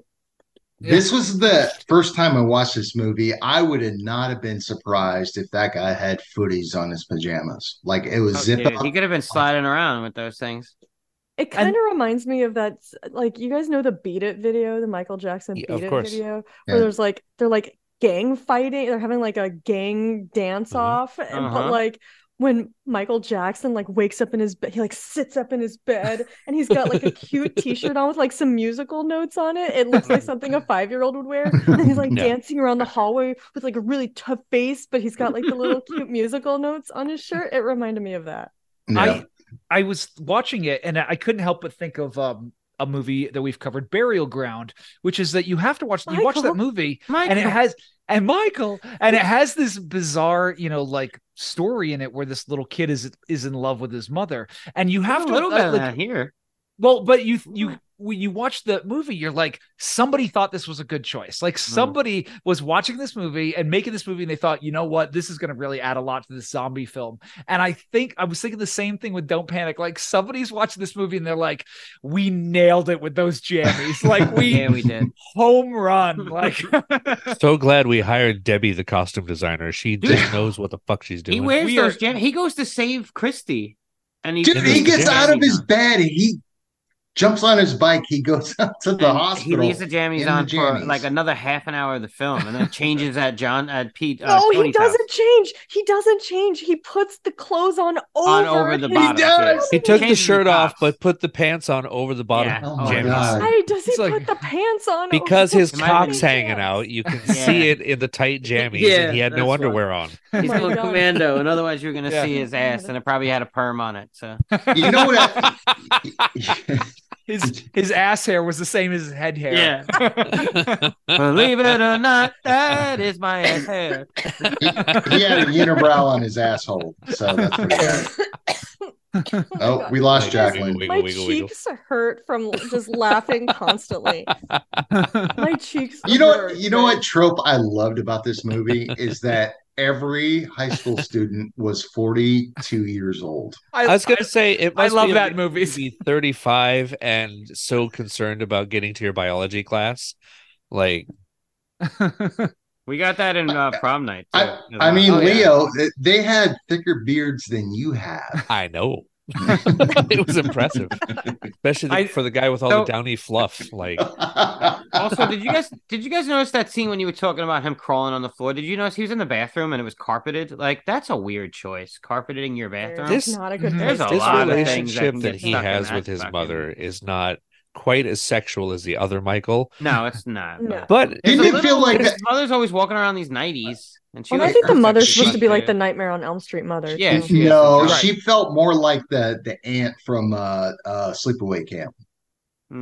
Speaker 5: This was the first time I watched this movie. I would have not have been surprised if that guy had footies on his pajamas. Like it was
Speaker 1: Oh,
Speaker 5: zip
Speaker 1: dude,
Speaker 5: up.
Speaker 1: he could have been sliding around with those things.
Speaker 3: It kind
Speaker 6: And-
Speaker 3: of reminds me of that, s- like you guys know the "Beat It" video, the Michael Jackson
Speaker 4: Yeah,
Speaker 3: "Beat
Speaker 4: of
Speaker 3: It"
Speaker 4: course.
Speaker 3: video,
Speaker 5: Yeah.
Speaker 3: where there's like they're like gang fighting, they're having like a gang dance
Speaker 4: Mhm.
Speaker 3: off, and
Speaker 1: Uh-huh.
Speaker 3: but like when Michael Jackson like wakes up in his bed, he like sits up in his bed, and he's got like a cute T-shirt on with like some musical notes on it. It looks like something a five-year-old would wear. And then he's like
Speaker 4: Yeah.
Speaker 3: dancing around the hallway with like a really tough face, but he's got like the little cute musical notes on his shirt. It reminded me of that.
Speaker 5: Yeah.
Speaker 6: I I was watching it and I couldn't help but think of um a movie that we've covered, Burial Ground, which is that you have to watch you watch
Speaker 3: Michael.
Speaker 6: that movie
Speaker 1: Michael,
Speaker 6: and it has and Michael and it has this bizarre, you know, like story in it where this little kid is is in love with his mother. And you have
Speaker 1: a
Speaker 6: to
Speaker 1: little bit of
Speaker 6: like,
Speaker 1: Oh, that Hmm. here.
Speaker 6: well, but you you when you watch the movie, you're like, somebody thought this was a good choice. Like
Speaker 1: Hmm.
Speaker 6: somebody was watching this movie and making this movie, and they thought, you know what, this is going to really add a lot to this zombie film. And I think I was thinking the same thing with Don't Panic. Like somebody's watching this movie and they're like, we nailed it with those jammies.
Speaker 1: (laughs)
Speaker 6: like we
Speaker 1: Yeah, we
Speaker 5: (laughs)
Speaker 1: did.
Speaker 6: home run.
Speaker 1: (laughs)
Speaker 6: Like
Speaker 4: so glad we hired Debbie, the costume designer. She just knows what the fuck she's doing.
Speaker 1: He wears
Speaker 6: We
Speaker 1: those
Speaker 6: are-
Speaker 1: jam. He goes to save Christy, and he
Speaker 5: Dude, he
Speaker 4: Yeah.
Speaker 5: gets out of his
Speaker 1: And
Speaker 5: bed. He jumps on his bike. He goes (laughs) up to the
Speaker 1: He
Speaker 5: hospital.
Speaker 1: leaves the jammies
Speaker 5: in the
Speaker 1: on for
Speaker 5: jammies.
Speaker 1: like another half an hour of the film, and then changes at John at Pete. Uh,
Speaker 3: No, he
Speaker 1: Tony's house.
Speaker 3: doesn't change. He doesn't change. He puts the clothes on over,
Speaker 1: on over the
Speaker 3: his-
Speaker 1: bottom.
Speaker 5: does.
Speaker 4: He took the
Speaker 1: Changes
Speaker 4: shirt off,
Speaker 1: tops.
Speaker 4: but put the pants on over the bottom
Speaker 1: Yeah.
Speaker 5: Oh my
Speaker 4: jammies.
Speaker 5: God.
Speaker 3: Why does he
Speaker 6: It's like-
Speaker 3: put the pants on? over
Speaker 4: (laughs) Because
Speaker 3: the
Speaker 4: his
Speaker 1: It might have
Speaker 4: cock's
Speaker 1: been-
Speaker 4: hanging
Speaker 3: pants?
Speaker 4: out, you can
Speaker 1: Yeah.
Speaker 4: see it in the tight jammies,
Speaker 1: Yeah,
Speaker 4: and he had
Speaker 1: that's
Speaker 4: no
Speaker 1: why.
Speaker 4: underwear on.
Speaker 3: Oh
Speaker 1: He's
Speaker 3: my
Speaker 1: going
Speaker 3: God.
Speaker 1: commando, and otherwise you're gonna
Speaker 6: Yeah.
Speaker 1: see his ass, and it probably had a perm on it. So
Speaker 5: (laughs) You know what? I-
Speaker 6: his his ass hair was the same as his head hair.
Speaker 1: yeah, (laughs) believe it or not, that is my ass hair.
Speaker 5: he had an unibrow on his asshole. So that's what he had.
Speaker 3: my
Speaker 5: Oh,
Speaker 3: God.
Speaker 5: we lost
Speaker 4: Wiggle,
Speaker 5: Jacqueline.
Speaker 4: wiggle,
Speaker 3: My
Speaker 4: wiggle, wiggle.
Speaker 3: cheeks hurt from just
Speaker 4: (laughs)
Speaker 3: laughing constantly. My cheeks.
Speaker 5: You know
Speaker 3: hurt.
Speaker 5: what? You know what trope I loved about this movie is that every high school student was 42 years old.
Speaker 6: I,
Speaker 4: I was gonna say it.
Speaker 6: I
Speaker 4: Must
Speaker 6: love
Speaker 4: be
Speaker 6: that
Speaker 4: amazing
Speaker 6: movie.
Speaker 4: to Be thirty-five and so concerned about getting to your biology class, like
Speaker 1: (laughs) We got that in uh, prom night. too, as
Speaker 5: I
Speaker 1: well.
Speaker 5: mean,
Speaker 6: Oh, yeah.
Speaker 5: Leo, th- they had thicker beards than you
Speaker 6: (laughs)
Speaker 5: have. (laughs)
Speaker 4: I know (laughs) it was impressive, especially the-
Speaker 6: I-
Speaker 4: for the guy with all
Speaker 6: so-
Speaker 4: the downy fluff.
Speaker 1: (laughs)
Speaker 4: Like,
Speaker 1: also, did you guys did you guys notice that scene when you were talking about him crawling on the floor? Did you notice he was in the bathroom and it was carpeted? Like that's a weird choice, carpeting your bathroom.
Speaker 3: There's
Speaker 4: This-
Speaker 3: not a good.
Speaker 1: there's
Speaker 3: place
Speaker 1: a
Speaker 4: Mm-hmm.
Speaker 3: to
Speaker 4: this
Speaker 1: lot
Speaker 3: start.
Speaker 1: of things that
Speaker 4: relationship
Speaker 1: can
Speaker 4: that
Speaker 1: get
Speaker 4: he
Speaker 1: stuck in
Speaker 4: has
Speaker 1: that
Speaker 4: with his
Speaker 1: fucking-
Speaker 4: mother is not quite as sexual as the other Michael,
Speaker 1: no, it's not.
Speaker 3: No.
Speaker 4: but
Speaker 1: There's
Speaker 5: Didn't
Speaker 1: a
Speaker 5: it feel like
Speaker 1: his
Speaker 5: that-
Speaker 1: mother's always walking around these nineties, and she.
Speaker 3: Well,
Speaker 1: looks
Speaker 3: I think the
Speaker 1: perfect.
Speaker 3: mother's
Speaker 5: She-
Speaker 3: supposed to be like
Speaker 1: Yeah.
Speaker 3: the Nightmare on Elm Street mother.
Speaker 1: Yeah,
Speaker 3: too.
Speaker 1: she is.
Speaker 5: no,
Speaker 1: Right.
Speaker 5: she felt more like the the aunt from uh, uh, Sleepaway Camp.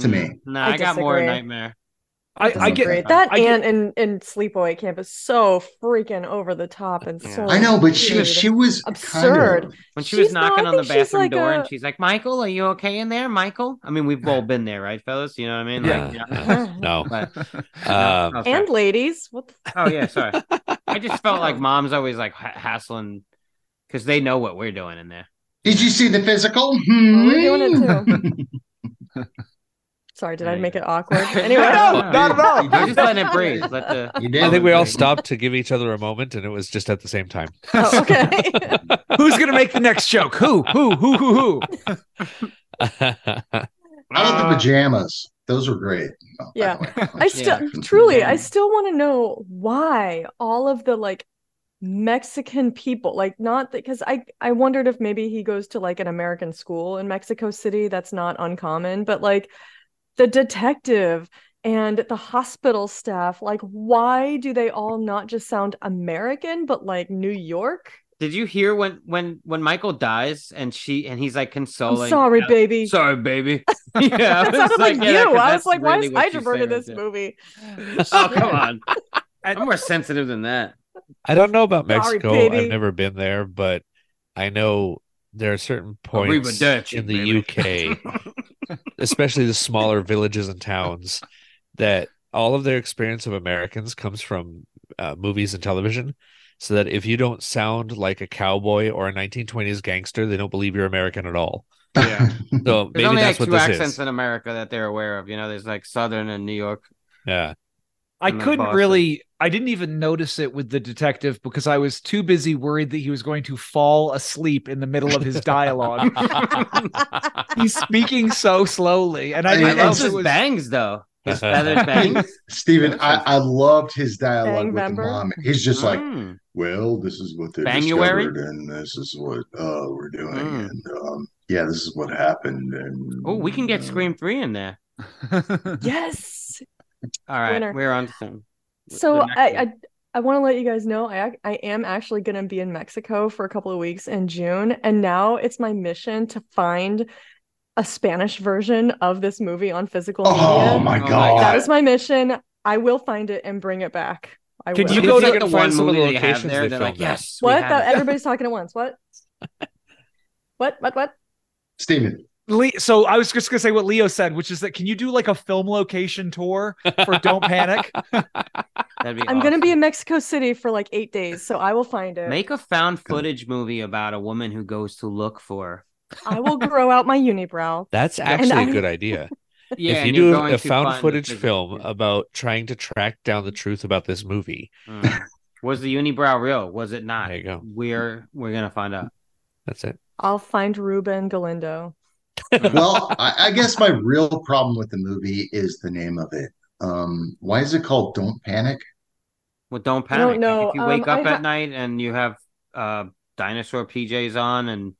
Speaker 5: to
Speaker 1: Mm,
Speaker 5: me.
Speaker 1: No,
Speaker 3: I
Speaker 1: I, got more
Speaker 3: disagree.
Speaker 1: nightmare.
Speaker 6: (laughs) I, I get
Speaker 3: Great. That
Speaker 6: I
Speaker 3: aunt
Speaker 6: get-
Speaker 3: in in Sleepaway Camp is so freaking over the top and
Speaker 1: Yeah.
Speaker 3: so.
Speaker 5: I know, but she
Speaker 3: weird.
Speaker 5: she was
Speaker 3: Absurd.
Speaker 5: Kind of,
Speaker 1: When she was
Speaker 3: She's- no, I
Speaker 1: knocking on the
Speaker 3: think she's
Speaker 1: bathroom
Speaker 3: like
Speaker 1: door
Speaker 3: a-
Speaker 1: and she's like, Michael, are you okay in there, Michael? I mean, we've all been there, right, fellas? You know what I mean?
Speaker 4: yeah,
Speaker 1: Like,
Speaker 4: (laughs) uh,
Speaker 5: (laughs)
Speaker 4: no.
Speaker 1: But-
Speaker 4: Um,
Speaker 1: Oh, sorry.
Speaker 3: And ladies, what the
Speaker 1: Oh yeah, sorry. I
Speaker 3: (laughs)
Speaker 1: just felt like mom's always like ha- hassling because they know what we're doing in
Speaker 3: (laughs)
Speaker 1: there.
Speaker 5: Did you see the physical? Hmm.
Speaker 3: we're doing it too. Sorry, did
Speaker 1: There
Speaker 3: I
Speaker 1: you
Speaker 3: make
Speaker 1: go. (laughs)
Speaker 3: it awkward? Anyway,
Speaker 6: (laughs) No, not at all. (laughs)
Speaker 1: You're just letting it breathe. Let the
Speaker 5: You did.
Speaker 4: I think we all stopped to give each other a moment, and it was just at the
Speaker 1: (laughs)
Speaker 4: same time.
Speaker 3: (laughs) Oh, okay.
Speaker 6: Who's gonna make the next joke? Who? Who? Who? Who? Who?
Speaker 5: I love
Speaker 1: Uh.
Speaker 5: the pajamas. Those were great. Oh, by
Speaker 3: Yeah.
Speaker 5: the way. (laughs)
Speaker 3: I still
Speaker 5: Yeah.
Speaker 3: truly, I still want to know why all of the like Mexican people, like not because I I wondered if maybe he goes to like an American school in Mexico City. That's not uncommon, but like the detective and the hospital staff, like why do they all not just sound American but like New York?
Speaker 1: Did you hear when when when Michael dies and she and he's Oh, like
Speaker 3: I'm
Speaker 1: consoling?
Speaker 3: sorry, baby.
Speaker 1: Sorry, baby. (laughs) yeah,
Speaker 3: That
Speaker 1: it's
Speaker 3: sounded like,
Speaker 1: yeah,
Speaker 3: you.
Speaker 1: 'cause
Speaker 3: I
Speaker 1: that's
Speaker 3: was like, why
Speaker 1: really
Speaker 3: is
Speaker 1: what you
Speaker 3: Eisenberg
Speaker 1: say
Speaker 3: in
Speaker 1: right
Speaker 3: this
Speaker 1: there. (laughs)
Speaker 3: movie?
Speaker 1: Oh come on! (laughs)
Speaker 6: And-
Speaker 1: I'm more sensitive than
Speaker 3: (laughs)
Speaker 1: that.
Speaker 4: I don't know about
Speaker 3: Sorry,
Speaker 4: Mexico.
Speaker 3: baby.
Speaker 4: I've never been there, but I know there are certain points
Speaker 1: Arrivederci,
Speaker 4: in the
Speaker 1: (laughs) baby.
Speaker 4: UK, especially the smaller villages and towns, that all of their experience of Americans comes from uh, movies and television. So that if you don't sound like a cowboy or a 1920s gangster, they don't believe you're American at
Speaker 1: (laughs)
Speaker 4: all.
Speaker 1: Yeah.
Speaker 4: So
Speaker 1: There's
Speaker 4: maybe
Speaker 1: only
Speaker 4: that's
Speaker 1: like
Speaker 4: what
Speaker 1: two
Speaker 4: this
Speaker 1: accents
Speaker 4: is.
Speaker 1: in America that they're aware of. You know, there's like Southern and New (laughs) York.
Speaker 4: yeah,
Speaker 6: I
Speaker 1: and then
Speaker 6: couldn't
Speaker 1: Boston.
Speaker 6: really I didn't even notice it with the detective because I was too busy worried that he was going to fall asleep in the middle of his (laughs) dialogue. He's speaking so slowly and I
Speaker 5: I mean,
Speaker 1: I
Speaker 6: didn't know
Speaker 1: love
Speaker 6: if it
Speaker 1: his
Speaker 6: was
Speaker 1: bangs though. His
Speaker 4: (laughs)
Speaker 1: feathered bangs.
Speaker 5: Stephen, I, I loved his dialogue
Speaker 3: Bang
Speaker 5: with
Speaker 3: member?
Speaker 5: the mom. He's just like,
Speaker 1: Mm.
Speaker 5: well, this is what they
Speaker 1: January?
Speaker 5: discovered, and this is what uh, we're doing,
Speaker 1: Mm.
Speaker 5: and um, yeah, this is what happened. And
Speaker 1: oh, we can get
Speaker 3: Mm.
Speaker 5: uh,
Speaker 1: Scream Three in there.
Speaker 3: yes.
Speaker 1: All right,
Speaker 3: Winner.
Speaker 1: we're on to something. The
Speaker 3: So
Speaker 1: next
Speaker 3: I,
Speaker 1: one.
Speaker 3: I I want to let you guys know I ac- I am actually going to be in Mexico for a couple of weeks in June, and now it's my mission to find a Spanish version of this movie on physical
Speaker 5: Oh
Speaker 3: media.
Speaker 5: my
Speaker 1: Oh my
Speaker 5: god!
Speaker 3: That is my mission. I will find it and bring it back. I
Speaker 4: Could
Speaker 3: will.
Speaker 4: you
Speaker 1: This
Speaker 4: go
Speaker 1: is
Speaker 4: to-
Speaker 1: like
Speaker 4: and
Speaker 1: the
Speaker 4: find
Speaker 1: one
Speaker 4: some of
Speaker 1: movie
Speaker 4: the
Speaker 1: they have
Speaker 4: locations
Speaker 1: there?
Speaker 4: they
Speaker 1: They're like,
Speaker 4: filmed at?
Speaker 1: yes, we
Speaker 3: What?
Speaker 1: have
Speaker 3: That-
Speaker 1: it.
Speaker 3: everybody's talking at
Speaker 1: (laughs)
Speaker 3: once. What? What? What? What?
Speaker 1: (laughs)
Speaker 5: Stephen,
Speaker 6: Le- so I was just gonna say what Leo said, which is that can you do like a film location tour for Don't Panic? (laughs)
Speaker 1: That'd be
Speaker 3: I'm going to be
Speaker 1: awesome.
Speaker 3: in Mexico City for like eight days, so I will find it.
Speaker 1: Make a found footage movie about a woman who goes to look for. (laughs)
Speaker 3: I will grow out my unibrow.
Speaker 4: that's actually a
Speaker 3: I-
Speaker 4: good idea.
Speaker 1: Yeah,
Speaker 4: if
Speaker 1: and
Speaker 4: you
Speaker 1: you're
Speaker 4: do
Speaker 1: going
Speaker 4: a- a
Speaker 1: to
Speaker 4: found
Speaker 1: find the
Speaker 4: footage
Speaker 1: figure.
Speaker 4: film about trying to track down the truth about this movie,
Speaker 1: Mm. was the unibrow real? Was it not?
Speaker 4: there you go.
Speaker 1: We're we're gonna find out.
Speaker 4: That's it.
Speaker 3: I'll find Ruben Galindo.
Speaker 5: well, I, I guess my real problem with the movie is the name of it. Um, why is it called "Don't Panic"?
Speaker 1: Well, don't
Speaker 3: I
Speaker 1: panic.
Speaker 3: don't
Speaker 1: Like,
Speaker 3: know.
Speaker 1: if you
Speaker 3: Um,
Speaker 1: wake
Speaker 3: I
Speaker 1: up
Speaker 3: ha-
Speaker 1: at night and you have uh, dinosaur PJs on and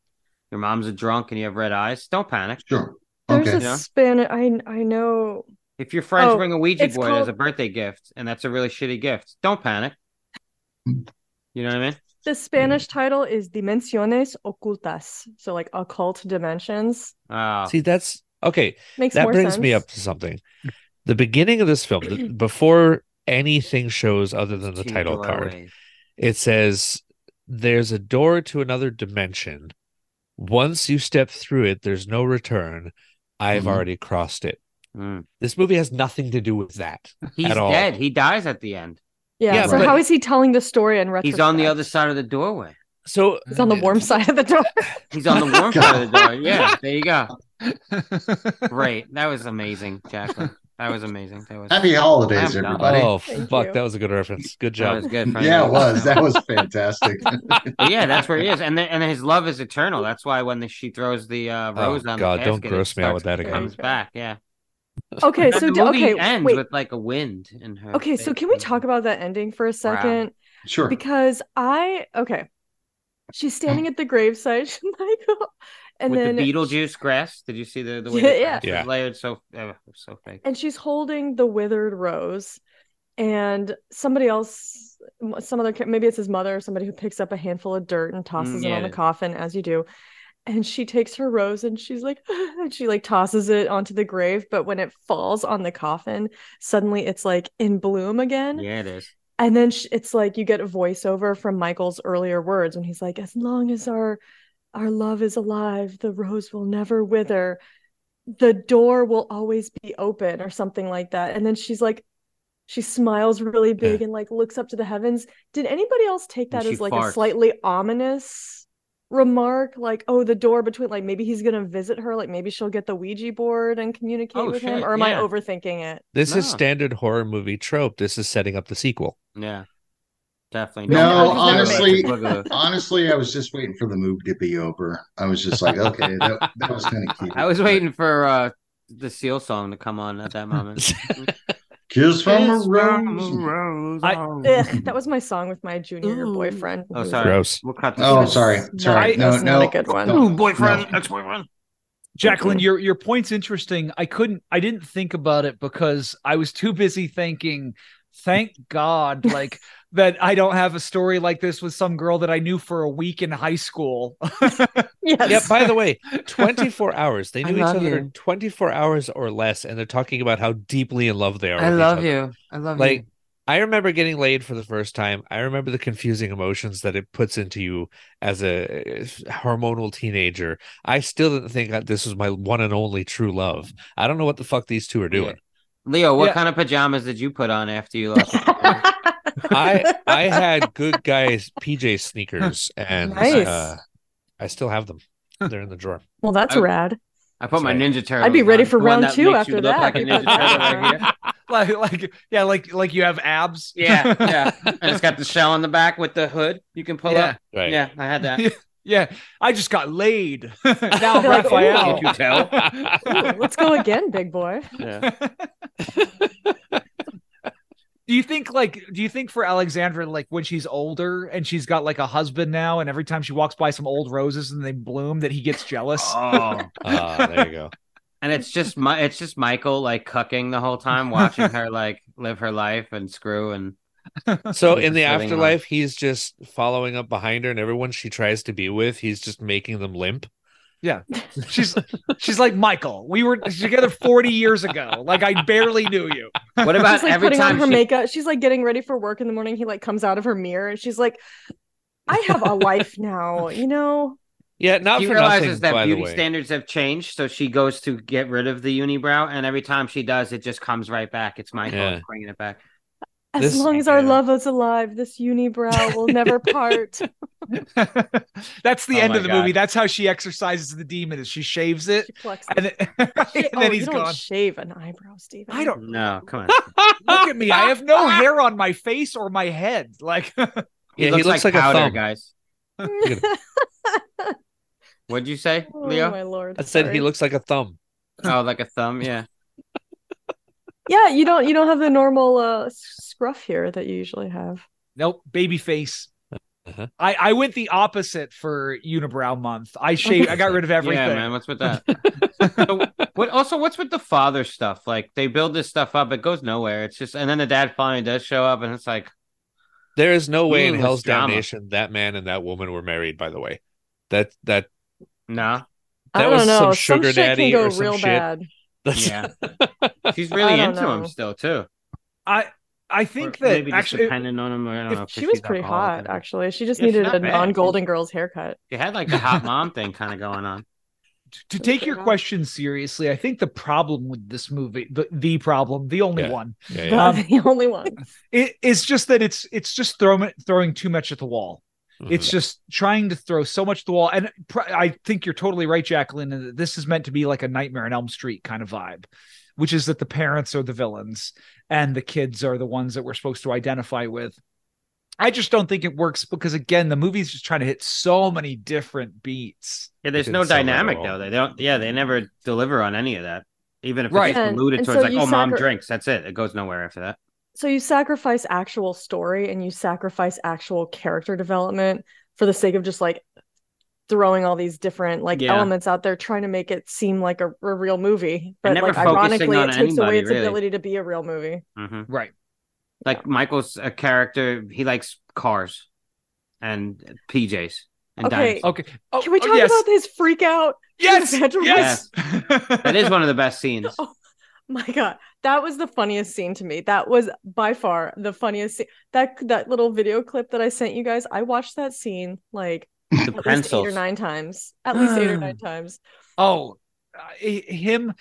Speaker 1: your mom's a drunk and you have red eyes, don't panic.
Speaker 5: Sure.
Speaker 3: There's
Speaker 5: okay.
Speaker 3: a
Speaker 1: Yeah.
Speaker 3: Spanish. I I know.
Speaker 1: If your friends
Speaker 3: Oh,
Speaker 1: bring a Ouija
Speaker 3: it's
Speaker 1: board as
Speaker 3: called-
Speaker 1: a birthday gift and that's a really shitty gift, don't panic. You know what I mean?
Speaker 3: The Spanish title is Dimensiones Ocultas, so like occult dimensions.
Speaker 1: Oh,
Speaker 4: See, that's okay.
Speaker 3: Makes
Speaker 4: that
Speaker 3: more
Speaker 4: brings
Speaker 3: sense.
Speaker 4: me up to something. The beginning of this film,
Speaker 1: (clears throat)
Speaker 4: the- before anything shows other than the
Speaker 1: two
Speaker 4: title card,
Speaker 1: doorways.
Speaker 4: it says there's a door to another dimension. Once you step through it, there's no return. I've
Speaker 1: Mm-hmm.
Speaker 5: Mhm.
Speaker 4: already crossed it.
Speaker 1: Mm.
Speaker 4: This movie has nothing to do with that.
Speaker 1: He's
Speaker 4: At all.
Speaker 1: dead. He dies at the end.
Speaker 3: Yeah.
Speaker 4: Yeah,
Speaker 3: so
Speaker 4: but-
Speaker 3: how is he telling the story in retrospect?
Speaker 1: He's on the other side of the doorway.
Speaker 4: So
Speaker 3: He's on the warm side of the door.
Speaker 1: He's on the warm
Speaker 5: God.
Speaker 1: side of the
Speaker 4: (laughs)
Speaker 1: door. Yeah, there you go. Great. That was amazing, Jacqueline. That was amazing. That was
Speaker 5: Happy holidays,
Speaker 1: I'm done.
Speaker 5: everybody.
Speaker 4: Oh
Speaker 3: Thank
Speaker 4: fuck,
Speaker 3: you.
Speaker 4: that was a good reference. Good
Speaker 1: that
Speaker 4: job.
Speaker 1: was good. finally.
Speaker 5: yeah, it was. That was
Speaker 1: (laughs)
Speaker 5: fantastic.
Speaker 1: But yeah, that's where he is, and then, and his love is eternal. That's why when the, she throws the uh,
Speaker 4: Oh,
Speaker 1: rose on
Speaker 4: God,
Speaker 1: the
Speaker 4: don't
Speaker 1: casket, it
Speaker 4: gross me out with
Speaker 1: starts-
Speaker 4: that
Speaker 1: it
Speaker 3: again.
Speaker 1: Comes back, yeah.
Speaker 3: Okay,
Speaker 1: And (laughs)
Speaker 3: so
Speaker 1: the
Speaker 3: do,
Speaker 1: movie
Speaker 3: okay,
Speaker 1: ends
Speaker 3: wait.
Speaker 1: with like a wind in her.
Speaker 3: Okay, so
Speaker 1: face.
Speaker 3: can we talk about that ending for a second?
Speaker 5: Sure.
Speaker 3: Because I okay, she's standing at the gravesite, (laughs) Michael, and
Speaker 1: with
Speaker 3: then
Speaker 1: the Beetlejuice grass? Did you see the the way
Speaker 3: (laughs)
Speaker 1: the
Speaker 3: Yeah, yeah.
Speaker 1: grass
Speaker 4: Yeah.
Speaker 1: is layered so uh, so fake?
Speaker 3: and she's holding the withered rose and somebody else some other ki- maybe it's his mother or somebody who picks up a handful of dirt and tosses it
Speaker 1: Mm, yeah,
Speaker 3: on the
Speaker 1: it is.
Speaker 3: coffin as you do and she takes her rose and she's like (laughs) and she like tosses it onto the grave but when it falls on the coffin suddenly it's like in bloom again
Speaker 1: Yeah, it is.
Speaker 3: and then sh- it's like you get a voiceover from Michael's earlier words when he's like, "As long as our our love is alive, the rose will never wither. The door will always be open," or something like that. And then she's like, she smiles really big and like looks up to the heavens. Did anybody else take
Speaker 1: And
Speaker 3: that
Speaker 1: she
Speaker 3: as like a
Speaker 1: farts.
Speaker 3: slightly ominous remark? Like, oh, the door between like maybe he's gonna visit her. Like maybe she'll get the Ouija board and communicate
Speaker 1: Oh,
Speaker 3: with
Speaker 1: shit,
Speaker 3: him. Or am I
Speaker 1: yeah. (laughs)
Speaker 3: overthinking it? (laughs)
Speaker 4: This is
Speaker 1: No.
Speaker 4: standard horror movie trope. This is setting up the sequel.
Speaker 1: Yeah, definitely.
Speaker 5: No,
Speaker 1: Don't-
Speaker 5: honestly-
Speaker 1: Boogaloo.
Speaker 5: Honestly, I was just waiting for the move to be over. I was just like, okay, that, that was kind of cute.
Speaker 1: I was waiting for uh, the Seal song to come on at that moment.
Speaker 5: Kiss from a
Speaker 1: Kiss from a
Speaker 5: rose.
Speaker 1: rose. Oh.
Speaker 6: I-
Speaker 3: Ugh, that was my song with my junior year
Speaker 1: Ooh.
Speaker 3: boyfriend.
Speaker 1: Oh, sorry.
Speaker 4: Gross.
Speaker 1: We'll cut this.
Speaker 5: Oh,
Speaker 3: That's
Speaker 5: sorry.
Speaker 3: not-
Speaker 5: Sorry. No,
Speaker 3: that's not
Speaker 5: no.
Speaker 3: a good
Speaker 1: (laughs)
Speaker 3: one.
Speaker 5: No.
Speaker 1: Ooh, boyfriend, ex-boyfriend.
Speaker 6: Jacqueline, your your point's interesting. I couldn't I didn't think about it because I was too busy thinking, thank God, like that I don't have a story like this with some girl that I knew for a week in high school.
Speaker 3: Yes.
Speaker 4: Yeah, by the way,
Speaker 1: (laughs)
Speaker 4: 24 hours. They
Speaker 1: I
Speaker 4: knew each
Speaker 1: love
Speaker 4: other
Speaker 1: you.
Speaker 4: 24 hours or less, and they're talking about how deeply in love they are.
Speaker 1: I
Speaker 4: with each
Speaker 1: love
Speaker 4: other.
Speaker 1: you. I love
Speaker 4: Like, I remember getting laid for the first time. I remember the confusing emotions that it puts into you as a uh, hormonal teenager. I still didn't think that this was my one and only true love. I don't know what the fuck these two are doing.
Speaker 1: you. Leo, what
Speaker 6: Yeah.
Speaker 1: kind of pajamas did you put on after you lost? (laughs) your virginity?
Speaker 4: I
Speaker 1: (laughs)
Speaker 4: I had good guys PJ sneakers, and
Speaker 3: Nice.
Speaker 4: uh, I still have them. They're in the drawer.
Speaker 3: well, that's
Speaker 1: I-
Speaker 3: rad.
Speaker 1: I put my
Speaker 4: Sorry.
Speaker 1: ninja turtle.
Speaker 3: I'd be ready for round two after
Speaker 1: you look
Speaker 3: that.
Speaker 1: Like a ninja turtle right
Speaker 6: (laughs)
Speaker 1: here.
Speaker 6: like like yeah, like like you have abs.
Speaker 1: Yeah, yeah. And it's got the shell on the back with the hood. You can pull
Speaker 6: Yeah.
Speaker 1: up.
Speaker 4: Right.
Speaker 1: Yeah, I had that.
Speaker 6: Yeah. I just got laid. (laughs) now I'm
Speaker 3: They're like,
Speaker 6: Raphael.
Speaker 1: Can't you
Speaker 4: (laughs)
Speaker 1: tell?
Speaker 4: Ah,
Speaker 3: Ooh, let's go again, big boy.
Speaker 6: do you think like do you think for alexandra like when she's older and she's got like a husband now and every time she walks by some old roses and they bloom that he gets jealous
Speaker 1: Oh.
Speaker 4: Ah, there you go.
Speaker 1: And it's just my it's just Michael like cucking the whole time, watching her like live her life and screw and
Speaker 4: So
Speaker 1: He's
Speaker 4: in
Speaker 1: just
Speaker 4: the
Speaker 1: living on-
Speaker 4: afterlife, he's just following up behind her, and everyone she tries to be with, he's just making them limp.
Speaker 6: she's she's like michael we were together 40 years ago like i barely knew
Speaker 1: (laughs)
Speaker 6: you
Speaker 1: what about
Speaker 3: she's like
Speaker 1: every
Speaker 3: putting on
Speaker 1: time
Speaker 3: her
Speaker 1: she
Speaker 3: makeup. She's like getting ready for work in the morning. He like comes out of her mirror and she's like, I have a life now, you know?
Speaker 4: Yeah, not
Speaker 1: she
Speaker 4: for
Speaker 1: realizes
Speaker 4: nothing.
Speaker 1: that
Speaker 4: by
Speaker 1: beauty
Speaker 4: the way.
Speaker 1: standards have changed, so she goes to get rid of the unibrow, and every time she does, it just comes right back. It's Michael
Speaker 4: Yeah.
Speaker 1: bringing it back.
Speaker 3: As
Speaker 4: This-
Speaker 3: long as our
Speaker 1: Yeah.
Speaker 3: love is alive, this unibrow will never part.
Speaker 6: that's the
Speaker 1: Oh
Speaker 6: end
Speaker 1: my
Speaker 6: of the
Speaker 1: God.
Speaker 6: movie that's how she exercises the demon is she shaves it
Speaker 3: She plucks
Speaker 6: (laughs) and,
Speaker 3: it.
Speaker 6: it- and
Speaker 3: Shit, oh,
Speaker 6: then
Speaker 3: you
Speaker 6: he's
Speaker 3: don't
Speaker 6: gone
Speaker 3: shave an eyebrow, Steven. (laughs)
Speaker 6: i don't
Speaker 1: No, come on.
Speaker 6: look at me i
Speaker 1: (laughs)
Speaker 6: have no hair on my face or my head like (laughs)
Speaker 1: He,
Speaker 4: Yeah,
Speaker 1: looks, like,
Speaker 4: a
Speaker 1: powder,
Speaker 4: thumb.
Speaker 1: guys.
Speaker 4: Look
Speaker 3: oh
Speaker 1: What'd you say, Leo?
Speaker 3: my lord.
Speaker 4: I said
Speaker 3: sorry.
Speaker 4: he looks like a thumb.
Speaker 1: Oh, like a thumb. Yeah.
Speaker 3: Yeah, you don't you don't have the normal uh s- scruff here that you usually have.
Speaker 6: Nope, baby face.
Speaker 4: Uh-huh.
Speaker 6: I, I went the opposite for unibrow month.
Speaker 3: (laughs)
Speaker 6: I shaved. I got rid of everything.
Speaker 1: Yeah, man. What's with that? so, what? Also, what's with the father stuff? Like they build this stuff up, it goes nowhere. It's just, and then the dad finally does show up, and it's like,
Speaker 4: There is no way
Speaker 1: Ooh,
Speaker 4: in
Speaker 1: it's
Speaker 4: Hell's
Speaker 1: drama.
Speaker 4: damnation that man and that woman were married. By the way, that that
Speaker 1: nah,
Speaker 3: I
Speaker 4: That
Speaker 3: don't
Speaker 4: was
Speaker 3: know.
Speaker 4: some
Speaker 3: Some
Speaker 4: sugar
Speaker 3: shit
Speaker 4: daddy
Speaker 3: can go
Speaker 4: or some
Speaker 3: real
Speaker 4: shit.
Speaker 3: bad.
Speaker 4: that's
Speaker 1: yeah. She's really
Speaker 3: I don't
Speaker 1: into him
Speaker 3: know.
Speaker 1: still too.
Speaker 6: I I think
Speaker 1: Or
Speaker 6: that
Speaker 1: maybe just
Speaker 6: actually
Speaker 1: dependent on him. I don't
Speaker 6: if
Speaker 1: know if
Speaker 3: She was
Speaker 1: she's
Speaker 3: pretty
Speaker 1: alcoholic
Speaker 3: hot,
Speaker 1: or-
Speaker 3: actually. She just
Speaker 1: Yeah, she's
Speaker 3: needed
Speaker 1: not
Speaker 3: a
Speaker 1: bad.
Speaker 3: non-golden girls haircut.
Speaker 1: She had like a hot mom thing kind of going on.
Speaker 6: to take your
Speaker 3: Yeah.
Speaker 6: question seriously, I think the problem with this movie, the, the problem, the only
Speaker 4: Yeah.
Speaker 6: one,
Speaker 4: (laughs) yeah, (laughs) yeah.
Speaker 3: That's the
Speaker 1: (laughs)
Speaker 3: only one.
Speaker 6: it, it's just that it's it's just throwing throwing too much at the wall.
Speaker 1: Mm-hmm.
Speaker 6: It's
Speaker 4: Mhm.
Speaker 6: just trying to throw so much to the wall. And pr- I think you're totally right, Jacqueline. and that This is meant to be like a Nightmare on Elm Street kind of vibe, which is that the parents are the villains and the kids are the ones that we're supposed to identify with. I just don't think it works because, again, the movie's just trying to hit so many different beats.
Speaker 1: Yeah, there's
Speaker 4: didn't
Speaker 1: no
Speaker 4: sell that at
Speaker 1: dynamic
Speaker 4: all.
Speaker 1: though. They don't. Yeah, they never deliver on any of that. Even if
Speaker 6: Right.
Speaker 1: it's just
Speaker 3: And-
Speaker 1: alluded
Speaker 3: and
Speaker 1: towards,
Speaker 3: so
Speaker 1: like,
Speaker 3: you
Speaker 1: oh, mom
Speaker 3: sacri-
Speaker 1: drinks. That's it. It goes nowhere after that.
Speaker 3: So you sacrifice actual story and you sacrifice actual character development for the sake of just like throwing all these different like
Speaker 1: Yeah.
Speaker 3: elements out there trying to make it seem like a, a real movie. But
Speaker 1: never
Speaker 3: like
Speaker 1: focusing
Speaker 3: ironically
Speaker 1: on
Speaker 3: it takes away
Speaker 1: anybody,
Speaker 3: its
Speaker 1: really.
Speaker 3: ability to be a real movie.
Speaker 1: hmm
Speaker 6: Right.
Speaker 1: Like Michael's a character. He likes cars and PJs and
Speaker 3: Okay.
Speaker 1: dinosaurs.
Speaker 6: Okay. Oh,
Speaker 3: Can we
Speaker 6: oh,
Speaker 3: talk
Speaker 6: yes.
Speaker 3: about his freak out? (laughs)
Speaker 6: Yes.
Speaker 3: his bedroom?
Speaker 6: Yes.
Speaker 1: (laughs) That is one of the best
Speaker 3: (laughs)
Speaker 1: scenes.
Speaker 3: Oh, My God, that was the funniest scene to me. That was by far the funniest scene. That that little video clip that I sent you guys, I watched that scene like
Speaker 1: the
Speaker 3: at least eight or
Speaker 1: pencils.
Speaker 3: nine times. At least eight or
Speaker 1: (sighs)
Speaker 3: nine times.
Speaker 6: Oh, uh, h- him.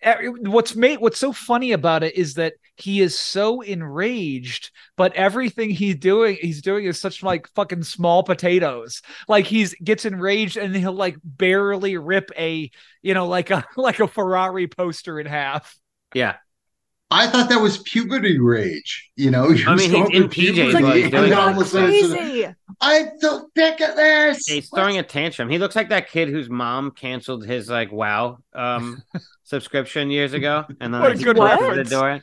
Speaker 6: eh, What's made what's so funny about it is that he is so enraged, but everything he's doing he's doing is such like fucking small potatoes. Like he's gets enraged and he'll like barely rip a you know like a (laughs) like a Ferrari poster in half.
Speaker 1: Yeah,
Speaker 5: I thought that was puberty rage. You know, you're
Speaker 1: I mean,
Speaker 5: going
Speaker 1: he's in
Speaker 5: through
Speaker 1: PJs,
Speaker 5: puberty,
Speaker 1: like,
Speaker 5: and
Speaker 1: he's doing
Speaker 5: then
Speaker 1: all
Speaker 5: all of a
Speaker 1: this
Speaker 5: sudden it's like,
Speaker 3: Crazy.
Speaker 5: I'm so sick of this.
Speaker 1: he's throwing a tantrum. He looks like that kid whose mom canceled his
Speaker 6: (laughs)
Speaker 1: like Wow um subscription years ago, and then
Speaker 6: What a
Speaker 1: like,
Speaker 6: good
Speaker 1: he opens the
Speaker 6: reference.
Speaker 1: door.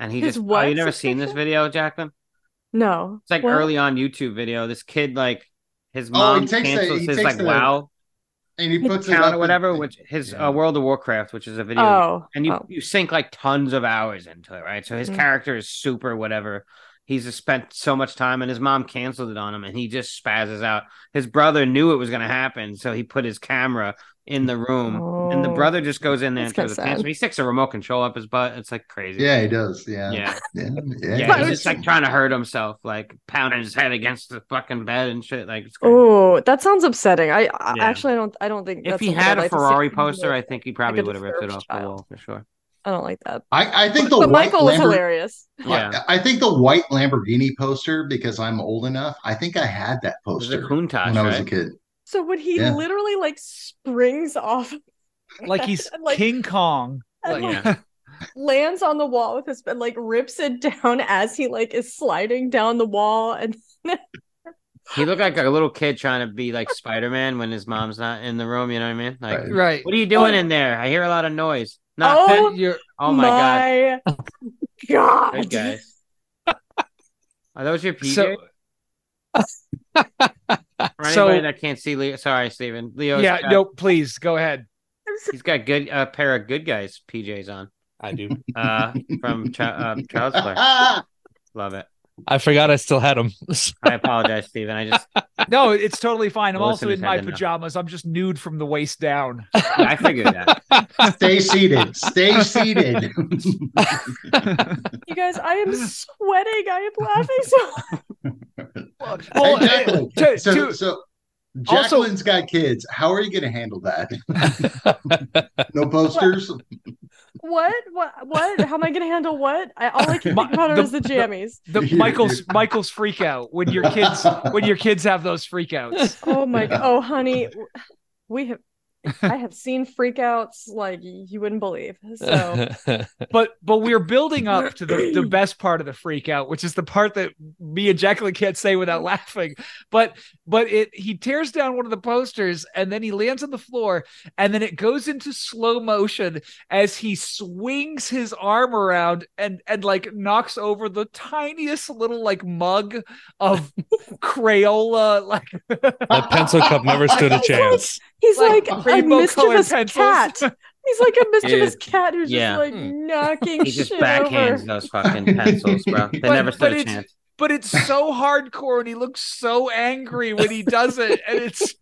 Speaker 1: And he
Speaker 3: His
Speaker 1: just oh,
Speaker 3: what
Speaker 1: you never seen this
Speaker 3: subscription?
Speaker 1: video, Jacqueline?
Speaker 3: No.
Speaker 1: It's like
Speaker 3: What?
Speaker 1: early on YouTube video. This kid like his
Speaker 5: Oh,
Speaker 1: mom
Speaker 5: he takes the-
Speaker 1: cancels
Speaker 5: he
Speaker 1: his
Speaker 5: takes
Speaker 1: like
Speaker 5: the
Speaker 1: wow
Speaker 5: and he puts it
Speaker 1: account
Speaker 5: up
Speaker 1: or
Speaker 5: in-
Speaker 1: whatever, which his
Speaker 5: Yeah.
Speaker 1: uh, World of Warcraft, which is a video.
Speaker 3: Oh.
Speaker 1: and you,
Speaker 3: oh.
Speaker 1: you sink like tons of hours into it, right? So his
Speaker 3: Mhm.
Speaker 1: character is super whatever. He's just spent so much time, and his mom canceled it on him, and he just spazzes out. His brother knew it was going to happen, so he put his camera in the room, and the
Speaker 3: Oh.
Speaker 1: brother just goes in there
Speaker 3: That's
Speaker 1: and throws a
Speaker 3: kinda
Speaker 1: tantrum.
Speaker 3: sad.
Speaker 1: He sticks a remote control up his butt. It's like crazy.
Speaker 5: yeah, he does. Yeah,
Speaker 1: yeah,
Speaker 5: yeah,
Speaker 1: yeah.
Speaker 5: yeah.
Speaker 1: He's
Speaker 3: it's-
Speaker 1: just like trying to hurt himself, like pounding his head against the fucking bed and shit. Like, it's crazy.
Speaker 3: Oh, that sounds upsetting. I, I
Speaker 1: Yeah.
Speaker 3: actually I don't I don't think
Speaker 1: if
Speaker 3: that's
Speaker 1: he
Speaker 3: something
Speaker 1: had
Speaker 3: I'd
Speaker 1: a
Speaker 3: like to see
Speaker 1: Ferrari
Speaker 3: from
Speaker 1: poster,
Speaker 3: a-
Speaker 1: I think he probably
Speaker 3: a
Speaker 1: would have ripped it
Speaker 3: disturbed
Speaker 1: off the
Speaker 3: child.
Speaker 1: wall for sure.
Speaker 3: I don't like that.
Speaker 5: I, I think the
Speaker 3: But
Speaker 5: white
Speaker 3: Michael is
Speaker 5: Lambor-
Speaker 3: hilarious.
Speaker 1: Yeah,
Speaker 5: I, I think the white Lamborghini poster because I'm old enough. I think I had that
Speaker 1: it was a
Speaker 5: poster
Speaker 1: Countach,
Speaker 5: when I was
Speaker 1: right?
Speaker 5: a kid.
Speaker 3: So when he
Speaker 5: Yeah.
Speaker 3: literally like springs off
Speaker 6: like he's
Speaker 3: And, like-
Speaker 6: King Kong.
Speaker 3: and
Speaker 1: Yeah.
Speaker 3: like, lands on the wall with his and like rips it down (laughs) as he like is sliding down the wall and
Speaker 1: He looked like a little kid trying to be like Spider Man when his mom's not in the room. You know what I mean? Like,
Speaker 5: Right.
Speaker 6: right.
Speaker 1: what are you doing in there? I hear a lot of noise. Not
Speaker 3: Oh,
Speaker 1: (laughs) oh,
Speaker 6: Then you're-
Speaker 1: my god,
Speaker 3: my god.
Speaker 1: (laughs) good guys. Are those your PJs?
Speaker 6: so
Speaker 5: (laughs)
Speaker 1: For
Speaker 6: so-
Speaker 1: anybody that can't see Leo, sorry, Steven. Leo's
Speaker 6: yeah.
Speaker 1: got-
Speaker 6: No, please go ahead.
Speaker 1: he's got good a pair of good guys PJs on
Speaker 4: Mm-hmm. I
Speaker 1: uh,
Speaker 4: do.
Speaker 1: from Ch- uh, Child's Play.
Speaker 5: Ah,
Speaker 1: Love it.
Speaker 4: I forgot I still had them. (laughs)
Speaker 1: I apologize, Steven. I just
Speaker 6: No, it's totally fine. I'm
Speaker 1: Melissa
Speaker 6: also in
Speaker 1: just
Speaker 6: my
Speaker 1: had enough.
Speaker 6: pajamas. I'm just nude from the waist down.
Speaker 1: I figured
Speaker 6: (laughs)
Speaker 1: that.
Speaker 5: Stay seated. Stay seated.
Speaker 3: You guys, I am sweating. I am laughing so hard.
Speaker 6: Well,
Speaker 5: Hey,
Speaker 6: uh,
Speaker 5: Jacqueline,
Speaker 6: to-
Speaker 5: so,
Speaker 6: to-
Speaker 5: so
Speaker 6: Also-
Speaker 5: Jacqueline's got kids. How are you going to handle that? No posters.
Speaker 3: What? What what? How am I gonna handle what? I all I can
Speaker 6: My-
Speaker 3: think about are
Speaker 6: the-
Speaker 3: is the
Speaker 6: the-
Speaker 3: jammies.
Speaker 6: the Michael's Michael's freak out when your
Speaker 5: (laughs)
Speaker 6: kids when your kids have those freakouts.
Speaker 3: (laughs) Oh my
Speaker 5: Yeah.
Speaker 3: oh honey. We have I have seen freakouts like you wouldn't believe.
Speaker 4: (laughs)
Speaker 3: So
Speaker 6: But but we're building up to the, the best part of the freak out, which is the part that me and Jacqueline can't say without laughing. But but it he tears down one of the posters and then he lands on the floor and then it goes into slow motion as he swings his arm around and and like knocks over the tiniest little like mug of (laughs) Crayola like
Speaker 4: that pencil
Speaker 1: (laughs)
Speaker 4: cup never stood a chance.
Speaker 3: he's like,
Speaker 6: Like
Speaker 3: a
Speaker 6: rainbow colored
Speaker 3: mischievous
Speaker 6: pencils.
Speaker 3: cat. He's like
Speaker 6: (laughs)
Speaker 3: a mischievous cat who's
Speaker 1: yeah.
Speaker 3: just like
Speaker 4: Hmm.
Speaker 3: knocking
Speaker 1: He just
Speaker 3: shit
Speaker 1: backhands
Speaker 3: over.
Speaker 1: those fucking pencils,
Speaker 6: (laughs)
Speaker 1: bro. They
Speaker 5: But-
Speaker 1: never
Speaker 6: but
Speaker 1: stood a
Speaker 6: it's-
Speaker 1: chance.
Speaker 6: but it's so hardcore and he looks so angry when he does it and it's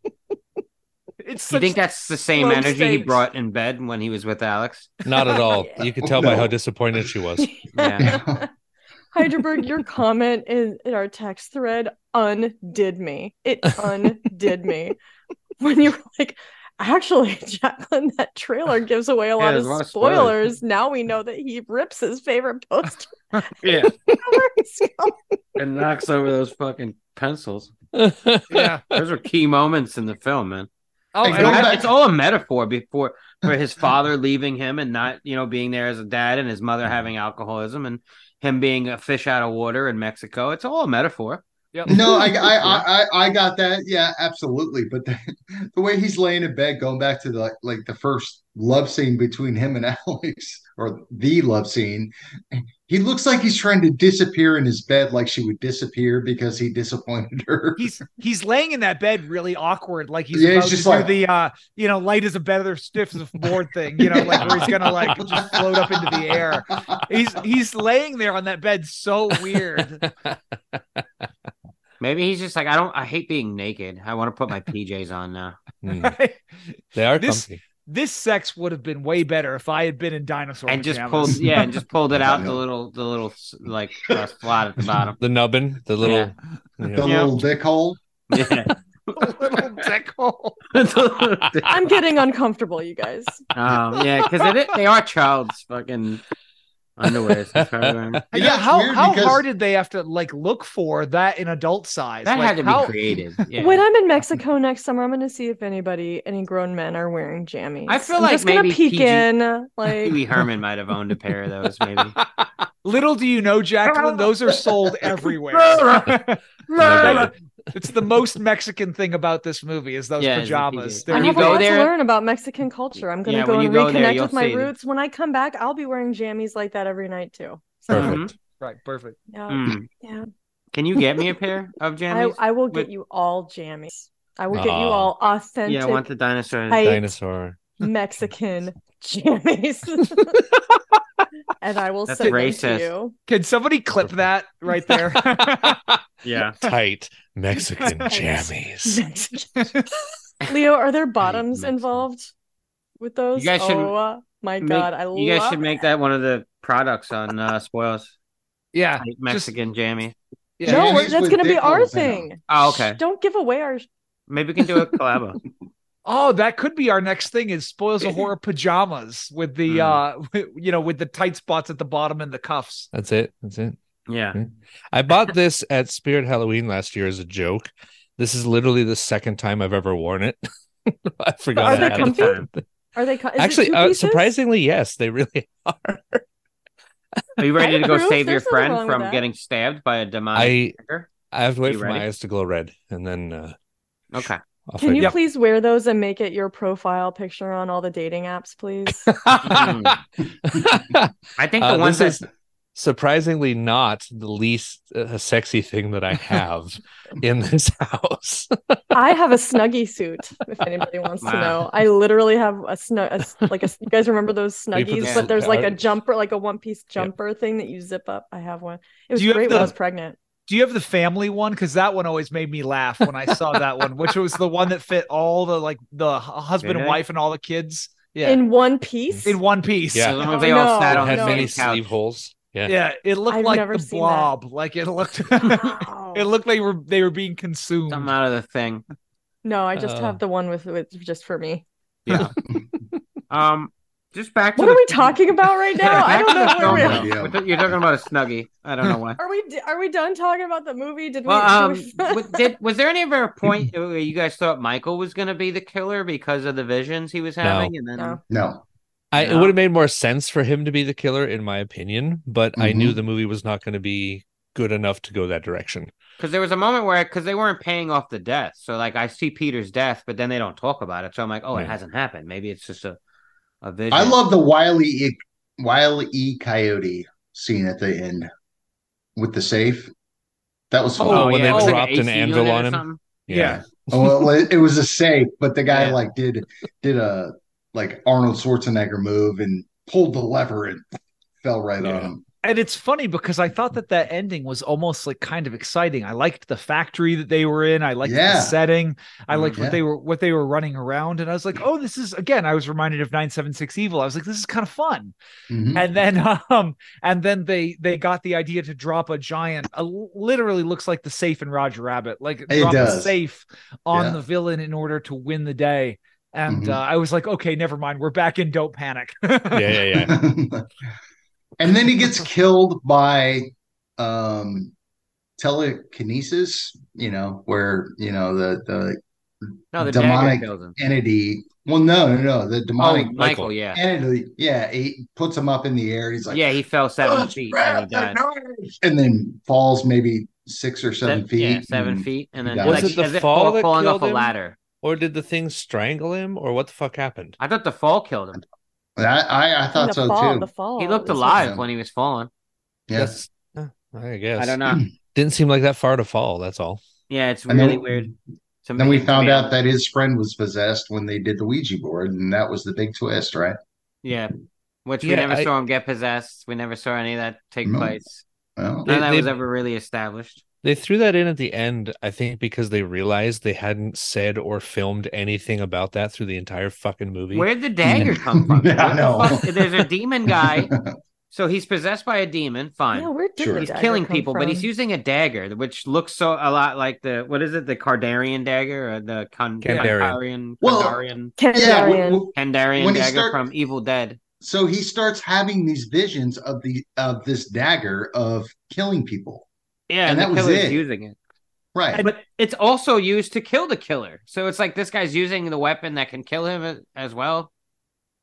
Speaker 6: it's
Speaker 1: You
Speaker 6: such
Speaker 1: think that's the same
Speaker 6: low
Speaker 1: energy he
Speaker 6: stakes.
Speaker 1: brought in bed when he was with
Speaker 6: (laughs)
Speaker 1: Alex?
Speaker 4: Not at all. You could tell by
Speaker 5: No.
Speaker 4: how disappointed she was.
Speaker 1: Yeah.
Speaker 3: Hyderberg, your comment in, in our text thread undid me. It
Speaker 1: (laughs)
Speaker 3: undid me. When you were like, actually, (laughs) Jacqueline, that trailer gives away a lot,
Speaker 1: there's
Speaker 3: of,
Speaker 1: a lot of spoilers."
Speaker 3: spoilers. Now we know that he rips his favorite poster.
Speaker 1: (laughs)
Speaker 3: (laughs)
Speaker 1: yeah.
Speaker 3: cover. He's got-
Speaker 1: and knocks over those fucking pencils.
Speaker 6: yeah
Speaker 1: Those are key moments in the film, man.
Speaker 6: oh
Speaker 5: Hey,
Speaker 6: and
Speaker 5: go
Speaker 6: I-
Speaker 5: back-
Speaker 1: It's all a metaphor before for his father leaving him and not, you know, being there as a dad and his mother having alcoholism and him being a fish out of water in Mexico. It's all a metaphor. (laughs)
Speaker 6: yep.
Speaker 5: No, I, I, I, I- I got that. Yeah, absolutely. But (laughs) the, the way he's laying in bed, going back to the like the first love scene between him and (laughs) Alex, or the love scene, he looks like he's trying to disappear in his bed, like she would disappear because he disappointed (laughs) her.
Speaker 6: he's he's laying in that bed really awkward like he's
Speaker 5: Yeah, he's
Speaker 6: about
Speaker 5: just
Speaker 6: to
Speaker 5: like-
Speaker 6: do the uh you know light is a better stiff as a board thing you know like where he's gonna like just float up into the
Speaker 5: (laughs)
Speaker 6: air he's he's laying there on that bed so weird
Speaker 1: Maybe he's just like, I don't I hate being naked. I want to put my PJs on now.
Speaker 4: Hmm.
Speaker 6: right?
Speaker 4: They are
Speaker 6: This-
Speaker 4: comfy.
Speaker 6: (laughs) this sex would have been way better if i had been in dinosaur
Speaker 1: And just pulled
Speaker 6: pajamas.
Speaker 1: yeah, and just pulled it out
Speaker 5: I
Speaker 1: the
Speaker 5: know.
Speaker 1: little the little like uh, slot at the bottom.
Speaker 4: The nubbin, (laughs) the little.
Speaker 1: Yeah.
Speaker 4: you
Speaker 5: the
Speaker 4: know.
Speaker 1: Yeah.
Speaker 5: little dick hole.
Speaker 1: Yeah.
Speaker 6: (laughs)
Speaker 1: (laughs)
Speaker 6: little dick hole
Speaker 3: I'm getting uncomfortable, you guys.
Speaker 1: Um, yeah, because they are child's fucking underwear. so it's probably wearing-
Speaker 5: You know,
Speaker 6: yeah,
Speaker 5: it's
Speaker 6: how,
Speaker 5: weird
Speaker 6: how
Speaker 5: because-
Speaker 6: hard did they have to like look for that in adult size?
Speaker 1: That
Speaker 6: Like,
Speaker 1: had to
Speaker 6: how-
Speaker 1: be creative. (laughs) Yeah.
Speaker 3: When I'm in Mexico next summer, I'm going to see if anybody, any grown men, are wearing jammies.
Speaker 1: I feel
Speaker 3: I'm
Speaker 1: like
Speaker 3: just gonna
Speaker 1: maybe
Speaker 3: peek
Speaker 1: PG
Speaker 3: in,
Speaker 1: (laughs)
Speaker 3: like
Speaker 1: Pee-wee Herman might have owned a pair of those,
Speaker 3: (laughs)
Speaker 1: maybe.
Speaker 3: Oh,
Speaker 6: Little do you know,
Speaker 1: (laughs)
Speaker 6: Jacqueline, those are sold everywhere.
Speaker 1: (laughs)
Speaker 4: Nubbin.
Speaker 6: it's the most Mexican thing about this movie is those
Speaker 1: Yeah, it's the
Speaker 6: pajamas.
Speaker 1: PJs.
Speaker 6: They're
Speaker 3: I
Speaker 1: When you
Speaker 3: have a
Speaker 1: go
Speaker 3: lot
Speaker 1: there-
Speaker 3: to learn about Mexican culture. I'm going to
Speaker 1: Yeah,
Speaker 3: go
Speaker 1: when
Speaker 3: and
Speaker 1: you go there,
Speaker 3: reconnect
Speaker 1: you'll
Speaker 3: with my
Speaker 1: see.
Speaker 3: roots. When I come back, I'll be wearing jammies like that every night too.
Speaker 4: Perfect.
Speaker 6: Right, perfect.
Speaker 3: No,
Speaker 1: Mm.
Speaker 3: yeah.
Speaker 1: Can you get me a pair of
Speaker 3: I,
Speaker 1: jammies?
Speaker 3: I will
Speaker 1: But-
Speaker 3: get you all jammies. I will get you
Speaker 4: Aw.
Speaker 3: all authentic
Speaker 1: yeah, I want the dinosaur.
Speaker 3: I-
Speaker 4: Dinosaur.
Speaker 1: (laughs)
Speaker 3: Mexican jammies. and I will
Speaker 1: That's
Speaker 3: send them
Speaker 1: racist.
Speaker 3: to you.
Speaker 6: Can somebody clip that
Speaker 1: (laughs)
Speaker 6: right there? (laughs)
Speaker 1: yeah.
Speaker 3: (laughs)
Speaker 4: Tight Mexican jammies.
Speaker 3: Mexican.
Speaker 1: (laughs)
Speaker 3: Leo, are there bottoms
Speaker 1: Mexican.
Speaker 3: involved with those?
Speaker 1: You guys should
Speaker 3: oh uh, my
Speaker 1: make-
Speaker 3: god, I
Speaker 1: You guys
Speaker 3: love
Speaker 1: should make that one of the products on uh,
Speaker 3: (laughs)
Speaker 1: Spoils.
Speaker 6: yeah.
Speaker 1: Tight Mexican jammies.
Speaker 6: Yeah.
Speaker 3: No,
Speaker 5: Jammies
Speaker 3: we're- that's
Speaker 5: with
Speaker 3: gonna be
Speaker 5: dick
Speaker 3: our
Speaker 5: holes in 'em.
Speaker 3: thing.
Speaker 1: Oh, okay.
Speaker 3: Shh, Don't give away our
Speaker 1: Maybe we can
Speaker 3: (laughs)
Speaker 1: do a collab.
Speaker 6: Oh, that could be our next thing is spoils of horror pajamas with the
Speaker 1: Mm.
Speaker 6: uh (laughs) you know with the tight spots at the bottom and the cuffs.
Speaker 4: That's it. That's it.
Speaker 1: yeah.
Speaker 4: I
Speaker 3: (laughs)
Speaker 4: bought this at Spirit Halloween last year as a joke. This is literally the second time I've ever worn it. (laughs) I forgot.
Speaker 3: Are
Speaker 4: I
Speaker 3: they
Speaker 4: had it.
Speaker 3: comfy? Are they co- is it
Speaker 4: Actually,
Speaker 3: two
Speaker 4: uh,
Speaker 3: pieces? Uh,
Speaker 4: surprisingly, yes, they really are.
Speaker 1: Are you
Speaker 3: I
Speaker 1: ready to go
Speaker 3: approve.
Speaker 1: save your
Speaker 3: There's nothing wrong
Speaker 1: friend
Speaker 3: with
Speaker 1: from
Speaker 3: that.
Speaker 1: getting stabbed by a demonic
Speaker 4: I
Speaker 1: tiger?
Speaker 4: I have to wait
Speaker 1: You
Speaker 4: for
Speaker 1: ready?
Speaker 4: my eyes to glow red, and then uh, (laughs)
Speaker 1: Okay.
Speaker 4: off
Speaker 3: Can
Speaker 4: I
Speaker 3: (laughs) you
Speaker 4: go.
Speaker 3: please wear those and make it your profile picture on all the dating apps, please?
Speaker 1: Hmm.
Speaker 4: (laughs)
Speaker 1: I think the
Speaker 4: Uh,
Speaker 1: ones
Speaker 4: this
Speaker 1: that
Speaker 4: is surprisingly not the least uh, sexy thing
Speaker 3: (laughs)
Speaker 4: that I have in this house.
Speaker 3: I have a snuggie suit. If anybody wants to
Speaker 1: Wow.
Speaker 3: know, I literally have a snug, a s- like a. You guys remember those
Speaker 4: We put
Speaker 3: snuggies?
Speaker 1: the
Speaker 3: but there's like a
Speaker 4: slip-
Speaker 3: jumper, like a one-piece jumper thing that you zip up. I have one. It was
Speaker 6: you have
Speaker 3: great when I
Speaker 6: the-
Speaker 3: was pregnant.
Speaker 6: Do you have the family one? Because that one always made me laugh when I saw that one, which was the one that fit all the like the hu- husband and
Speaker 1: Really?
Speaker 6: wife and all the kids. Yeah, in,
Speaker 3: In one piece.
Speaker 6: one piece.
Speaker 4: Yeah.
Speaker 1: the ones they all
Speaker 3: Oh, No,
Speaker 1: sat
Speaker 4: it
Speaker 1: on
Speaker 4: had
Speaker 1: the
Speaker 4: many
Speaker 1: same couch.
Speaker 4: sleeve holes. Yeah.
Speaker 6: yeah. It looked
Speaker 3: I've
Speaker 6: like
Speaker 3: never
Speaker 6: the
Speaker 3: seen that.
Speaker 6: blob. Like
Speaker 3: (laughs)
Speaker 6: it looked.
Speaker 3: Wow.
Speaker 6: it looked like they were they were being consumed.
Speaker 1: Something out of the thing.
Speaker 3: no, I just
Speaker 4: Uh.
Speaker 3: have the one with, with just for me.
Speaker 1: Yeah. um, just back to
Speaker 3: What
Speaker 1: the
Speaker 3: are we talking about
Speaker 1: (laughs)
Speaker 3: right now?
Speaker 1: Back
Speaker 3: I don't
Speaker 1: to the
Speaker 3: know
Speaker 1: film,
Speaker 3: where we
Speaker 5: are.
Speaker 3: are.
Speaker 1: though. We're ta- You're talking about a snuggie. I don't know
Speaker 3: (laughs)
Speaker 1: why.
Speaker 3: Are we are we done talking about the movie? Did
Speaker 1: Well, um,
Speaker 3: we? did (laughs) we-
Speaker 1: w- did was there any ever a
Speaker 4: (laughs)
Speaker 1: point where you guys thought Michael was going to be the killer because of the visions he was
Speaker 4: No.
Speaker 1: having, and then
Speaker 3: No.
Speaker 5: No,
Speaker 4: I, It
Speaker 1: Yeah.
Speaker 4: would have made more sense for him to be the killer, in my opinion, but I knew
Speaker 1: Mm-hmm.
Speaker 5: Mhm.
Speaker 4: the movie was not going to be good enough to go that direction.
Speaker 1: because there was a moment where because they weren't paying off the death, so like I see Peter's death, but then they don't talk about it, so I'm like, oh,
Speaker 4: Yeah.
Speaker 1: it hasn't happened. Maybe it's just a a vision.
Speaker 5: I love the Wiley e, Wiley e. Coyote scene at the end with the safe. That was fun.
Speaker 4: Oh,
Speaker 1: yeah,
Speaker 4: when they
Speaker 1: it's like
Speaker 4: dropped an
Speaker 1: AC
Speaker 4: anvil
Speaker 1: unit or
Speaker 4: on him.
Speaker 1: something.
Speaker 6: Yeah.
Speaker 5: Oh, well, it it
Speaker 1: (laughs)
Speaker 5: was a safe, but the guy
Speaker 1: Yeah.
Speaker 5: like did did a like Arnold Schwarzenegger move and pulled the lever and fell right
Speaker 4: Yeah.
Speaker 5: on him.
Speaker 6: And it's funny because I thought that that ending was almost like kind of exciting. I liked the factory that they were in. I liked
Speaker 5: Yeah.
Speaker 6: the setting. I
Speaker 1: Mm,
Speaker 6: liked
Speaker 5: yeah.
Speaker 6: what they were what they were running around, and I was like, "Oh, this is again." I was reminded of Nine Seven Six Evil. I was like, "This is kind of fun."
Speaker 5: Mhm.
Speaker 6: And then, (laughs) um, and then they they got the idea to drop a giant. A, literally looks like the safe in Roger Rabbit. Like drop a
Speaker 5: does.
Speaker 6: safe on
Speaker 5: Yeah.
Speaker 6: the villain in order to win the day. And
Speaker 5: Mhm.
Speaker 6: uh, I was like, "Okay, never mind. We're back in. Don't panic." (laughs)
Speaker 4: Yeah. Yeah.
Speaker 1: (laughs)
Speaker 4: Yeah.
Speaker 5: (laughs) and then he gets killed by um telekinesis, you know, where you know the the
Speaker 1: No, the
Speaker 5: Demonic
Speaker 1: dagger kills him.
Speaker 5: entity. Well, no, no, no, the
Speaker 1: Oh,
Speaker 5: demonic
Speaker 1: Michael,
Speaker 4: Michael.
Speaker 1: yeah,
Speaker 5: entity. Yeah, he puts him up in the air. He's like,
Speaker 1: yeah, he fell
Speaker 5: "Oh,
Speaker 1: seven feet
Speaker 5: grab
Speaker 1: and he
Speaker 5: the
Speaker 1: died.
Speaker 5: knife," and then falls maybe six or seven
Speaker 1: Se-
Speaker 5: feet.
Speaker 1: yeah, seven
Speaker 5: and-
Speaker 1: feet, and
Speaker 5: he
Speaker 1: then
Speaker 5: died.
Speaker 1: like
Speaker 4: Was it the
Speaker 1: as it
Speaker 4: fall
Speaker 1: fall
Speaker 4: that
Speaker 1: falling off
Speaker 4: killed
Speaker 1: a
Speaker 4: him?
Speaker 1: ladder.
Speaker 4: Or did the thing strangle him, or what the fuck happened?
Speaker 1: I thought the fall killed him.
Speaker 5: I, I, I
Speaker 3: And
Speaker 5: thought
Speaker 3: the
Speaker 5: so
Speaker 3: fall,
Speaker 5: too.
Speaker 3: The fall.
Speaker 1: He looked
Speaker 3: is what-
Speaker 1: alive
Speaker 5: him.
Speaker 1: when he was falling.
Speaker 5: Yes.
Speaker 4: That's- uh, I guess.
Speaker 1: I don't
Speaker 5: (clears throat)
Speaker 1: know.
Speaker 4: Didn't seem like that far to fall. That's all.
Speaker 1: Yeah, it's
Speaker 5: And then-
Speaker 1: really weird. To
Speaker 5: Then
Speaker 1: me-
Speaker 5: we
Speaker 1: to
Speaker 5: found
Speaker 1: me,
Speaker 5: out that his friend was possessed when they did the Ouija board, and that was the big twist, right?
Speaker 1: Yeah, which we
Speaker 4: Yeah,
Speaker 1: never
Speaker 4: I-
Speaker 1: saw him get possessed. We never saw any of that take
Speaker 5: No.
Speaker 1: place.
Speaker 5: Well,
Speaker 1: None of
Speaker 4: They-
Speaker 1: that
Speaker 4: they-
Speaker 1: was ever really established.
Speaker 4: They threw that in at the end, I think, because they realized they hadn't said or filmed anything about that through the entire fucking movie.
Speaker 1: Where'd the dagger come from?
Speaker 5: Yeah, I
Speaker 1: What the
Speaker 5: know.
Speaker 1: fuck- There's a demon
Speaker 5: (laughs)
Speaker 1: guy, so he's possessed by a demon. Fine.
Speaker 3: Yeah, where did
Speaker 5: Sure.
Speaker 3: the
Speaker 5: He's
Speaker 1: He's
Speaker 3: dagger
Speaker 1: killing
Speaker 3: come
Speaker 1: people, but he's
Speaker 3: from?
Speaker 1: using a dagger, which looks so a lot like the what is it, the Cardarian dagger or the Con- Kandarian,
Speaker 4: Kandarian.
Speaker 5: Well-
Speaker 1: Kandarian,
Speaker 5: yeah. w-
Speaker 3: Kandarian.
Speaker 5: w-
Speaker 1: Kandarian
Speaker 5: When he
Speaker 1: dagger
Speaker 5: start-
Speaker 1: from Evil Dead.
Speaker 5: so he starts having these visions of the of this dagger of killing people,
Speaker 1: Yeah,
Speaker 5: And
Speaker 1: and,
Speaker 5: that
Speaker 1: the
Speaker 5: was
Speaker 1: killer's
Speaker 5: it.
Speaker 1: using it.
Speaker 5: right?
Speaker 1: But it's also used to kill the killer. So it's like this guy's using the weapon that can kill him a- as well.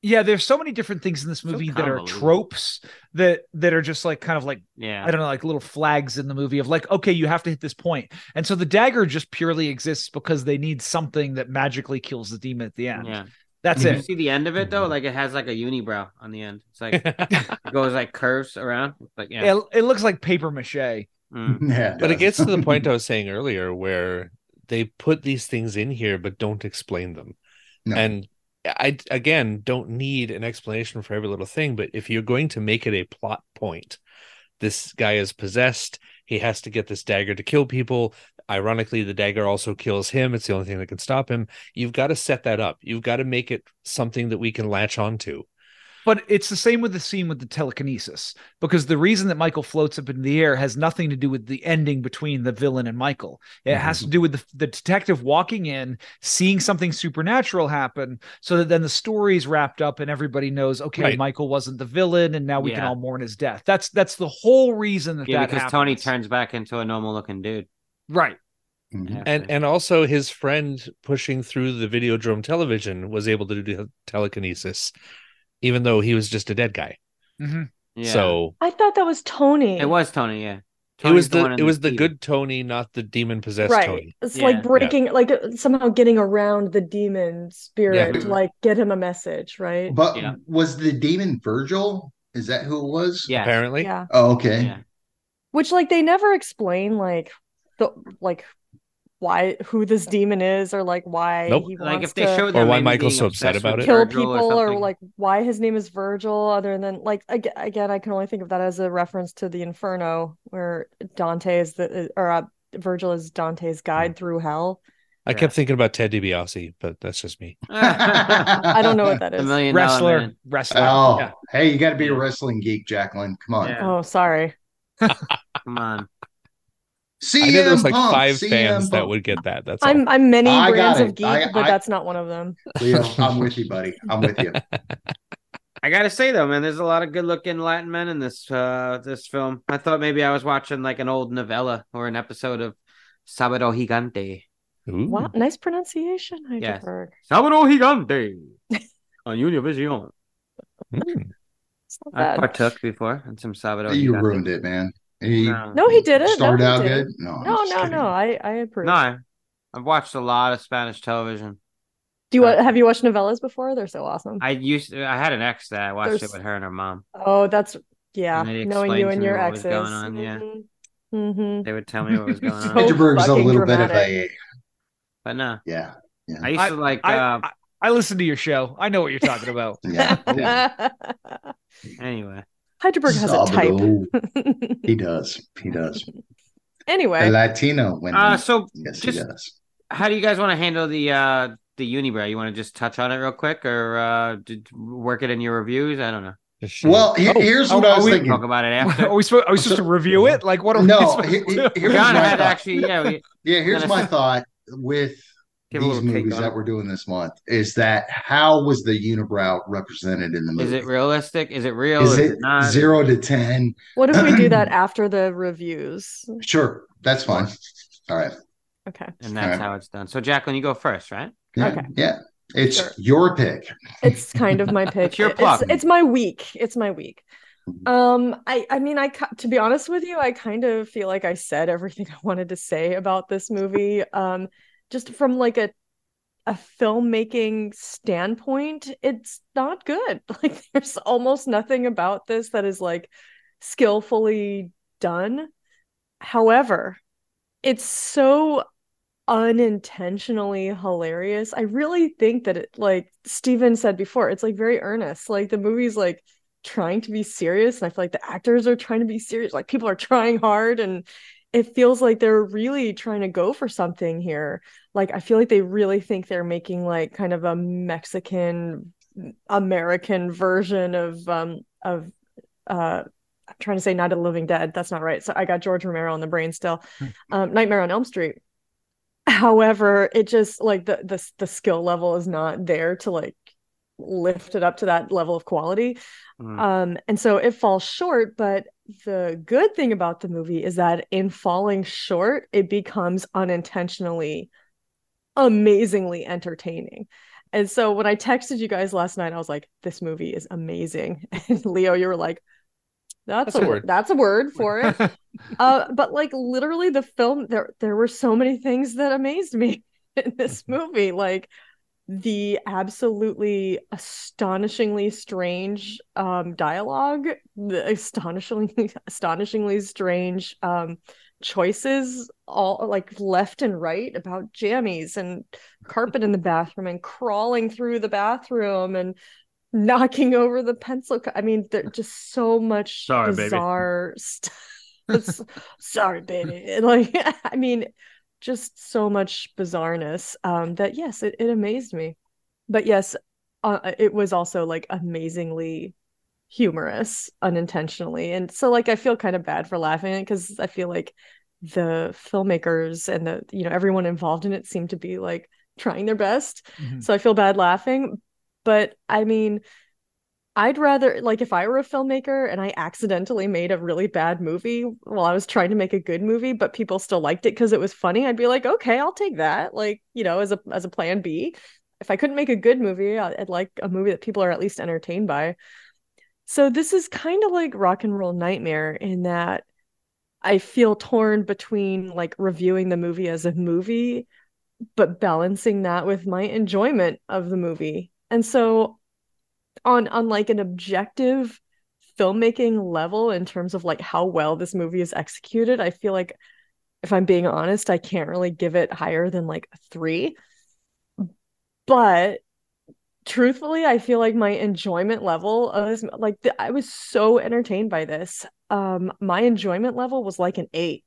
Speaker 6: yeah, there's so many different things in this
Speaker 1: So
Speaker 6: movie that are
Speaker 1: convoluted.
Speaker 6: tropes that that are just like kind of like I
Speaker 1: Yeah.
Speaker 6: don't know, like little flags in the movie of like, okay, you have to hit this point. And so the dagger just purely exists because they need something that magically kills the demon at the end.
Speaker 1: Yeah.
Speaker 6: That's
Speaker 5: Mm-hmm.
Speaker 1: Did you
Speaker 6: it.
Speaker 1: see the end of it though? Like it has like a unibrow on the end. It's like
Speaker 4: (laughs)
Speaker 1: it goes like curves around. Like yeah.
Speaker 6: It, it looks like paper mache.
Speaker 1: Mm.
Speaker 5: (laughs) Yeah,
Speaker 4: but it
Speaker 5: does.
Speaker 4: gets to the
Speaker 5: (laughs)
Speaker 4: point I was saying earlier where they put these things in here but don't explain them.
Speaker 5: No.
Speaker 4: And I again don't need an explanation for every little thing, but if you're going to make it a plot point, this guy is possessed, he has to get this dagger to kill people. Ironically, the dagger also kills him. It's the only thing that can stop him. You've got to set that up. You've got to make it something that we can latch onto.
Speaker 6: But it's the same with the scene with the telekinesis because the reason that Michael floats up in the air has nothing to do with the ending between the villain and Michael. It has
Speaker 1: Mm-hmm.
Speaker 6: to do with the, the detective walking in, seeing something supernatural happen, so that then the story's wrapped up and everybody knows, okay,
Speaker 4: Right.
Speaker 6: Michael wasn't the villain, and now we can
Speaker 1: Yeah.
Speaker 6: all mourn his death. That's that's the whole reason that
Speaker 1: Yeah,
Speaker 6: that
Speaker 1: because
Speaker 6: happens.
Speaker 1: Tony turns back into a normal looking dude.
Speaker 6: right.
Speaker 5: Mhm.
Speaker 4: And and also his friend pushing through the Videodrome television was able to do telekinesis, even though he was just a dead guy.
Speaker 6: Mhm.
Speaker 1: yeah.
Speaker 4: So
Speaker 3: I thought that was Tony.
Speaker 1: it was Tony, yeah.
Speaker 4: it was
Speaker 1: Tony's
Speaker 4: the,
Speaker 1: one in E.
Speaker 4: it was the
Speaker 1: theater.
Speaker 4: good Tony, not the demon possessed
Speaker 3: right.
Speaker 4: Tony.
Speaker 3: It's
Speaker 1: Yeah.
Speaker 3: like breaking, like somehow getting around the demon spirit,
Speaker 1: Yeah.
Speaker 3: like get him a message, right?
Speaker 5: But
Speaker 1: Yeah.
Speaker 5: was the demon Virgil? Is that who it was?
Speaker 1: Yes.
Speaker 4: Apparently,
Speaker 3: yeah.
Speaker 5: Oh, okay.
Speaker 1: Yeah.
Speaker 3: Which like they never explain like the like why who this demon is or like why
Speaker 4: Nope.
Speaker 3: he wants
Speaker 1: Like if they
Speaker 3: to
Speaker 1: showed
Speaker 4: Or
Speaker 1: them
Speaker 4: why
Speaker 1: him
Speaker 4: Michael's
Speaker 1: being
Speaker 4: so upset
Speaker 1: obsessed
Speaker 4: about
Speaker 1: with
Speaker 4: it.
Speaker 3: kill
Speaker 1: Virgil
Speaker 3: people
Speaker 1: or
Speaker 3: or,
Speaker 1: something.
Speaker 3: like why his name is Virgil other than like ag- again I can only think of that as a reference to the Inferno where Dante is the or uh, Virgil is Dante's guide through hell.
Speaker 4: I kept thinking about Ted DiBiase, but that's just me.
Speaker 5: (laughs)
Speaker 3: I don't know what
Speaker 1: (laughs)
Speaker 3: that
Speaker 1: a
Speaker 3: is.
Speaker 1: million dollar
Speaker 6: Wrestler,
Speaker 1: man.
Speaker 6: wrestler.
Speaker 5: Oh,
Speaker 6: Yeah.
Speaker 5: hey, you got to be a wrestling geek, Jacqueline. Come on.
Speaker 1: Yeah.
Speaker 3: Oh, sorry.
Speaker 1: Come on.
Speaker 5: CM
Speaker 4: I know there's like
Speaker 5: Punk,
Speaker 4: five
Speaker 5: CM
Speaker 4: fans that
Speaker 5: Punk.
Speaker 4: would get that. That's
Speaker 3: I'm I'm many
Speaker 5: I got
Speaker 3: brands
Speaker 5: it.
Speaker 3: of geek,
Speaker 5: I-
Speaker 3: but
Speaker 5: I-
Speaker 3: that's not one of them.
Speaker 5: Leo,
Speaker 1: (laughs)
Speaker 5: I'm with you, buddy. I'm with you.
Speaker 1: I gotta say though, man, there's a lot of good looking Latin men in this uh this film. I thought maybe I was watching like an old novella or an episode of Sabado Gigante.
Speaker 4: all. Ooh.
Speaker 3: Wow, nice pronunciation, Heidelberg.
Speaker 1: Sabado Gigante on Univision.
Speaker 4: Mm.
Speaker 3: It's not
Speaker 1: I
Speaker 3: bad.
Speaker 1: partook before in some Sabado
Speaker 5: you
Speaker 1: Gigante.
Speaker 5: ruined it, man. You
Speaker 1: No.
Speaker 3: No, Oh, he didn't. No,
Speaker 5: started
Speaker 3: he
Speaker 5: out
Speaker 3: didn't.
Speaker 5: good. No, I'm
Speaker 3: No,
Speaker 5: just
Speaker 3: no,
Speaker 5: kidding.
Speaker 3: no. I I approve.
Speaker 1: No, I- I've watched a lot of Spanish television.
Speaker 3: Do you wa- have you watched novellas before? They're so awesome.
Speaker 1: I used I had an ex that I watched
Speaker 3: There's-
Speaker 1: it with her and her mom.
Speaker 3: oh, that's yeah.
Speaker 1: And they
Speaker 3: Knowing
Speaker 1: explained
Speaker 3: you
Speaker 1: to
Speaker 3: and
Speaker 1: me
Speaker 3: your
Speaker 1: what was
Speaker 3: exes.
Speaker 1: going on, yeah.
Speaker 3: Mm-hmm.
Speaker 1: They would tell me what was going on.
Speaker 3: So-
Speaker 5: Pittsburgh's a
Speaker 3: fucking
Speaker 5: little bit of
Speaker 3: dramatic.
Speaker 5: a
Speaker 1: but no.
Speaker 5: yeah,
Speaker 1: I used to like
Speaker 6: I,
Speaker 1: uh
Speaker 6: I I listen to your show. I know what you're
Speaker 1: (laughs)
Speaker 6: talking about.
Speaker 5: yeah.
Speaker 3: (laughs)
Speaker 5: yeah.
Speaker 1: anyway.
Speaker 3: Heidelberg has a type.
Speaker 5: Sabado. He does. He does. The
Speaker 3: (laughs) anyway,
Speaker 5: Latino women.
Speaker 1: Uh so
Speaker 5: yes, he
Speaker 1: just-
Speaker 5: does.
Speaker 1: how do you guys want to handle the uh the unibrow? You want to just touch on it real quick or uh did, work it in your reviews? I don't know.
Speaker 5: Well, he-
Speaker 4: Oh,
Speaker 5: here's
Speaker 6: oh,
Speaker 5: what I was
Speaker 6: we-
Speaker 5: thinking.
Speaker 1: Talk about it after.
Speaker 5: (laughs)
Speaker 6: are we supposed? Are we supposed to review it? Like what are we
Speaker 5: No,
Speaker 6: supposed
Speaker 5: he-
Speaker 6: to
Speaker 5: he-
Speaker 6: do?
Speaker 5: here's
Speaker 1: John
Speaker 5: my
Speaker 1: had
Speaker 5: thought.
Speaker 1: actually yeah, we
Speaker 5: Yeah, here's
Speaker 1: Dennis.
Speaker 5: my thought with
Speaker 1: give a
Speaker 5: these
Speaker 1: little take
Speaker 5: movies
Speaker 1: on
Speaker 5: that
Speaker 1: it.
Speaker 5: we're doing this month is that how was the unibrow represented in the
Speaker 1: Is
Speaker 5: movie?
Speaker 1: it realistic? Is it real?
Speaker 5: Is it
Speaker 1: not?
Speaker 5: zero to ten?
Speaker 3: what if we do that after the reviews?
Speaker 5: Sure, that's fine. All right.
Speaker 3: Okay.
Speaker 1: And that's
Speaker 5: Alright.
Speaker 1: how it's done. So Jacqueline, you go first, right?
Speaker 5: Yeah,
Speaker 3: Okay.
Speaker 5: yeah. It's
Speaker 3: Sure.
Speaker 5: your
Speaker 1: (laughs)
Speaker 5: pick. (laughs)
Speaker 3: It's kind of my pick.
Speaker 1: It's your Mm-hmm.
Speaker 3: It-
Speaker 1: plug.
Speaker 3: It's, it's my week. It's my week. Um, I I mean, I ki- to be honest with you, I kind of feel like I said everything (laughs) I wanted to say about this movie. Um, just from like a a filmmaking standpoint, it's not good. (laughs) Like, there's almost nothing about this that is like skillfully done. However, it's so unintentionally hilarious. I really think that it, like Steven said before, it's like very earnest. Like the movie's like trying to be serious, and I feel like the actors are trying to be serious. Like people are trying hard, and it feels like they're really trying to go for something here. Like I feel like they really think they're making like kind of a Mexican American version of um of uh I'm trying to say Night of the Living Dead. That's not right. So I got George Romero on the brain still. um, Nightmare on Elm Street however it just like the the the skill level is not there to like lift it up to that level of quality
Speaker 1: Mm.
Speaker 3: um and so it falls short but the good thing about the movie is that in falling short it becomes unintentionally amazingly entertaining and so when i texted you guys last night i was like this movie is amazing (laughs) and leo you were like that's, a, word that's a word for (laughs) it
Speaker 6: (laughs)
Speaker 3: uh, but like literally
Speaker 7: Mm-hmm.
Speaker 3: the film there there were so many things that amazed me in this movie like the absolutely astonishingly strange um dialogue the astonishingly (laughs) astonishingly strange um choices all like left and right about jammies and carpet in the bathroom and crawling through the bathroom and knocking over the pencil co- i mean there's just so much
Speaker 7: Sorry, baby.
Speaker 3: bizarre stuff It's- (laughs) sorry baby And, like (laughs) i mean just so much bizarreness um that yes it, it amazed me but yes uh, it was also like amazingly humorous unintentionally and so like i feel kind of bad for laughing because i feel like the filmmakers and the you know everyone involved in it seemed to be like trying their best
Speaker 6: Mhm.
Speaker 3: so i feel bad laughing but i mean i'd rather like if i were a filmmaker and i accidentally made a really bad movie while i was trying to make a good movie but people still liked it because it was funny i'd be like okay i'll take that like you know as a as a plan b if i couldn't make a good movie I- i'd like a movie that people are at least entertained by so this is kind of like rock and roll nightmare in that i feel torn between like reviewing the movie as a movie but balancing that with my enjoyment of the movie. And so on on like an objective filmmaking level in terms of like how well this movie is executed, I feel like if I'm being honest, I can't really give it higher than like a 3. But truthfully, I feel like my enjoyment level of this like the, I was so entertained by this. Um my enjoyment level was like an 8.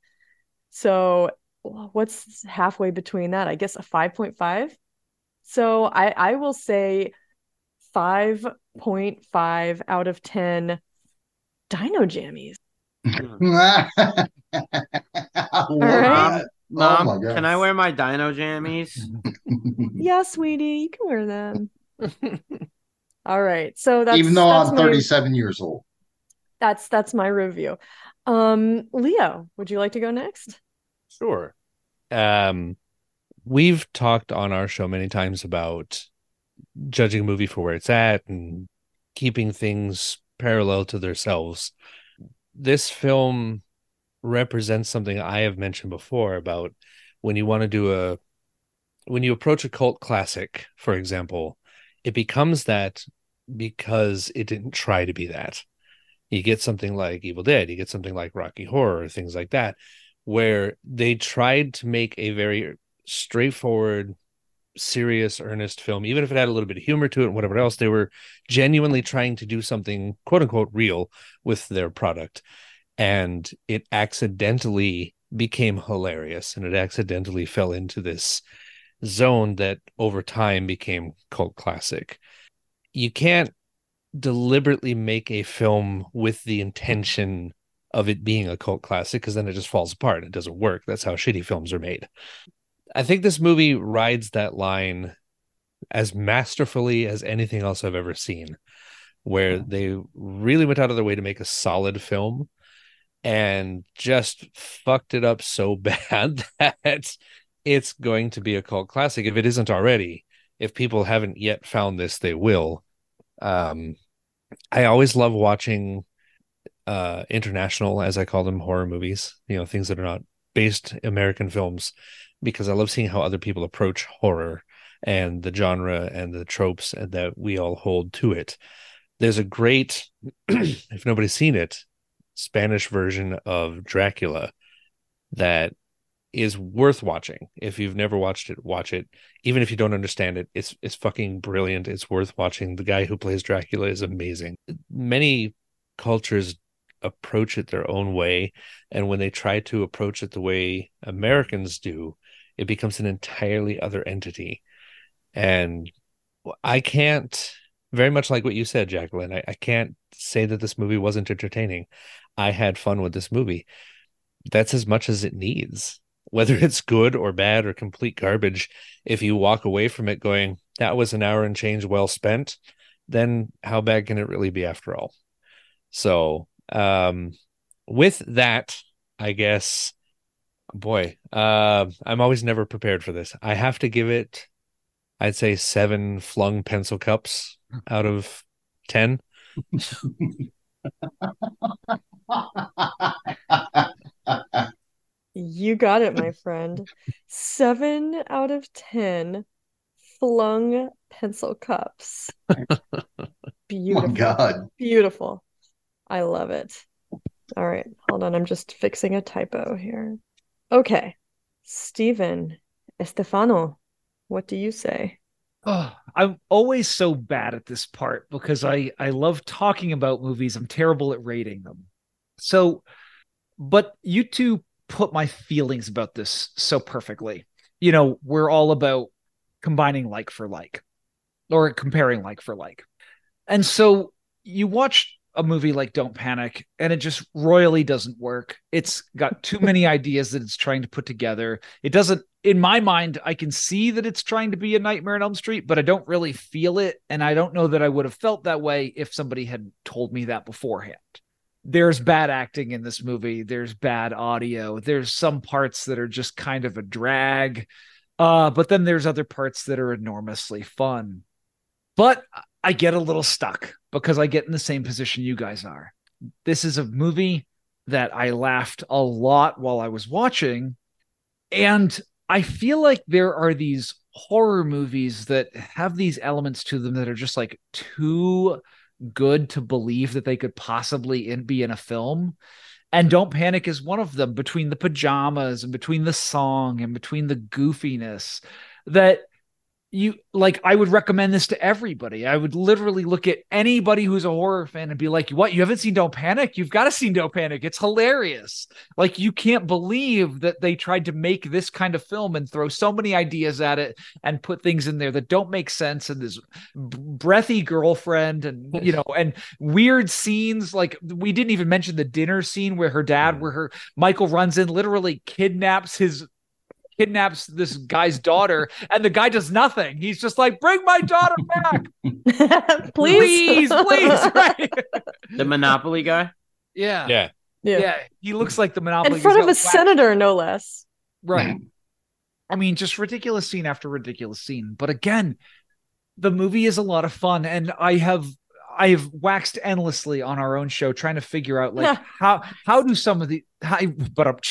Speaker 3: So well, what's halfway between that? I guess a 5.5. So I I will say 5.5 out of 10 dino jammies.
Speaker 1: Mm.
Speaker 3: right.
Speaker 5: Oh
Speaker 1: Mom,
Speaker 5: my God.
Speaker 1: can I
Speaker 5: (laughs)
Speaker 1: wear my dino jammies?
Speaker 5: Hmm.
Speaker 3: Yeah, sweetie, you can wear them.
Speaker 5: (laughs)
Speaker 3: All right. So that's
Speaker 5: Even though
Speaker 3: that's
Speaker 5: I'm
Speaker 3: my-
Speaker 5: 37 years old. (laughs)
Speaker 3: that's that's my review. Um Leo, would you like to go next?
Speaker 4: Sure. Um, we've talked on our show many times about judging a movie for where it's at and keeping things parallel to themselves. This film represents something I have mentioned before about when you want to do a when you approach a cult classic, for example, it becomes that because it didn't try to be that. You get something like Evil Dead, you get something like Rocky Horror, things like that where they tried to make a very straightforward, serious, earnest film, even if it had a little bit of humor to it and whatever else, they were genuinely trying to do something quote unquote real with their product. And it accidentally became hilarious and it accidentally fell into this zone that over time became cult classic. You can't deliberately make a film with the intention of it being a cult classic because then it just falls apart. It doesn't work. That's how shitty films are made. I think this movie rides that line as masterfully as anything else I've ever seen, where they really went out of their way to make a solid film and just fucked it up so (laughs) bad that it's going to be a cult classic if it isn't already. If people haven't yet found this, they will. Um, I always love watching uh international as i call them horror movies you know things that are not based american films because i love seeing how other people approach horror and the genre and the tropes and that we all hold to it there's a great (clears throat) if nobody's seen it spanish version of dracula that is worth watching if you've never watched it watch it even if you don't understand it it's it's fucking brilliant it's worth watching the guy who plays dracula is amazing many cultures approach it their own way. And when they try to approach it the way Americans do, it becomes an entirely other entity. And I can't, very much like what you said, Jacqueline, I, I can't say that this movie wasn't entertaining. I had fun with this movie. That's as much as it needs. Whether it's good or bad or complete garbage, if you walk away from it going, that was an hour and change well spent, then how bad can it really be after all? So, um, with that, I guess, boy, uh, I'm always never prepared for this. I have to give it, I'd say, seven flung pencil cups out of 10.
Speaker 3: You got it, my friend. Seven out of ten flung pencil cups.
Speaker 5: (laughs) Oh my
Speaker 3: Beautiful.
Speaker 5: God.
Speaker 3: Beautiful. I love it. All right. Hold on. I'm just fixing a typo here. Okay. Stephen, Estefano, what do you say? (laughs)
Speaker 6: Oh, I'm always so bad at this part because I I love talking about movies. I'm terrible at rating them. So, but you two put my feelings about this so perfectly. You know, we're all about combining like for like or comparing like for like. And so you watch a movie like Don't Panic and it just royally doesn't work. It's got too many ideas that it's trying to put together it doesn't in my mind i can see that it's trying to be a nightmare on elm street but i don't really feel it and i don't know that i would have felt that way if somebody had told me that beforehand there's bad acting in this movie there's bad audio there's some parts that are just kind of a drag uh, but then there's other parts that are enormously fun but i get a little stuck because i get in the same position you guys are this is a movie that i laughed a lot while i was watching and I feel like there are these horror movies that have these elements to them that are just like too good to believe that they could possibly in, be in a film. And Don't Panic is one of them between the pajamas and between the song and between the goofiness that you like. I would recommend this to everybody. I would literally look at anybody who's a horror fan and be like, What? You haven't seen Don't Panic? You've got to see Don't Panic. It's hilarious. Like you can't believe that they tried to make this kind of film and throw so many ideas at it and put things in there that don't make sense and this b- breathy girlfriend and you know and weird scenes like we didn't even mention the dinner scene where her dad where her Michael runs in literally kidnaps his kidnaps this guy's daughter and the guy does nothing. He's just like bring my daughter
Speaker 3: (laughs)
Speaker 6: back.
Speaker 3: Please.
Speaker 6: (laughs) please, please, (laughs)
Speaker 3: (laughs)
Speaker 6: right?
Speaker 1: The Monopoly
Speaker 6: (laughs)
Speaker 1: guy?
Speaker 6: Yeah.
Speaker 4: Yeah.
Speaker 3: Yeah.
Speaker 6: Yeah, he looks like the monopoly.
Speaker 3: In
Speaker 6: He's
Speaker 3: front of a
Speaker 6: got whack-
Speaker 3: senator, no less.
Speaker 6: Right. I mean, just ridiculous scene after ridiculous scene. But again, the movie is a lot of fun, and I have I have waxed endlessly on our own show trying to figure out like how how do some of the how, but up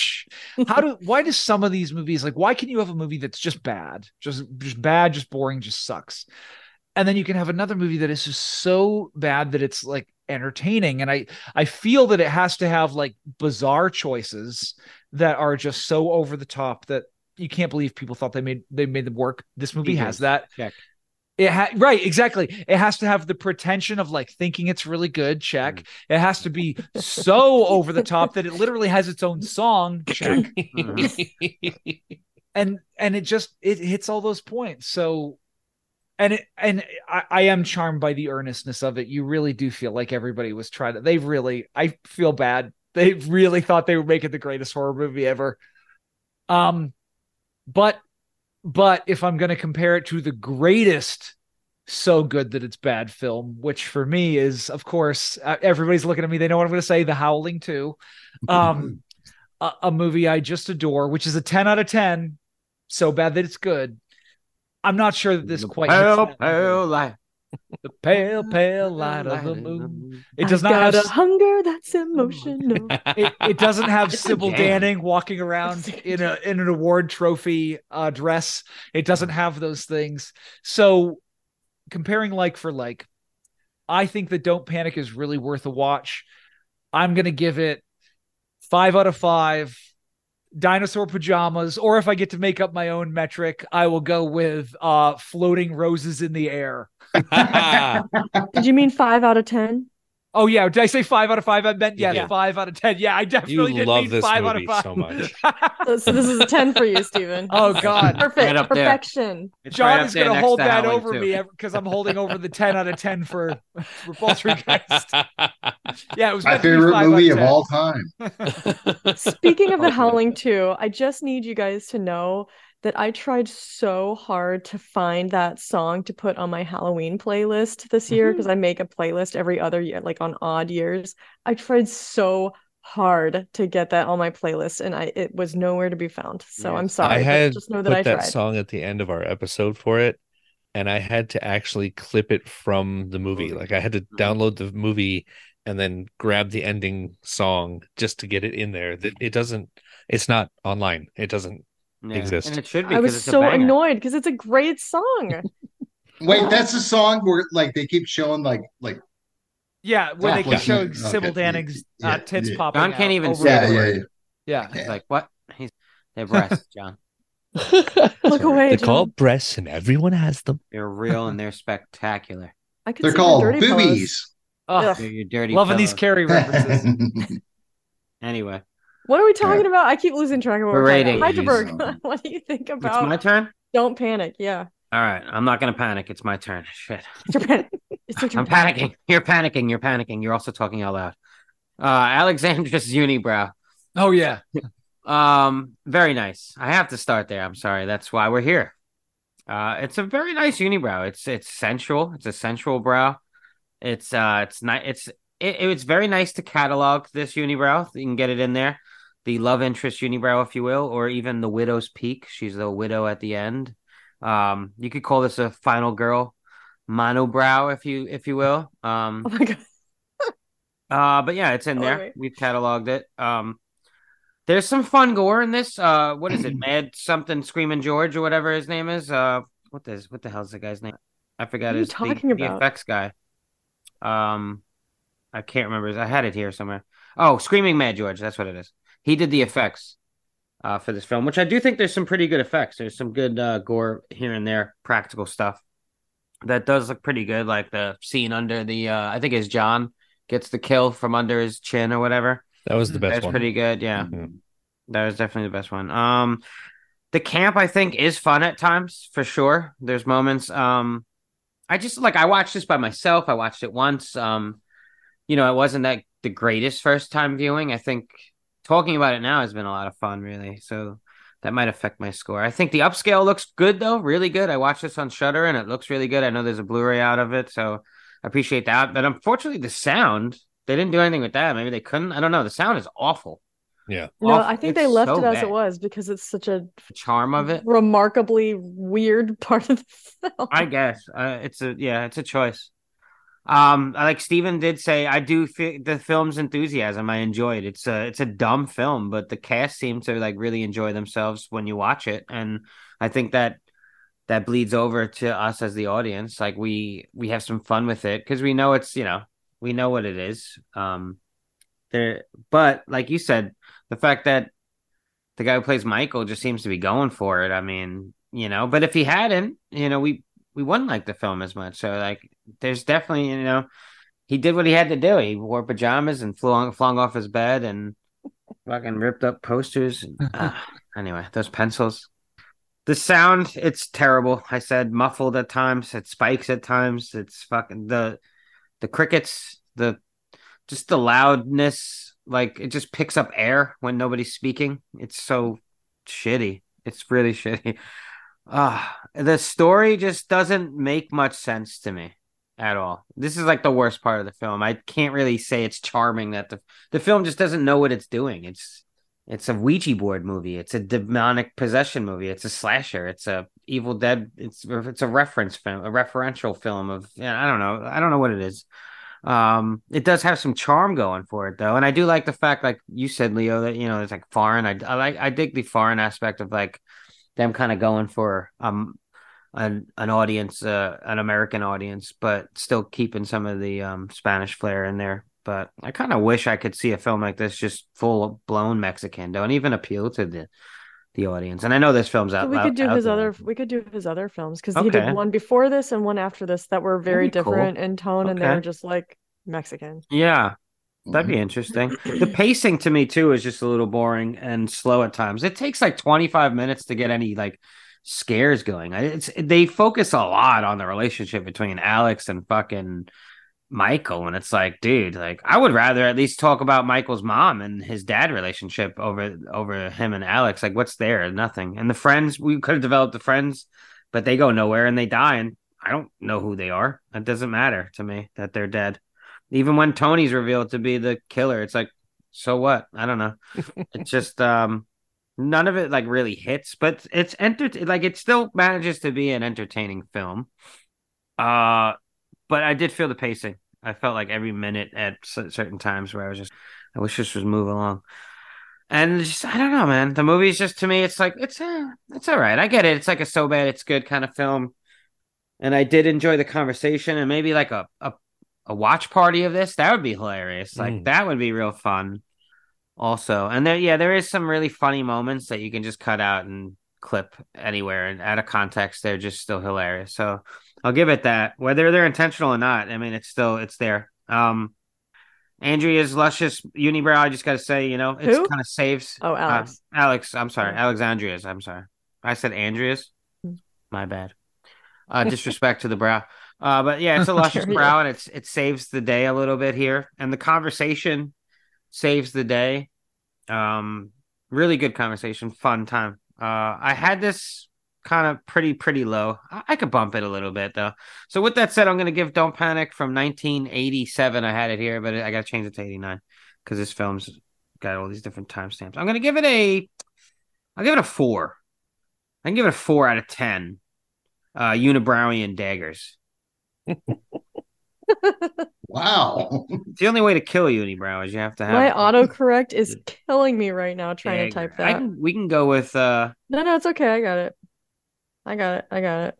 Speaker 6: how do why do some of these movies like why can you have a movie that's just bad just just bad just boring just sucks and then you can have another movie that is just so bad that it's like entertaining and i i feel that it has to have like bizarre choices that are just so over the top that you can't believe people thought they made they made them work this movie has that
Speaker 1: Check.
Speaker 6: it ha- right exactly it has to have the pretension of like thinking it's really good check it has to be so over the top that it literally has its own song check
Speaker 1: Mm-hmm.
Speaker 6: and and it just it hits all those points so and it, and I, I am charmed by the earnestness of it you really do feel like everybody was trying to they really i feel bad they really thought they were making the greatest horror movie ever um but but if i'm going to compare it to the greatest so good that it's bad film which for me is of course uh, everybody's looking at me they know what i'm going to say the howling too um a, a movie i just adore which is a 10 out of 10 so bad that it's good i'm not sure that this
Speaker 1: The
Speaker 6: quite hits
Speaker 1: pale,
Speaker 6: that
Speaker 1: pale light.
Speaker 6: the pale pale light of the
Speaker 1: in
Speaker 6: moon
Speaker 3: I
Speaker 6: it does not
Speaker 3: got
Speaker 6: have
Speaker 3: a hunger that's
Speaker 6: (laughs)
Speaker 3: emotional.
Speaker 6: it, it doesn't have Sybil
Speaker 1: jam.
Speaker 6: Danning walking around in a in an award trophy uh, dress. It doesn't have those things. So comparing like for like, I think that Don't Panic is really worth a watch. I'm gonna give it five out of five dinosaur pajamas, or if I get to make up my own metric, I will go with uh floating roses in the air.
Speaker 3: Did you mean five out of ten?
Speaker 6: Oh yeah, did I say five out of five? I meant
Speaker 4: You
Speaker 6: yeah,
Speaker 4: did.
Speaker 6: five out of ten. Yeah, I
Speaker 4: you
Speaker 6: definitely did
Speaker 4: love
Speaker 6: mean
Speaker 4: this
Speaker 6: five
Speaker 4: movie
Speaker 6: out
Speaker 4: so
Speaker 6: of
Speaker 4: much.
Speaker 6: (laughs) five.
Speaker 3: So this is a ten for you, Stephen.
Speaker 6: oh god.
Speaker 3: Perfect.
Speaker 1: Right up there.
Speaker 3: Perfection.
Speaker 1: It's
Speaker 6: John
Speaker 1: right up
Speaker 6: is
Speaker 1: there
Speaker 6: going to
Speaker 1: next
Speaker 6: hold
Speaker 1: to
Speaker 6: that
Speaker 1: Howling
Speaker 6: over
Speaker 1: too.
Speaker 6: me because I'm holding over the 10 out of 10 for, for Poltergeist. (laughs) Yeah, it was
Speaker 5: My
Speaker 6: meant to be
Speaker 5: favorite
Speaker 6: five out
Speaker 5: movie of
Speaker 6: 10.
Speaker 5: all
Speaker 4: (laughs)
Speaker 5: time.
Speaker 3: Speaking of the
Speaker 1: Awesome.
Speaker 3: Howling 2, I just need you guys to know that I tried so hard to find that song to put on my Halloween playlist this year
Speaker 4: Mm-hmm.
Speaker 3: because I make a playlist every other year, like on odd years. I tried so hard to get that on my playlist and I it was nowhere to be found. So
Speaker 1: Yeah.
Speaker 3: I'm sorry.
Speaker 4: I
Speaker 3: but
Speaker 4: had
Speaker 3: just know
Speaker 4: put
Speaker 3: that I
Speaker 4: that
Speaker 3: tried.
Speaker 4: song at the end of our episode for it, and I had to actually clip it from the movie.
Speaker 1: Movie.
Speaker 4: Like I had to
Speaker 1: Mhm.
Speaker 4: download the movie and then grab the ending song just to get it in there. That it doesn't. It's not online. It doesn't.
Speaker 1: Yeah.
Speaker 4: Exist.
Speaker 1: And it should be.
Speaker 3: I
Speaker 1: 'cause
Speaker 3: was
Speaker 1: it's a
Speaker 3: so
Speaker 1: banger.
Speaker 4: (laughs)
Speaker 3: annoyed because it's a great song.
Speaker 5: Wait, that's a song where like they keep showing like like
Speaker 6: Yeah, where they
Speaker 5: Yeah.
Speaker 6: keep showing
Speaker 5: Okay.
Speaker 6: Sybil Danning's
Speaker 5: Yeah,
Speaker 6: uh, tits
Speaker 5: yeah.
Speaker 6: popping.
Speaker 1: John
Speaker 6: out
Speaker 1: can't even
Speaker 6: over-
Speaker 1: say
Speaker 5: yeah,
Speaker 1: the
Speaker 5: yeah,
Speaker 1: word.
Speaker 5: yeah.
Speaker 6: Yeah,
Speaker 1: He's like, what? He's they have breasts, (laughs) John.
Speaker 6: (laughs)
Speaker 3: Look
Speaker 5: Sorry.
Speaker 3: away,
Speaker 4: They're called
Speaker 3: John.
Speaker 4: breasts, and everyone has them.
Speaker 1: They're real and they're spectacular.
Speaker 3: I could
Speaker 5: They're
Speaker 3: see your
Speaker 5: called
Speaker 3: dirty pillows.
Speaker 5: boobies.
Speaker 6: Ugh,
Speaker 1: They're your (laughs) dirty.
Speaker 6: loving these
Speaker 1: pillows.
Speaker 6: Carrie references.
Speaker 5: (laughs)
Speaker 1: Anyway,
Speaker 3: What are we talking about? I keep losing track of what
Speaker 1: We're
Speaker 3: we're talking about.
Speaker 5: rating
Speaker 3: (laughs)
Speaker 5: these,
Speaker 3: Heidelberg,
Speaker 5: um,
Speaker 3: what do you think
Speaker 1: it's my
Speaker 3: about?
Speaker 1: turn.
Speaker 3: Don't panic. Yeah,
Speaker 1: All right, I'm not gonna panic. It's my turn. (laughs) Shit.
Speaker 3: it's your panic. It's your
Speaker 1: I'm
Speaker 3: turn.
Speaker 1: panicking. You're panicking. You're panicking. You're also talking out loud. Uh, Alexandra's (laughs) unibrow.
Speaker 6: (laughs) oh (laughs) yeah,
Speaker 1: Um, very nice. I have to start there. I'm sorry. That's why we're here. Uh, it's a very nice unibrow. It's it's sensual. It's a sensual brow. It's uh, it's nice. It's it, it's very nice to catalog this unibrow. You can get it in there, the love interest unibrow, if you will, or even the widow's peak. She's the widow at the end. Um, you could call this a final girl monobrow, if you if you will. Um,
Speaker 3: (laughs) Oh my god.
Speaker 1: uh, but yeah, it's in
Speaker 3: Oh,
Speaker 1: there.
Speaker 3: wait.
Speaker 1: We've cataloged it. Um, there's some fun gore in this. Uh, what
Speaker 3: (clears throat)
Speaker 1: is it? Mad something screaming George or whatever his name is. Uh, what is what the hell's the guy's name? I forgot
Speaker 3: What are you
Speaker 1: his the-
Speaker 3: talking
Speaker 1: the,
Speaker 3: about?
Speaker 1: effects guy. Um, I can't remember. his- I had it here somewhere. Oh, screaming Mad George. That's what it is. He did the effects. Uh, for this film, which I do think there's some pretty good effects. There's some good uh, gore here and there, practical stuff that does look pretty good. Like the scene under the, uh, I think it's John gets the kill from under his chin or whatever.
Speaker 4: That was the best
Speaker 1: Mm, That's
Speaker 4: one.
Speaker 1: pretty good. Yeah,
Speaker 4: Mhm.
Speaker 1: that was definitely the best one. Um, the camp I think is fun at times for sure. There's moments. Um, I just like I watched this by myself. I watched it once. Um, you know, it wasn't that the greatest first time viewing. I think talking about it now has been a lot of fun, really. So that might affect my score. I think the upscale looks good though, really good. I watched this on Shutter and it looks really good. I know there's a Blu-ray out of it, so I appreciate that. But unfortunately, the sound they didn't do anything with that. Maybe they couldn't. I don't know. The sound is awful.
Speaker 4: Yeah.
Speaker 3: No,
Speaker 1: Awful.
Speaker 3: I think
Speaker 1: It's
Speaker 3: they left
Speaker 1: so
Speaker 3: it as
Speaker 1: bad.
Speaker 3: it was because it's such a
Speaker 1: The charm of it,
Speaker 3: remarkably weird (laughs) part of the film.
Speaker 1: I guess. Uh, it's a yeah, it's a choice. Um, I- like Steven did say, I do fi- the film's enthusiasm. I enjoyed it's a it's a dumb film, but the cast seems to like really enjoy themselves when you watch it, and I think that that bleeds over to us as the audience. Like we we have some fun with it because we know it's you know we know what it is. Um, there, but like you said, the fact that the guy who plays Michael just seems to be going for it. I mean, you know, but if he hadn't, you know, we we wouldn't like the film as much. So like, there's definitely you know, he did what he had to do. He wore pajamas and flew on, flung off his bed and fucking ripped up posters. And, ah, anyway, those pencils. The sound, it's terrible. I said muffled at times. It spikes at times. It's fucking the the crickets. The just the loudness like it just picks up air when nobody's speaking it's so shitty it's really (laughs) shitty ah the story just doesn't make much sense to me at all this is like the worst part of the film i can't really say it's charming that the the film just doesn't know what it's doing it's it's a ouija board movie it's a demonic possession movie it's a slasher it's a evil dead it's it's a reference film a referential film of i don't know i don't know what it is um, it does have some charm going for it though, and I do like the fact, like you said, Leo, that you know it's like foreign. I, I like I dig the foreign aspect of like them kind of going for um an an audience, uh, an American audience, but still keeping some of the um Spanish flair in there. But I kind of wish I could see a film like this just full blown Mexican. Don't even appeal to the the audience. And I know this film's
Speaker 3: So
Speaker 1: out.
Speaker 3: we could do
Speaker 1: out
Speaker 3: his
Speaker 1: there.
Speaker 3: other we could do his other films because he
Speaker 1: Okay.
Speaker 3: did one before this and one after this that were very
Speaker 1: be cool.
Speaker 3: different in tone and they
Speaker 1: Okay.
Speaker 3: were just like Mexican.
Speaker 1: Yeah. That'd
Speaker 3: Mm-hmm.
Speaker 1: be interesting. The pacing to me too is just a little boring and slow at times. It takes like 25 minutes to get any like scares going. I- It's they focus a lot on the relationship between Alex and fucking Michael and it's like, dude, like I would rather at least talk about Michael's mom and his dad relationship over over him and Alex. Like what's there? Nothing. And the friends, we could have developed the friends, but they go nowhere and they die and I don't know who they are. It doesn't matter to me that they're dead even when Tony's revealed to be the killer, it's like, so what? I don't know. it's just um none of it like really hits, but it's enter like it still manages to be an entertaining film. Uh but I did feel the pacing. I felt like every minute at cer- certain times where I was just I wish this was move along. And just I don't know, man. The movie's just to me, it's like it's uh, it's all right. I get it. It's like a so bad it's good kind of film. and I did enjoy the conversation and maybe like a a, a watch party of this. That would be hilarious. Like
Speaker 4: Mm.
Speaker 1: that would be real fun. Also, and there yeah, there is some really funny moments that you can just cut out and clip anywhere and out of context, they're just still hilarious. So I'll give it that. Whether they're intentional or not, I mean it's still it's there. Um Andrea's luscious unibrow, I just gotta say, you know, it's
Speaker 3: Who?
Speaker 1: kind of saves
Speaker 3: Oh, Alex.
Speaker 1: uh, Alex, I'm sorry. Alexandria's. I'm sorry. I said Andrea's.
Speaker 3: Mm.
Speaker 1: My bad. Uh, disrespect to the
Speaker 3: (laughs)
Speaker 1: brow. Uh, but yeah, it's a luscious
Speaker 3: Sure, yeah.
Speaker 1: brow, and it's it saves the day a little bit here, and the conversation saves the day. Um, really good conversation, fun time. Uh, I had this kind of pretty pretty low. I, I could bump it a little bit though. So with that said, I'm gonna give Don't Panic from 1987. I had it here, but I gotta change it to 89 because this film's got all these different timestamps. I'm gonna give it a I'll give it a four. I can give it a four out of ten. Uh Unibrowian daggers.
Speaker 5: Wow.
Speaker 1: It's the only way to kill Unibrow is you have to have
Speaker 3: My autocorrect is killing me right now trying to
Speaker 1: dagger.
Speaker 3: type
Speaker 1: I
Speaker 3: that.
Speaker 1: can, we can go with uh
Speaker 3: No, no, it's okay. I got it. I got it. I got it.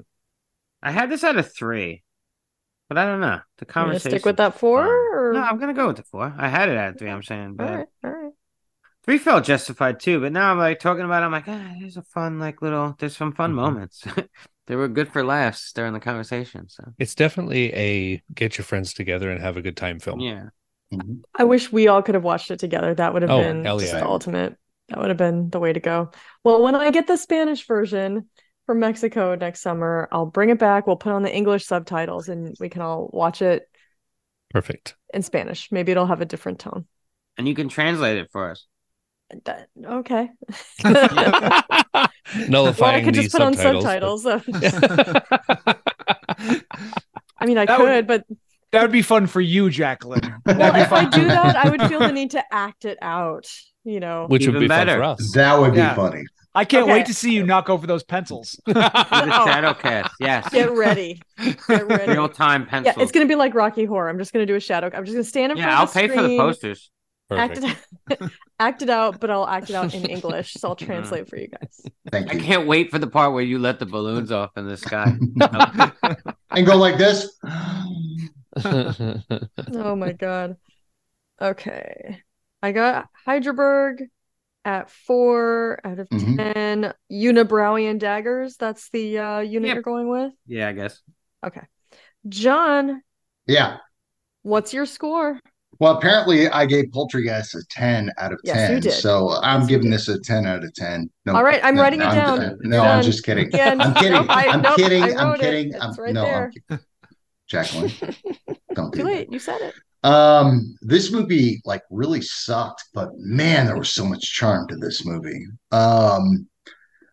Speaker 1: I had this at a three. But I don't know. The
Speaker 3: I'm gonna
Speaker 1: conversation
Speaker 3: stick with that four. Or...
Speaker 1: No, I'm gonna go with the four. I had it at a three, I'm saying,
Speaker 3: All
Speaker 1: but
Speaker 3: right, all right.
Speaker 1: three felt justified too. But now I'm like talking about it, I'm like, ah, there's a fun like little there's some fun
Speaker 4: Mhm.
Speaker 1: moments. (laughs) they were good for laughs during the conversation. So
Speaker 4: It's definitely a get your friends together and have a good time film.
Speaker 1: yeah.
Speaker 5: Mhm.
Speaker 3: I wish we all could have watched it together. That would have
Speaker 4: Oh,
Speaker 3: been
Speaker 4: hell
Speaker 3: just
Speaker 5: yeah.
Speaker 3: the ultimate. That would have been the way to go. Well, when I get the Spanish version from Mexico next summer, I'll bring it back. We'll put on the English subtitles and we can all watch it
Speaker 4: Perfect.
Speaker 3: in Spanish. Maybe it'll have a different tone.
Speaker 1: And you can translate it for
Speaker 3: (laughs)
Speaker 1: us.
Speaker 3: That- okay.
Speaker 4: (laughs)
Speaker 3: (laughs) Well, I
Speaker 4: Nullifying
Speaker 3: could
Speaker 4: the
Speaker 3: just put on
Speaker 4: subtitles.
Speaker 3: subtitles. so-
Speaker 4: subtitles.
Speaker 3: I mean, I
Speaker 6: That would-
Speaker 3: could,
Speaker 6: (laughs)
Speaker 3: but
Speaker 6: That would be fun for you, Jacqueline.
Speaker 3: well, if I
Speaker 5: (laughs)
Speaker 6: fun.
Speaker 3: do that, I would feel the need to act it out. You
Speaker 4: (laughs)
Speaker 3: know,
Speaker 4: (laughs) Which
Speaker 1: Even
Speaker 4: would be
Speaker 1: better.
Speaker 4: fun for us.
Speaker 5: That would be
Speaker 6: Yeah.
Speaker 5: funny.
Speaker 6: I can't
Speaker 3: Okay.
Speaker 6: wait to see you knock over those pencils. (laughs)
Speaker 1: Do the
Speaker 3: Oh.
Speaker 1: shadow cast, yes.
Speaker 3: get ready. Get ready.
Speaker 1: Real time
Speaker 3: Yeah,
Speaker 1: pencil.
Speaker 3: it's gonna be like Rocky Horror. I'm just gonna do a shadow. I'm just gonna stand in
Speaker 1: Yeah,
Speaker 3: front
Speaker 1: I'll
Speaker 3: of the
Speaker 1: pay for the
Speaker 3: screen,
Speaker 1: posters.
Speaker 3: Act
Speaker 4: Perfect.
Speaker 3: it,
Speaker 1: (laughs)
Speaker 3: (laughs) act it out, but I'll act it out in English. So I'll translate for you guys.
Speaker 5: Thank
Speaker 1: I
Speaker 5: you.
Speaker 1: can't wait for the part where you let the balloons off in the sky.
Speaker 5: (laughs) and go
Speaker 3: (gasps)
Speaker 5: like this.
Speaker 4: (laughs)
Speaker 3: Oh my god. Okay. I got Hydraberg at four out of
Speaker 5: Mhm.
Speaker 3: ten. Unibrowian daggers. That's the uh unit
Speaker 1: Yep.
Speaker 3: you're going with.
Speaker 1: yeah, I guess.
Speaker 3: John,
Speaker 5: Yeah.
Speaker 3: what's your score?
Speaker 5: Well, apparently I gave Poltergeist a 10 out of 10.
Speaker 3: Yes, you did.
Speaker 5: So I'm
Speaker 3: Yes, you
Speaker 5: giving
Speaker 3: did.
Speaker 5: this a 10 out of 10. No,
Speaker 3: All right, I'm
Speaker 5: no,
Speaker 3: writing it
Speaker 5: I'm-
Speaker 3: down.
Speaker 5: uh, no, I'm
Speaker 3: Done. (laughs)
Speaker 5: just kidding.
Speaker 3: Yeah,
Speaker 5: I'm kidding.
Speaker 3: nope, I-
Speaker 5: I'm
Speaker 3: nope,
Speaker 5: kidding.
Speaker 3: I
Speaker 5: I'm
Speaker 3: wrote it.
Speaker 5: kidding. I'm
Speaker 3: It's right
Speaker 5: no,
Speaker 3: there.
Speaker 5: I'm kidding. Jacqueline, don't do
Speaker 3: Too
Speaker 5: that.
Speaker 3: late. You said it.
Speaker 5: Um, this movie like really sucked, but man, there was so much charm to this movie. Um,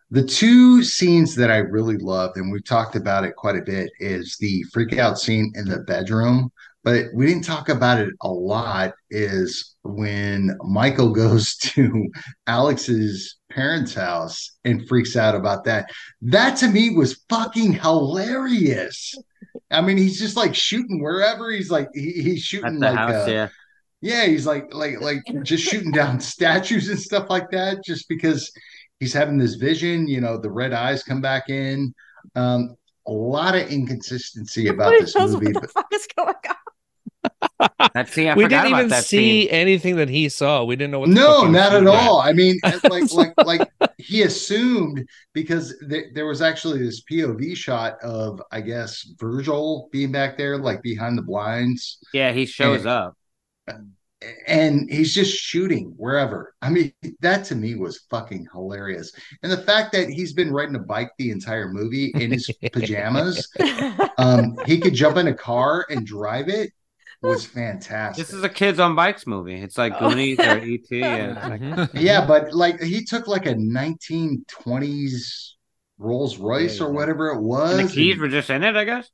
Speaker 5: the two scenes that I really loved, and we've talked about it quite a bit, is the freak out scene in the bedroom. But we didn't talk about it a lot. Is when Michael (laughs) goes to Alex's parents' house and freaks out about that. That to me was fucking hilarious. I mean, he's just like shooting wherever he's like he, he's
Speaker 1: At
Speaker 5: shooting
Speaker 1: the
Speaker 5: like
Speaker 1: house,
Speaker 5: uh,
Speaker 1: yeah.
Speaker 5: yeah, he's like like like just shooting down (laughs) statues and stuff like that, just because he's having this vision. You know, the red eyes come back in. Um, a lot of inconsistency about
Speaker 3: Nobody
Speaker 5: this
Speaker 3: knows (laughs)
Speaker 5: movie,
Speaker 3: what
Speaker 5: but
Speaker 3: the fuck is going on.
Speaker 1: That's see, I
Speaker 4: we
Speaker 1: forgot
Speaker 4: didn't
Speaker 1: about
Speaker 4: even
Speaker 1: that
Speaker 4: see
Speaker 1: scene.
Speaker 4: anything that he saw. We didn't know what. the fuck
Speaker 5: no,
Speaker 4: he was
Speaker 5: not at
Speaker 4: shooting
Speaker 5: all. I mean, like like like he assumed because th- there was actually this POV shot of I guess Virgil being back there, like behind the blinds.
Speaker 1: Yeah, he shows up.
Speaker 5: and he's just shooting wherever. I mean, that to me was fucking hilarious. And the fact that he's been riding a bike the entire movie in his pajamas, (laughs) um, he could jump in a car and drive it was fantastic.
Speaker 1: This is a kids on bikes movie. It's like
Speaker 3: Oh.
Speaker 1: Goonies or E ET. Yeah, it's
Speaker 4: at.
Speaker 1: like-
Speaker 4: Mhm.
Speaker 5: yeah, but like he took like a 1920s Rolls Royce
Speaker 1: Yeah,
Speaker 5: or
Speaker 1: yeah.
Speaker 5: whatever it was.
Speaker 1: and the keys were just in it, I guess.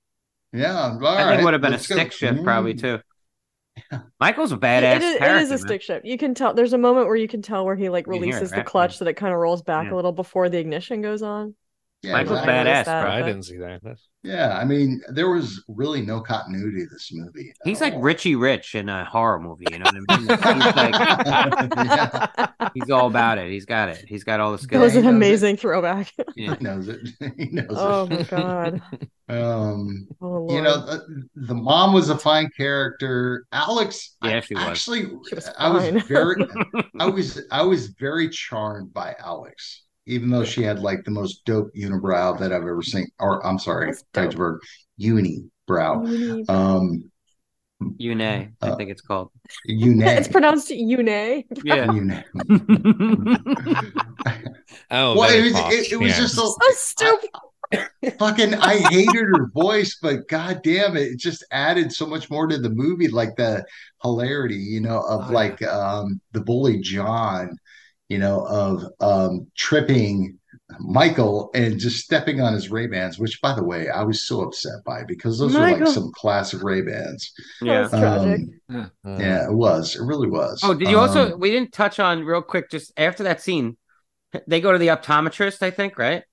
Speaker 5: yeah, all
Speaker 1: I think
Speaker 5: right,
Speaker 1: it would have been a
Speaker 5: let's go.
Speaker 1: stick shift probably
Speaker 5: Mm.
Speaker 1: too. Michael's a
Speaker 3: It-
Speaker 1: badass
Speaker 3: it, is,
Speaker 1: character.
Speaker 3: it is a
Speaker 1: man.
Speaker 3: stick shift. You can tell there's a moment where you can tell where he like
Speaker 1: You hear it
Speaker 3: releases the
Speaker 1: rattling.
Speaker 3: clutch so that it kind of rolls back
Speaker 1: Yeah.
Speaker 3: a little before the ignition goes on.
Speaker 5: Yeah,
Speaker 1: Mike was
Speaker 5: I-
Speaker 3: Exactly.
Speaker 1: badass,
Speaker 3: That-
Speaker 1: bro.
Speaker 4: I didn't see that. That's-
Speaker 5: Yeah, I mean, there was really no continuity to this movie. at
Speaker 1: He's like
Speaker 5: all.
Speaker 1: Richie Rich in a horror movie. You know what I mean? he's like
Speaker 5: (laughs) Yeah,
Speaker 1: he's all about it. He's got it. He's got all the
Speaker 3: That
Speaker 5: Yeah,
Speaker 1: skills.
Speaker 3: was
Speaker 5: he
Speaker 3: an
Speaker 5: knows it.
Speaker 3: amazing throwback.
Speaker 1: Yeah.
Speaker 5: he knows it. (laughs) He knows
Speaker 3: Oh
Speaker 1: (laughs)
Speaker 3: my god.
Speaker 5: it. Um,
Speaker 3: Oh, Lord.
Speaker 5: you know, the, the mom was a fine character. Alex,
Speaker 1: Yeah,
Speaker 5: I
Speaker 1: she was.
Speaker 5: actually,
Speaker 3: She was
Speaker 5: I was
Speaker 3: fine. (laughs)
Speaker 5: very, I was, I was very charmed by Alex, even though she had like the most dope unibrow that I've ever seen. Or I'm sorry,
Speaker 3: That's dope. Mm-hmm.
Speaker 5: Hedgeberg,
Speaker 4: oh,
Speaker 5: unibrow.
Speaker 3: Uni- (laughs)
Speaker 5: Um,
Speaker 1: Yune, I
Speaker 5: Uh,
Speaker 1: think it's called.
Speaker 5: unay,
Speaker 3: it's pronounced Yune. (laughs)
Speaker 5: (laughs)
Speaker 1: Yeah.
Speaker 5: unay.
Speaker 1: (laughs)
Speaker 4: Oh,
Speaker 5: Well,
Speaker 4: that
Speaker 5: it was,
Speaker 4: talk,
Speaker 5: it, it was
Speaker 4: yeah.
Speaker 5: just a,
Speaker 3: So
Speaker 4: (laughs)
Speaker 3: stupid.
Speaker 5: fucking I hated her voice, but god damn it, it just added so much more to the movie, like the hilarity, you know, of
Speaker 6: Oh,
Speaker 5: like um the bully John, you know, of um tripping Michael and just stepping on his Ray Bans, which by the way, I was so upset by because those were
Speaker 1: Michael.
Speaker 5: like some classic Ray Bans.
Speaker 1: yeah.
Speaker 3: That was tragic.
Speaker 5: Um,
Speaker 4: Uh,
Speaker 5: yeah, it was. It really was.
Speaker 1: Oh, did you also?
Speaker 5: Um,
Speaker 1: We didn't touch on real quick. Just after that scene, they go to the optometrist. I think, right?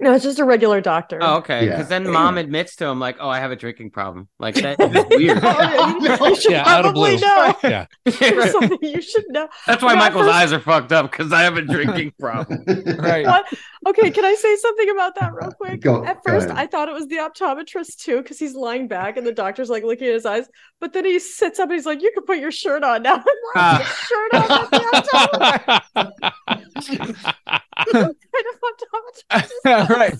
Speaker 3: no, it's just a regular doctor.
Speaker 1: Oh, okay.
Speaker 5: Yeah.
Speaker 1: Because then mom admits to him, like, "Oh, I have a drinking problem." Like that is weird.
Speaker 4: (laughs)
Speaker 3: Oh, yeah, you- you should
Speaker 4: Yeah, out of
Speaker 3: probably
Speaker 4: blue.
Speaker 3: know.
Speaker 1: (laughs)
Speaker 4: yeah.
Speaker 3: (laughs) There's something you should know.
Speaker 1: That's why
Speaker 3: Yeah,
Speaker 1: Michael's
Speaker 3: first-
Speaker 1: eyes are fucked up because I have a drinking problem.
Speaker 5: Um, (laughs)
Speaker 6: (laughs) right.
Speaker 3: What? Okay, can I say something about that real quick?
Speaker 5: Go-
Speaker 3: at
Speaker 5: go
Speaker 3: first,
Speaker 5: ahead.
Speaker 3: I thought it was the optometrist too, because he's lying back and the doctor's like looking at his eyes. But then he sits up and he's like, "You can put your shirt on now." (laughs) I'm like,
Speaker 1: Ah.
Speaker 3: "Your shirt on at
Speaker 1: (laughs)
Speaker 3: the optometrist." (laughs) Kind of optometrist.
Speaker 6: right.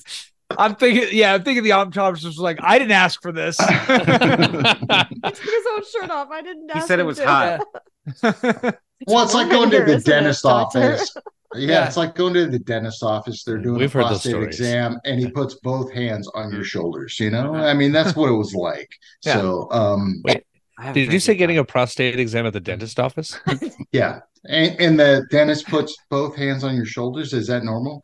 Speaker 6: I'm thinking, yeah, I'm thinking the optometrist was like, I didn't ask for (laughs)
Speaker 1: (laughs)
Speaker 6: this.
Speaker 3: He took his own shirt off. I didn't.
Speaker 1: He
Speaker 3: ask
Speaker 1: said it
Speaker 3: him
Speaker 1: was
Speaker 3: to. (laughs)
Speaker 1: hot.
Speaker 5: Well, it's like going to
Speaker 3: Wonder,
Speaker 5: the
Speaker 3: isn't it,
Speaker 5: dentist
Speaker 3: doctor? (laughs)
Speaker 5: office. Yeah,
Speaker 6: Yeah.
Speaker 5: it's like going to the dentist office. They're doing
Speaker 4: We've
Speaker 5: a
Speaker 4: heard those
Speaker 5: prostate
Speaker 4: stories.
Speaker 5: exam, and he puts both hands on your shoulders. You know, I mean, that's what it was like.
Speaker 6: (laughs) Yeah.
Speaker 5: So, um,
Speaker 4: Wait. Did you say getting a prostate exam at the dentist
Speaker 5: (laughs)
Speaker 4: office?
Speaker 5: yeah, and, and the dentist puts both hands on your shoulders. Is that normal?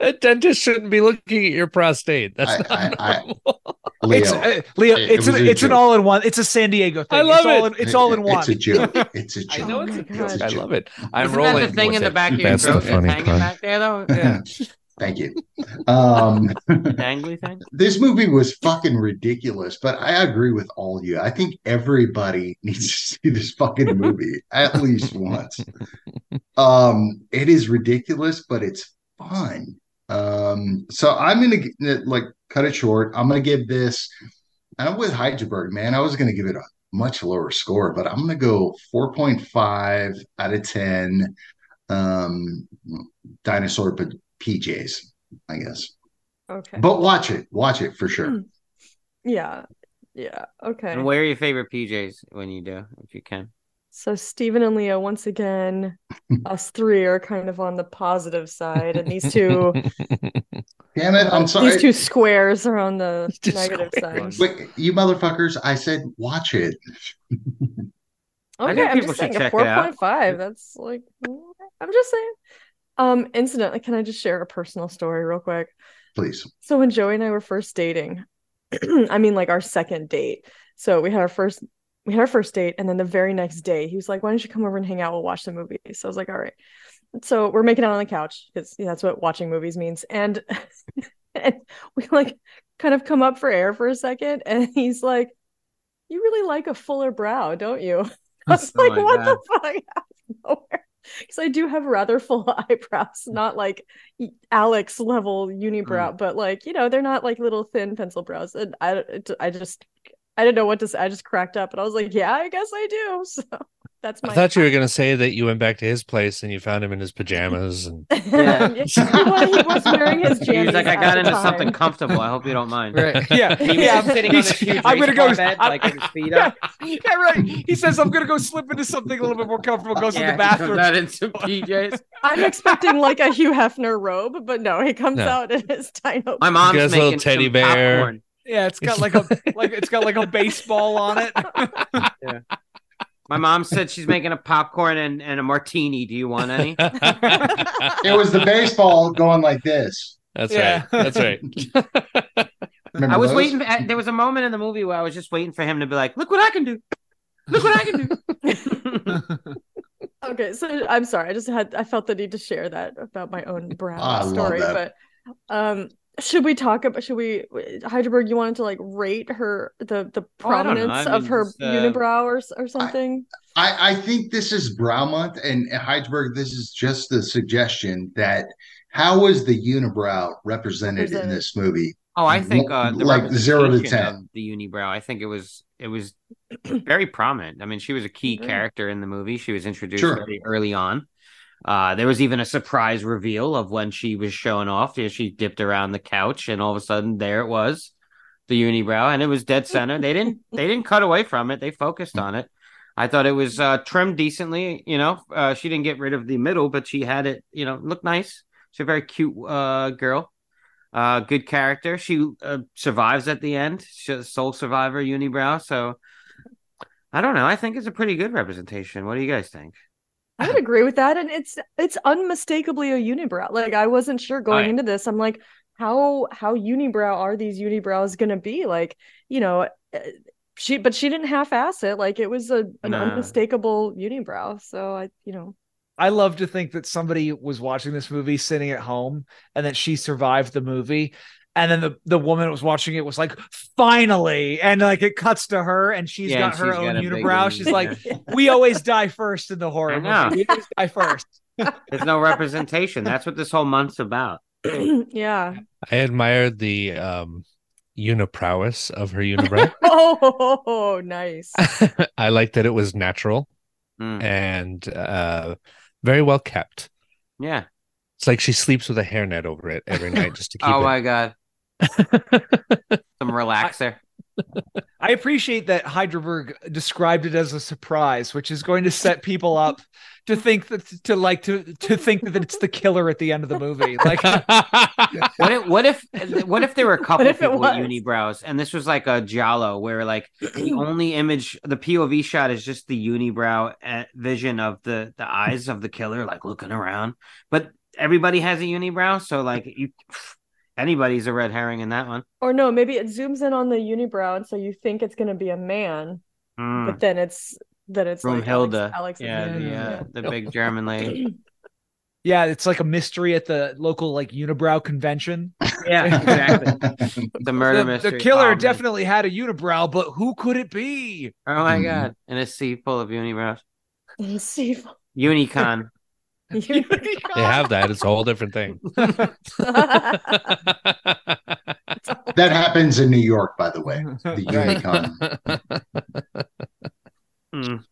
Speaker 4: a dentist shouldn't be looking at your prostate. That's
Speaker 5: I-
Speaker 4: not
Speaker 5: I- I-
Speaker 4: normal.
Speaker 5: Leo,
Speaker 6: It's, uh, Leo,
Speaker 5: It- it
Speaker 6: it's
Speaker 5: was
Speaker 6: an,
Speaker 5: a
Speaker 6: it's an
Speaker 5: joke.
Speaker 6: all in one. It's a San Diego thing.
Speaker 4: I love
Speaker 6: it's All in,
Speaker 4: it.
Speaker 6: it's all in one.
Speaker 5: It's a joke. It's a
Speaker 4: I
Speaker 5: joke.
Speaker 4: know it's
Speaker 3: my
Speaker 4: a
Speaker 3: God.
Speaker 4: joke. (laughs) I love it. I'm
Speaker 1: I'm Isn't
Speaker 4: rolling.
Speaker 1: that the thing
Speaker 4: with
Speaker 1: in the
Speaker 4: it.
Speaker 1: back of your
Speaker 7: That's the
Speaker 1: throat that's
Speaker 7: funny
Speaker 1: hanging
Speaker 7: part.
Speaker 1: back there, though? Yeah.
Speaker 5: Thank you. Um,
Speaker 1: Dangly thing.
Speaker 5: this movie was fucking ridiculous, but I agree with all you. I think everybody (laughs) needs to see this fucking movie at least once. Um, it is ridiculous, but it's fun. Um, so I'm gonna g- like cut it short. I'm gonna give this. I'm with Heidelberg, man. I was gonna give it a much lower score, but I'm gonna go 4.5 out of 10. Um, dinosaur p- PJs, I guess.
Speaker 3: Okay.
Speaker 5: But watch it, watch it for sure.
Speaker 3: yeah. Yeah. Okay.
Speaker 1: And wear your favorite PJs when you do, if you can.
Speaker 3: So Stephen and Leo, once
Speaker 5: (laughs)
Speaker 3: again, us three are kind of on the positive side, and these two,
Speaker 5: Damn it! I'm (laughs) sorry.
Speaker 3: these two squares are
Speaker 1: (laughs)
Speaker 3: on the
Speaker 4: Two
Speaker 3: negative
Speaker 4: squares.
Speaker 3: side.
Speaker 5: Wait, you motherfuckers! I said watch it.
Speaker 1: I
Speaker 3: Okay,
Speaker 1: think
Speaker 3: I'm
Speaker 1: people
Speaker 3: just
Speaker 1: should
Speaker 3: saying a
Speaker 1: check
Speaker 3: four
Speaker 1: it out.
Speaker 3: point five. That's like I'm just saying. Um, incidentally, can I just share a personal story real quick?
Speaker 5: Please.
Speaker 3: So when Joey and I were first dating, (clears throat) I mean like our second date. So we had our first we had our first date and then the very next day he was like, "Why don't you come over and hang out? We'll watch the movie." So I was like, "All right." So we're making out on the couch because that's what watching movies means. And (laughs) and we like kind of come up for air for a second and he's like, "You really like a fuller brow, don't you?" (laughs) I was
Speaker 1: Oh
Speaker 3: like,
Speaker 1: my
Speaker 3: "What the fuck?" (laughs) Out of nowhere. Because I do have rather (laughs) full eyebrows,
Speaker 1: Mm.
Speaker 3: not like Alex level unibrow, but like you know, they're not like little thin pencil brows. And I, it- I just, I didn't know what to say. I just cracked up, and I was like, "Yeah, I guess I do." (laughs) So that's my.
Speaker 4: I
Speaker 3: (laughs)
Speaker 4: thought you were going to say that you went back to his place and you found him in his pajamas. And
Speaker 1: Yeah.
Speaker 3: he, was, he was wearing his
Speaker 1: (laughs) He
Speaker 3: jammies.
Speaker 1: was like, I got
Speaker 3: at the
Speaker 1: into something
Speaker 3: time."
Speaker 1: comfortable. I hope you don't mind.
Speaker 6: (laughs)
Speaker 4: (laughs)
Speaker 1: (laughs)
Speaker 6: Yeah.
Speaker 1: He was
Speaker 6: yeah.
Speaker 3: I'm
Speaker 1: sitting on this huge
Speaker 6: I'm gonna go.
Speaker 1: baseball bat,
Speaker 6: I'm-
Speaker 1: like with his feet up.
Speaker 6: (laughs) yeah, right. He says, I'm going to go slip into something a little bit more comfortable, goes to
Speaker 1: Yeah,
Speaker 6: the
Speaker 1: he
Speaker 6: bathroom.
Speaker 1: comes out in some PJs.
Speaker 3: I'm expecting like a Hugh Hefner robe, but no, he comes
Speaker 4: No.
Speaker 3: out in his (laughs) dino.
Speaker 1: My mom's
Speaker 4: He has a
Speaker 1: making
Speaker 4: little teddy
Speaker 1: some
Speaker 4: bear.
Speaker 1: popcorn.
Speaker 6: Yeah, it's got like a like it's got like a baseball on it.
Speaker 1: My mom said she's making a popcorn and, and a martini. Do you want
Speaker 4: (laughs)
Speaker 1: any?
Speaker 5: It was the baseball going like this.
Speaker 4: That's
Speaker 6: Yeah.
Speaker 4: right. That's right.
Speaker 5: Remember
Speaker 1: I was
Speaker 5: those?
Speaker 1: waiting. For, there was a moment in the movie where I was just waiting for him to be like, "Look what I can do! Look what I can do!"
Speaker 5: (laughs)
Speaker 3: Okay, so I'm sorry. I just had I felt the need to share that about my own brow
Speaker 5: Ah, I love
Speaker 3: story,
Speaker 5: that.
Speaker 3: but Um, should we talk about? Should we, Heidelberg? You wanted to like rate her the the
Speaker 1: Oh, I don't know.
Speaker 3: prominence
Speaker 1: I
Speaker 3: of
Speaker 1: mean,
Speaker 3: her
Speaker 1: it's, uh,
Speaker 3: unibrow or s- or something?
Speaker 5: I, I think this is brow month and Heidelberg. This is just the suggestion that how is the unibrow represented in
Speaker 3: Represented.
Speaker 5: this movie? (laughs)
Speaker 1: Oh, I think uh, the
Speaker 5: Like zero to
Speaker 1: representation
Speaker 5: 10.
Speaker 1: of The unibrow. I think it was it was very prominent. I mean, she was a key
Speaker 3: Mhm.
Speaker 1: character in the movie. She was introduced
Speaker 5: Sure.
Speaker 1: very early on. Uh, there was even a surprise reveal of when she was showing off. Yeah, She dipped around the couch, and all of a sudden, there it was, the unibrow, and it was dead center. They didn't they didn't cut away from it. They focused on it. I thought it was uh, trimmed decently. You know, uh, she didn't get rid of the middle, but she had it. You know, looked nice. She's a very cute uh, girl. Uh, good character. She uh, survives at the end. She's a sole survivor, unibrow. So I don't know. I think it's a pretty good representation. What do you guys think?
Speaker 3: I would agree with that, and it's it's unmistakably a unibrow. Like I wasn't sure going
Speaker 1: yeah.
Speaker 3: into this. I'm like, how how unibrow are these unibrows going to be? Like you know, eh, she but she didn't half-ass it. Like it was a an
Speaker 1: Nah.
Speaker 3: unmistakable unibrow. So I you know (clears throat)
Speaker 6: I love to think that somebody was watching this movie sitting at home and that she survived the movie. And then the, the woman that was watching it was like, finally. And like it cuts to her and she's
Speaker 1: Yeah,
Speaker 6: got
Speaker 1: and
Speaker 6: her
Speaker 1: she's
Speaker 6: own
Speaker 1: got a big
Speaker 6: unibrow.
Speaker 1: one,
Speaker 6: She's
Speaker 1: yeah.
Speaker 6: like, we always die first in the horror
Speaker 1: I know.
Speaker 6: movie. We always die first.
Speaker 1: (laughs) There's no representation. That's what this whole month's about.
Speaker 3: yeah.
Speaker 4: I admired the um uniprowess of
Speaker 5: (laughs)
Speaker 4: her unibrow.
Speaker 3: (laughs) Oh, nice.
Speaker 4: (laughs) I liked that it was natural
Speaker 1: Mm.
Speaker 4: and uh very well kept.
Speaker 1: Yeah.
Speaker 4: It's like she sleeps with a hairnet over it every
Speaker 1: (laughs)
Speaker 4: night just to keep
Speaker 1: oh
Speaker 4: it.
Speaker 1: my god. Some relaxer.
Speaker 6: I appreciate that Heidelberg described it as a surprise, which is going to set people up to think that to like to to think that it's the killer at the end of the movie.
Speaker 1: (laughs)
Speaker 6: Like
Speaker 1: What if what if what if there were a (laughs) couple
Speaker 3: if it
Speaker 1: people with
Speaker 3: was?
Speaker 1: unibrows and this was like a Jalo where like the (clears throat) only image the POV shot is just the unibrow uh, vision of the the eyes of the killer like looking around but everybody has a unibrow so like you (sighs) anybody's a red herring in that one
Speaker 3: (laughs) Or no, maybe it zooms in on the unibrow, and so you think it's going to be a man,
Speaker 1: Mm.
Speaker 3: but then it's then it's
Speaker 1: from
Speaker 3: like
Speaker 1: Hilda
Speaker 3: Alex, Alex
Speaker 1: yeah
Speaker 3: and-
Speaker 1: the,
Speaker 3: yeah.
Speaker 1: uh, the big German lady
Speaker 6: yeah, it's like a mystery at the local like unibrow convention.
Speaker 1: (laughs) yeah exactly the murder
Speaker 6: The,
Speaker 1: mystery
Speaker 6: the killer
Speaker 1: Oh, man.
Speaker 6: definitely had a unibrow, but who could it be?
Speaker 1: oh my
Speaker 3: Hmm.
Speaker 5: Mhm.
Speaker 1: god and a sea full of unibrows uh,
Speaker 3: (laughs) Let's
Speaker 1: (laughs)
Speaker 3: see if-
Speaker 6: (laughs)
Speaker 1: unicon
Speaker 4: They have that. It's a whole different thing.
Speaker 5: that happens in New York, by the way. The
Speaker 6: Right.
Speaker 5: Unicon.
Speaker 6: Hmm.
Speaker 1: Mm.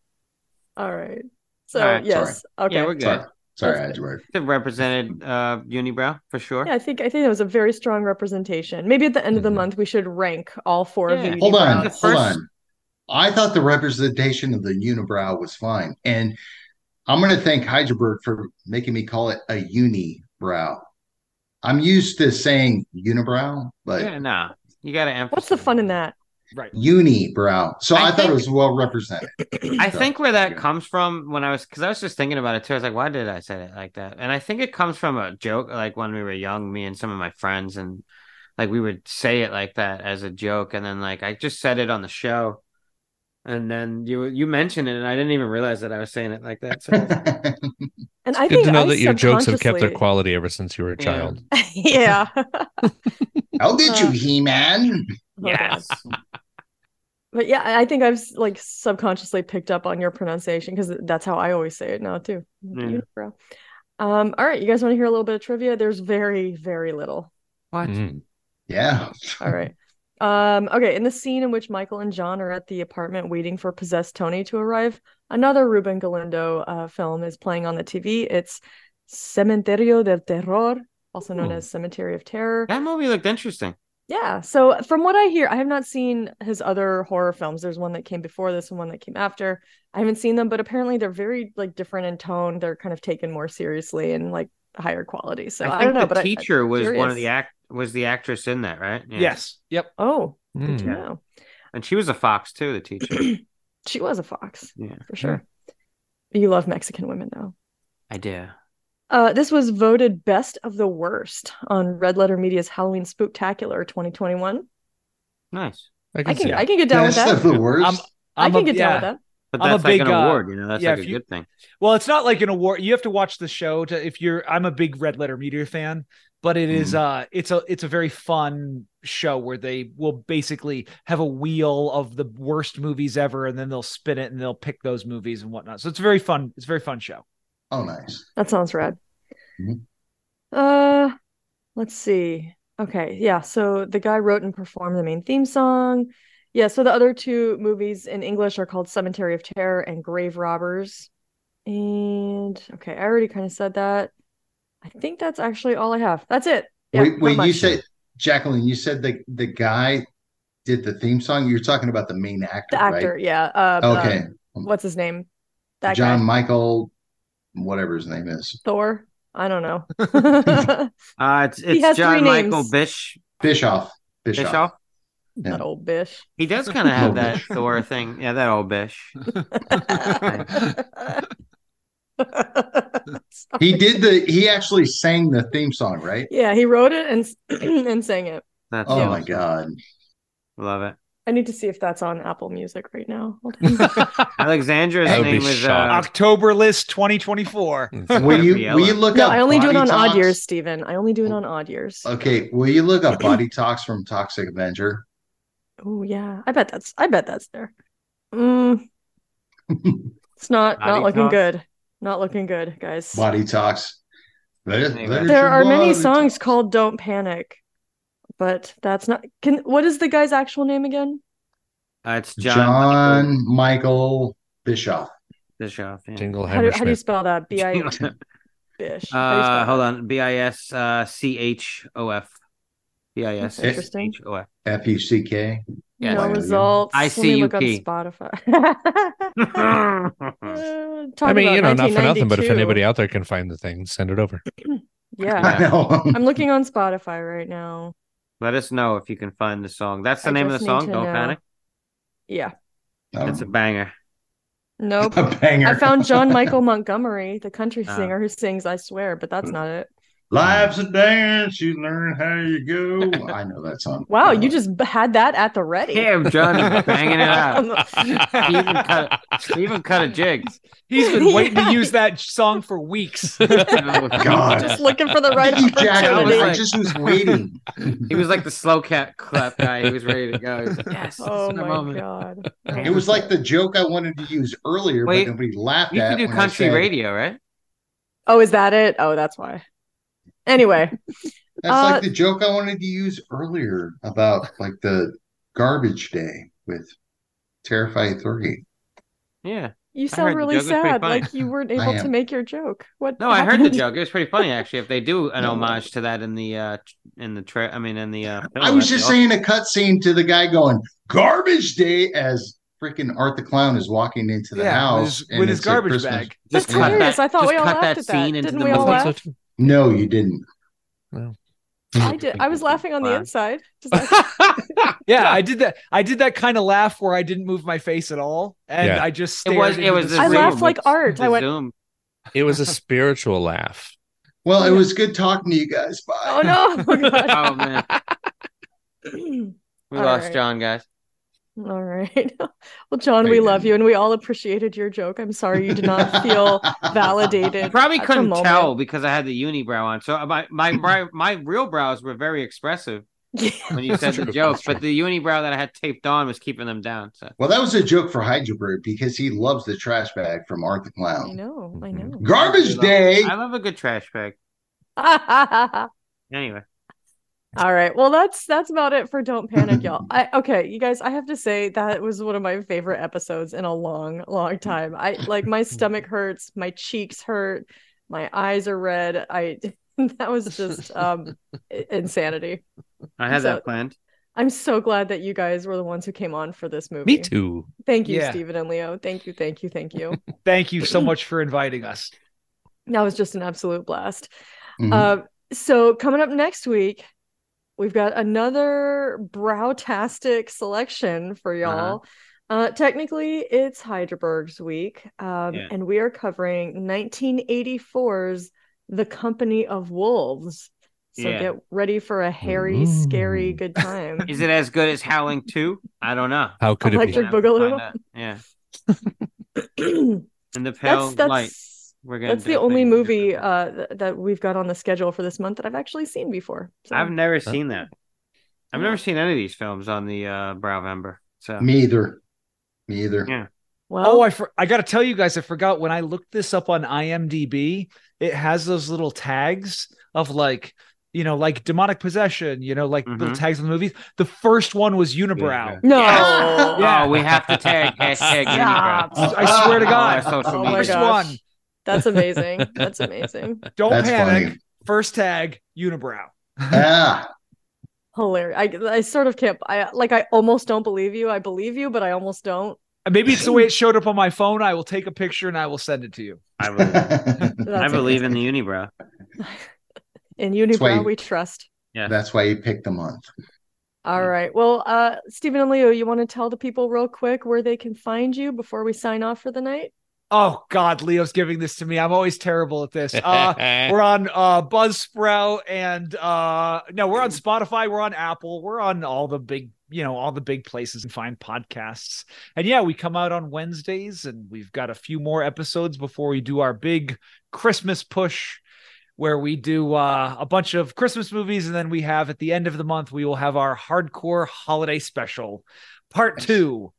Speaker 3: All right. So
Speaker 1: All right,
Speaker 3: yes, okay.
Speaker 1: yeah we're good
Speaker 5: Sorry, sorry,
Speaker 3: That's
Speaker 5: Heidelberg.
Speaker 1: It represented uh unibrow for sure
Speaker 3: Yeah, I think I think that was a very strong representation. Maybe at the end of the
Speaker 4: Mhm.
Speaker 3: month we should rank all four of
Speaker 1: Mm-hmm. Yeah.
Speaker 3: the
Speaker 5: Hold on,
Speaker 1: The
Speaker 5: hold
Speaker 3: unibrows.
Speaker 1: first-
Speaker 5: on. I thought the representation of the unibrow was fine, and I'm going to thank Heidelberg for making me call it a unibrow. I'm used to saying unibrow, but
Speaker 1: yeah nah you gotta emphasize
Speaker 3: What's the fun in that?
Speaker 6: Right.
Speaker 5: unibrow. So
Speaker 1: I
Speaker 5: I, thought
Speaker 1: think-
Speaker 5: it was well represented.
Speaker 1: I
Speaker 5: So,
Speaker 1: think where that
Speaker 5: yeah.
Speaker 1: comes from when I was because I was just thinking about it too. I was like, why did I say it like that? And I think it comes from a joke, like when we were young, me and some of my friends, and like we would say it like that as a joke, and then like I just said it on the show, and then you you mentioned it, and I didn't even realize that I was saying it like that.
Speaker 3: (laughs)
Speaker 1: So
Speaker 3: And I
Speaker 4: Good
Speaker 3: think
Speaker 4: to know
Speaker 3: I
Speaker 4: that your jokes have kept their
Speaker 3: subconsciously-
Speaker 4: quality ever since you were a
Speaker 1: Yeah.
Speaker 4: child.
Speaker 3: (laughs) yeah.
Speaker 5: (laughs) I'll get you,
Speaker 3: Uh,
Speaker 5: He-Man.
Speaker 1: yes,
Speaker 3: Oh,
Speaker 1: (laughs)
Speaker 3: But yeah, I I think I've like subconsciously picked up on your pronunciation because that's how I always say it now too.
Speaker 1: Yeah.
Speaker 3: Unibrow. Um, all right, you guys want to hear a little bit of trivia? There's very, very little.
Speaker 1: what?
Speaker 4: Mm.
Speaker 5: Yeah.
Speaker 1: (laughs)
Speaker 3: All right. Um, okay, in the scene in which Michael and John are at the apartment waiting for possessed Tony to arrive, another Ruben Galindo uh, film is playing on the TV. It's Cementerio del Terror, also known
Speaker 4: Ooh.
Speaker 3: as Cemetery of Terror.
Speaker 1: Hmm. That movie looked interesting.
Speaker 3: Yeah. So from what I hear, I have not seen his other horror films. There's one that came before this and one that came after. I haven't seen them, but apparently they're very like different in tone. They're kind of taken more seriously and like higher quality. So I,
Speaker 1: I think
Speaker 3: don't know.
Speaker 1: the
Speaker 3: but I- I,
Speaker 1: teacher was one
Speaker 3: curious.
Speaker 1: of the act was the actress in that, right? Yeah.
Speaker 6: Yes. Yep.
Speaker 3: oh, good to
Speaker 4: Mm.
Speaker 3: know.
Speaker 1: and she was a fox too. The teacher,
Speaker 3: (clears throat) She was a fox.
Speaker 1: Yeah.
Speaker 3: For sure. You love Mexican women though.
Speaker 1: I do.
Speaker 3: Uh, this was voted best of the worst on Red Letter Media's Halloween Spooktacular 2021.
Speaker 1: Nice,
Speaker 4: I can,
Speaker 3: I can
Speaker 4: see
Speaker 3: I
Speaker 4: it.
Speaker 3: can get down with
Speaker 5: That's
Speaker 3: that.
Speaker 5: the worst.
Speaker 3: Um,
Speaker 6: I'm-
Speaker 3: I
Speaker 6: I'm
Speaker 3: can
Speaker 6: a-
Speaker 3: get
Speaker 6: yeah.
Speaker 3: down with that.
Speaker 1: but
Speaker 6: I'm a
Speaker 1: that's like an
Speaker 6: big, uh,
Speaker 1: award, you know. That's
Speaker 6: yeah,
Speaker 1: like a
Speaker 6: if you-
Speaker 1: good thing.
Speaker 6: Well, it's not like an award. You have to watch the show to if you're. I'm a big Red Letter Meteor fan, but it is
Speaker 5: Mm-hmm.
Speaker 6: uh it's a it's a very fun show where they will basically have a wheel of the worst movies ever and then they'll spin it and they'll pick those movies and whatnot so it's very fun it's a very fun show
Speaker 5: Oh, nice.
Speaker 3: That sounds rad.
Speaker 5: Mhm.
Speaker 3: Uh, let's see. Okay, yeah. So the guy wrote and performed the main theme song. Yeah. So the other two movies in English are called Cemetery of Terror and Grave Robbers. And okay, I already kind of said that. I think that's actually all I have. That's it. Yeah,
Speaker 5: wait,
Speaker 3: not
Speaker 5: wait you
Speaker 3: much.
Speaker 5: said Jacqueline, you said the the guy did the theme song. You're talking about the main actor,
Speaker 3: the actor, yeah. Uh,
Speaker 5: right? Okay.
Speaker 3: um, what's his name? That
Speaker 5: John
Speaker 3: guy,
Speaker 5: Michael, whatever his name is.
Speaker 3: Thor. I don't know.
Speaker 1: Uh, it's
Speaker 3: He
Speaker 1: it's
Speaker 3: has three
Speaker 1: John Michael
Speaker 3: names.
Speaker 1: Bish
Speaker 5: Bischoff. Bischoff.
Speaker 1: Bischoff.
Speaker 5: (laughs)
Speaker 3: (laughs)
Speaker 5: Yeah.
Speaker 3: That old bish.
Speaker 1: He
Speaker 5: (laughs)
Speaker 1: does kind of have
Speaker 5: Little
Speaker 1: that
Speaker 5: Bish.
Speaker 1: Thor thing. Yeah, that old Bish.
Speaker 5: (laughs) He did the he actually sang the theme song, right?
Speaker 3: (laughs) Yeah, he wrote it and and (clears throat) sang it.
Speaker 1: That's
Speaker 5: Oh
Speaker 1: awesome. (laughs)
Speaker 5: my god.
Speaker 1: Love it.
Speaker 3: I need to see if that's on Apple Music right now. Hold
Speaker 5: (laughs)
Speaker 3: on.
Speaker 1: Alexandra's
Speaker 4: I would be
Speaker 1: name is uh,
Speaker 4: shocked.
Speaker 6: october list 2024
Speaker 5: Will you
Speaker 1: Yeah,
Speaker 5: will you
Speaker 1: like-
Speaker 5: look
Speaker 3: no,
Speaker 5: up
Speaker 3: I only do it
Speaker 5: Body
Speaker 3: on odd
Speaker 5: Talks? Oh.
Speaker 3: years, Steven. I only do it on odd years.
Speaker 5: Okay, will you look up Body Talks from Toxic Avenger? (laughs)
Speaker 3: oh yeah, I bet that's I bet that's there. Mm, it's not not
Speaker 1: Body
Speaker 3: looking
Speaker 1: talk.
Speaker 3: good. Not looking good, guys.
Speaker 5: Body Talks. Let-
Speaker 1: Anyway.
Speaker 5: let it
Speaker 3: There are many
Speaker 5: body
Speaker 3: songs
Speaker 5: talk.
Speaker 3: called "Don't Panic," but that's not. Can what is the guy's actual name again?
Speaker 1: uh, it's John,
Speaker 5: John
Speaker 1: Michael
Speaker 5: Michael Bischoff.
Speaker 1: Bischoff. yeah.
Speaker 4: Jingle
Speaker 3: How do, how do you
Speaker 4: Hammersmith.
Speaker 3: spell that?
Speaker 1: (laughs)
Speaker 3: B I bish. How do you spell
Speaker 1: uh,
Speaker 3: that?
Speaker 1: hold on. B I S uh, C H O F. B I S
Speaker 3: That's
Speaker 1: C
Speaker 3: interesting.
Speaker 1: H O F.
Speaker 5: F U C K.
Speaker 1: Yeah,
Speaker 3: no
Speaker 5: I know you.
Speaker 3: results.
Speaker 1: I
Speaker 3: Let
Speaker 1: see
Speaker 3: me
Speaker 1: you
Speaker 3: look on
Speaker 1: pee.
Speaker 3: (laughs) Spotify.
Speaker 1: (laughs) That's
Speaker 3: Uh, talk
Speaker 4: Hmm. I mean,
Speaker 3: about
Speaker 4: you know, not for nothing, but if
Speaker 3: 1992.
Speaker 4: anybody out there can find the thing, send
Speaker 1: (laughs)
Speaker 4: it over. (laughs)
Speaker 3: yeah,
Speaker 5: (laughs) I know.
Speaker 3: I'm looking on Spotify right now.
Speaker 1: Let us know if you can find the song. That's the
Speaker 3: I
Speaker 1: name of the
Speaker 3: just need
Speaker 1: song.
Speaker 3: to
Speaker 1: Don't
Speaker 3: know.
Speaker 1: panic.
Speaker 3: Yeah,
Speaker 1: It's a banger.
Speaker 4: (laughs)
Speaker 3: nope.
Speaker 5: (laughs) a banger.
Speaker 3: I found John Michael Montgomery, the country
Speaker 1: Ah.
Speaker 3: singer who sings "I Swear," but
Speaker 4: Hmm.
Speaker 3: that's not it.
Speaker 5: Life's a dance. You learn how you go. I know that song.
Speaker 3: Wow,
Speaker 4: Oh.
Speaker 3: you just b- had that at the ready.
Speaker 1: Damn, Johnny, banging it
Speaker 3: (laughs)
Speaker 1: out. even cut- Even cut a
Speaker 5: (laughs)
Speaker 1: jig.
Speaker 6: he's been waiting
Speaker 3: Yeah.
Speaker 6: to use that song for weeks
Speaker 5: Oh, God.
Speaker 3: Just looking for the
Speaker 4: (laughs)
Speaker 3: right
Speaker 5: Thank you, Jack. I, was
Speaker 3: opportunity. (laughs)
Speaker 5: like- I just was (laughs) waiting.
Speaker 1: He was like the slow cat clap guy. He was ready to go. He was like, yes,
Speaker 3: oh
Speaker 1: this is my
Speaker 3: my
Speaker 1: moment.
Speaker 3: god!
Speaker 5: It was like the joke I wanted to use earlier,
Speaker 1: Wait,
Speaker 5: but nobody laughed
Speaker 1: You
Speaker 5: at.
Speaker 1: can do
Speaker 5: when I
Speaker 1: country
Speaker 5: said-
Speaker 1: radio, right?
Speaker 3: Oh, is that it? Oh, that's why. Anyway,
Speaker 5: That's
Speaker 3: Uh,
Speaker 5: like the joke I wanted to use earlier about like the garbage day with Terrify Three.
Speaker 1: Yeah.
Speaker 3: you
Speaker 1: heard
Speaker 3: sound
Speaker 1: the
Speaker 3: really
Speaker 1: joke. It was pretty
Speaker 3: sad.
Speaker 1: funny.
Speaker 3: Like you weren't
Speaker 5: I
Speaker 3: able to
Speaker 5: am.
Speaker 3: make your joke. What?
Speaker 1: No, I heard the
Speaker 3: happened?
Speaker 1: joke. It was pretty funny actually. If they do an
Speaker 5: No.
Speaker 1: homage to that in the uh in the tra- I mean in the uh film,
Speaker 5: I was
Speaker 1: that'd
Speaker 5: just
Speaker 1: be
Speaker 5: saying a cutscene to the guy going garbage day as freaking Art the Clown is walking into the
Speaker 6: yeah with
Speaker 5: house
Speaker 6: his,
Speaker 5: and
Speaker 6: with his
Speaker 5: it's at
Speaker 6: garbage
Speaker 5: Christmas.
Speaker 6: bag
Speaker 1: Just
Speaker 3: That's
Speaker 1: cut
Speaker 3: hilarious.
Speaker 1: that-
Speaker 3: I thought
Speaker 1: just
Speaker 3: we all
Speaker 1: cut
Speaker 3: laughed
Speaker 1: that
Speaker 3: at
Speaker 1: scene
Speaker 3: that.
Speaker 1: into
Speaker 3: Didn't
Speaker 1: the
Speaker 3: we all
Speaker 1: movie.
Speaker 3: laugh?
Speaker 5: No, you didn't.
Speaker 3: (laughs) I did. I was laughing on the
Speaker 1: Wow. (laughs)
Speaker 3: inside. Does that-
Speaker 6: yeah i did that i did that kind of laugh where i didn't move my face at all and
Speaker 4: Yeah.
Speaker 6: i just
Speaker 1: It
Speaker 6: stared
Speaker 1: was it
Speaker 6: into
Speaker 1: was
Speaker 6: the
Speaker 1: a
Speaker 3: I
Speaker 6: screen.
Speaker 1: Zoom.
Speaker 3: laughed like art. I
Speaker 1: The (laughs)
Speaker 3: went- (laughs)
Speaker 1: Zoom.
Speaker 4: It was a spiritual laugh.
Speaker 5: Well, it was good talking to you guys. Bye.
Speaker 3: oh no! (laughs) Oh, God.
Speaker 1: Oh man. We
Speaker 3: All
Speaker 1: lost
Speaker 3: right.
Speaker 1: John, guys.
Speaker 3: All right. (laughs) Well, John, we
Speaker 5: Right
Speaker 3: love
Speaker 5: then.
Speaker 3: you, and we all appreciated your joke. I'm sorry you did not
Speaker 5: (laughs)
Speaker 3: feel
Speaker 1: (laughs) I
Speaker 3: validated.
Speaker 1: probably
Speaker 3: (laughs) at the
Speaker 1: couldn't
Speaker 3: moment.
Speaker 1: tell because I had the uni brow on. So uh, my my
Speaker 4: Mm-hmm.
Speaker 1: brow- my real brows were very
Speaker 3: (laughs)
Speaker 1: expressive when you said
Speaker 4: That's
Speaker 1: the
Speaker 4: true,
Speaker 1: joke,
Speaker 4: that's
Speaker 1: but the uni brow that I had taped on was keeping them down. So
Speaker 5: Well, that was a joke for Heidelberg because he loves the trash bag from Art the
Speaker 3: I
Speaker 5: Clown.
Speaker 3: know. I
Speaker 4: Mhm.
Speaker 3: know.
Speaker 5: Garbage day.
Speaker 1: I love a good trash bag.
Speaker 3: (laughs)
Speaker 1: Anyway,
Speaker 3: All right. Well, that's that's about it for Don't Panic,
Speaker 4: (laughs)
Speaker 3: y'all. I okay, you guys, I have to say that was one of my favorite episodes in a long, long time. I like my stomach hurts, my cheeks hurt, my eyes are red. I (laughs) that was just um i- insanity.
Speaker 1: I had
Speaker 3: So-
Speaker 1: that planned.
Speaker 3: I'm so glad that you guys were the ones who came on for this movie.
Speaker 4: Me too.
Speaker 3: Thank you,
Speaker 6: Yeah.
Speaker 3: Stephen and Leo. Thank you, thank you, thank you.
Speaker 6: thank you so much for inviting us
Speaker 3: that was just an absolute blast.
Speaker 5: Mhm.
Speaker 3: Uh, so coming up next week, we've got another browtastic selection for y'all. uh technically, it's Heidelberg's week, um,
Speaker 1: Yeah.
Speaker 3: and we are covering 1984's "The Company of Wolves." So
Speaker 1: Yeah.
Speaker 3: get ready for a hairy, scary
Speaker 4: Mm.
Speaker 1: (laughs)
Speaker 3: good time. (clears throat)
Speaker 1: Is it as good as Howling 2? I don't know.
Speaker 4: How could it
Speaker 1: We're
Speaker 4: be?
Speaker 3: Electric-
Speaker 1: gonna have to find
Speaker 3: Boogaloo?
Speaker 1: out. Yeah.
Speaker 3: that's
Speaker 1: And the pale
Speaker 3: that's
Speaker 1: light. We're gonna.
Speaker 3: That's
Speaker 1: do
Speaker 3: the only
Speaker 1: things
Speaker 3: movie
Speaker 1: differently.
Speaker 3: uh, th- that we've got on the schedule for this month that I've actually seen before. So
Speaker 1: I've never
Speaker 4: Huh?
Speaker 1: seen that. I've never seen any of these films on the uh, Browvember. So
Speaker 5: Mm-hmm. Me either. Me either.
Speaker 1: Yeah.
Speaker 3: well,
Speaker 6: Oh, I for, I got to tell you guys, I forgot when I looked this up on IMDb, it has those little tags of like, you know, like demonic possession, you know, like
Speaker 5: Mm-hmm.
Speaker 6: little
Speaker 1: Mhm.
Speaker 6: tags on the movies. The first one was Unibrow.
Speaker 3: no.
Speaker 1: Yes!
Speaker 6: Yeah.
Speaker 1: Oh, we have to
Speaker 3: (laughs)
Speaker 1: tag hashtag Unibrow.
Speaker 3: Stop.
Speaker 6: I swear to
Speaker 1: All
Speaker 6: God.
Speaker 1: our Ah, social
Speaker 3: Oh my
Speaker 1: media.
Speaker 6: First
Speaker 3: gosh.
Speaker 6: one,
Speaker 3: That's amazing. That's amazing. (laughs)
Speaker 6: don't
Speaker 5: That's
Speaker 6: panic.
Speaker 5: funny.
Speaker 6: First tag, Unibrow.
Speaker 5: Ah,
Speaker 3: Hilarious. I, I sort of can't. I like. I almost don't believe you. I believe you, but I almost (laughs) don't.
Speaker 6: And Maybe it's the way it showed up on my phone. I will take a picture and I will send it to you.
Speaker 1: I believe, I
Speaker 3: That's
Speaker 1: believe in the Unibrow.
Speaker 3: In
Speaker 5: why you-
Speaker 3: Unibrow, we trust.
Speaker 5: (laughs) that's why you picked the month.
Speaker 1: Mm.
Speaker 3: All right. Well, uh, Stephen and Leo, you want to tell the people real quick where they can find you before we sign off for the night?
Speaker 6: Oh God, Leo's giving this to me. I'm always terrible
Speaker 4: (laughs)
Speaker 6: at this. Uh,
Speaker 1: Oh,
Speaker 6: we're on uh, Buzzsprout and uh, no, we're on Spotify. We're on Apple. We're on all the big, you know, all the big places and find podcasts. And yeah, we come out on Wednesdays, and we've got a few more episodes before we do our big Christmas push, where we do uh, a bunch of Christmas movies, and then we have at the end of the month we will have our hardcore holiday special, part
Speaker 5: Nice.
Speaker 6: two.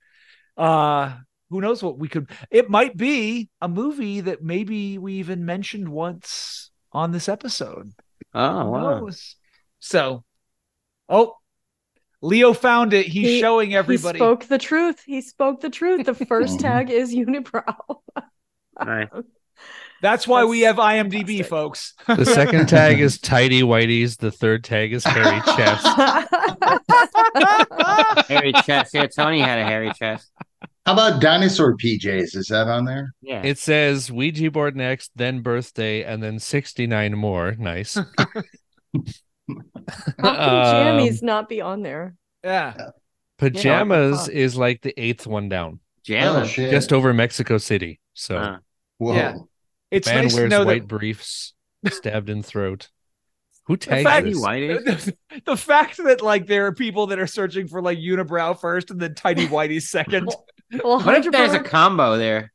Speaker 6: Uh, who knows what we could it might be a movie that maybe we even mentioned once on this episode
Speaker 1: Oh
Speaker 6: Who
Speaker 1: wow!
Speaker 6: knows? so oh leo found it he's
Speaker 3: He-
Speaker 6: showing everybody
Speaker 3: He spoke the truth. He spoke the truth. The (laughs) first tag is (laughs) Unibrow.
Speaker 1: Nice.
Speaker 6: that's why we have
Speaker 3: That's
Speaker 6: imdb
Speaker 3: fantastic.
Speaker 6: folks
Speaker 4: The second tag is tidy whiteys. The third tag is
Speaker 6: (laughs)
Speaker 4: hairy chest.
Speaker 1: hairy chest. Yeah, Tony had a hairy chest.
Speaker 5: How about dinosaur PJs? Is that on there?
Speaker 1: Yeah.
Speaker 4: It says Ouija board next, then birthday, and then sixty nine more. Nice.
Speaker 3: How can
Speaker 4: Um,
Speaker 3: jammies not be on there?
Speaker 6: (laughs) yeah
Speaker 4: Pajamas
Speaker 3: Fuck.
Speaker 4: is like the eighth one down,
Speaker 5: Oh
Speaker 1: Jalen.
Speaker 5: shit!
Speaker 4: just over Mexico City. So
Speaker 1: Uh,
Speaker 5: Whoa. (laughs)
Speaker 6: Yeah. it's
Speaker 4: man
Speaker 6: nice to
Speaker 4: wears
Speaker 6: know
Speaker 4: white
Speaker 6: that
Speaker 4: briefs, stabbed in throat. Who
Speaker 6: the
Speaker 4: tags
Speaker 6: fact,
Speaker 1: you
Speaker 4: this?
Speaker 1: white
Speaker 6: the, the fact that like there are people that are searching for like unibrow first and then
Speaker 3: (laughs)
Speaker 6: tiny whitey second
Speaker 3: Well,
Speaker 1: What if
Speaker 6: (laughs)
Speaker 1: there's a
Speaker 3: Hunterburg-
Speaker 1: combo there?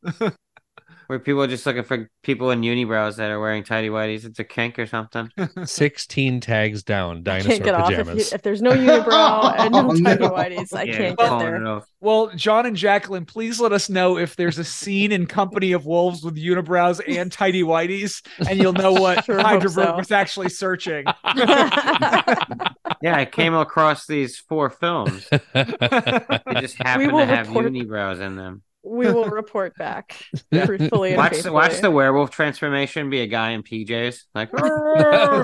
Speaker 1: Where people are just looking for people in unibrows that are wearing tidy whities. It's a kink or something.
Speaker 4: Sixteen tags down,
Speaker 3: I
Speaker 4: dinosaur
Speaker 3: can't get off if,
Speaker 4: pajamas.
Speaker 3: you, if there's no
Speaker 5: (laughs)
Speaker 3: unibrow and no
Speaker 5: Oh, no.
Speaker 3: tidy whities. I
Speaker 1: Yeah,
Speaker 3: can't get
Speaker 1: calling
Speaker 3: there.
Speaker 1: it off.
Speaker 6: Well, John and Jacqueline, please let us know if there's a scene in Company of Wolves with unibrows and tidy whities, and you'll know
Speaker 3: (laughs)
Speaker 6: what
Speaker 3: Sure hope
Speaker 6: Hyderberg
Speaker 3: so.
Speaker 6: was
Speaker 3: (laughs)
Speaker 6: actually searching. (laughs)
Speaker 1: Yeah, I came across these four films. They
Speaker 3: (laughs)
Speaker 1: just happen
Speaker 3: will
Speaker 1: to have
Speaker 3: report-
Speaker 1: unibrows in them.
Speaker 3: we will report back (laughs)
Speaker 4: (laughs)
Speaker 3: truthfully. and
Speaker 1: Watch the, watch the
Speaker 3: faithfully.
Speaker 1: werewolf transformation be a guy in PJs.
Speaker 3: (laughs)
Speaker 1: Like (laughs)
Speaker 5: Oh,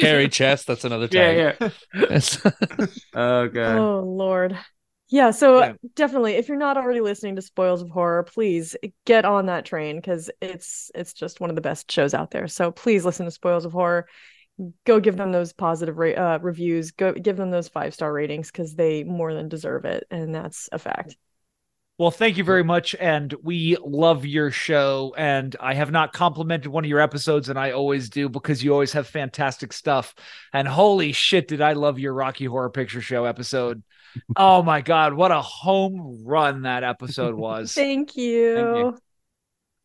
Speaker 4: Hairy chest. That's another tag.
Speaker 1: Yeah, yeah. Oh god.
Speaker 3: Oh Lord. Yeah, so
Speaker 6: Yeah.
Speaker 3: definitely if you're not already listening to Spoils of Horror, please get on that train cuz it's it's just one of the best shows out there. So please listen to Spoils of Horror. Go give them those positive ra- uh, reviews. Go give them those five-star ratings cuz they more than deserve it and that's a fact.
Speaker 6: Well, thank you very much, and we love your show. And I have not complimented one of your episodes, and I always do because you always have fantastic stuff. And holy shit, did I love your Rocky Horror Picture Show episode! Oh my god, what a home run that episode was!
Speaker 3: (laughs) Thank you.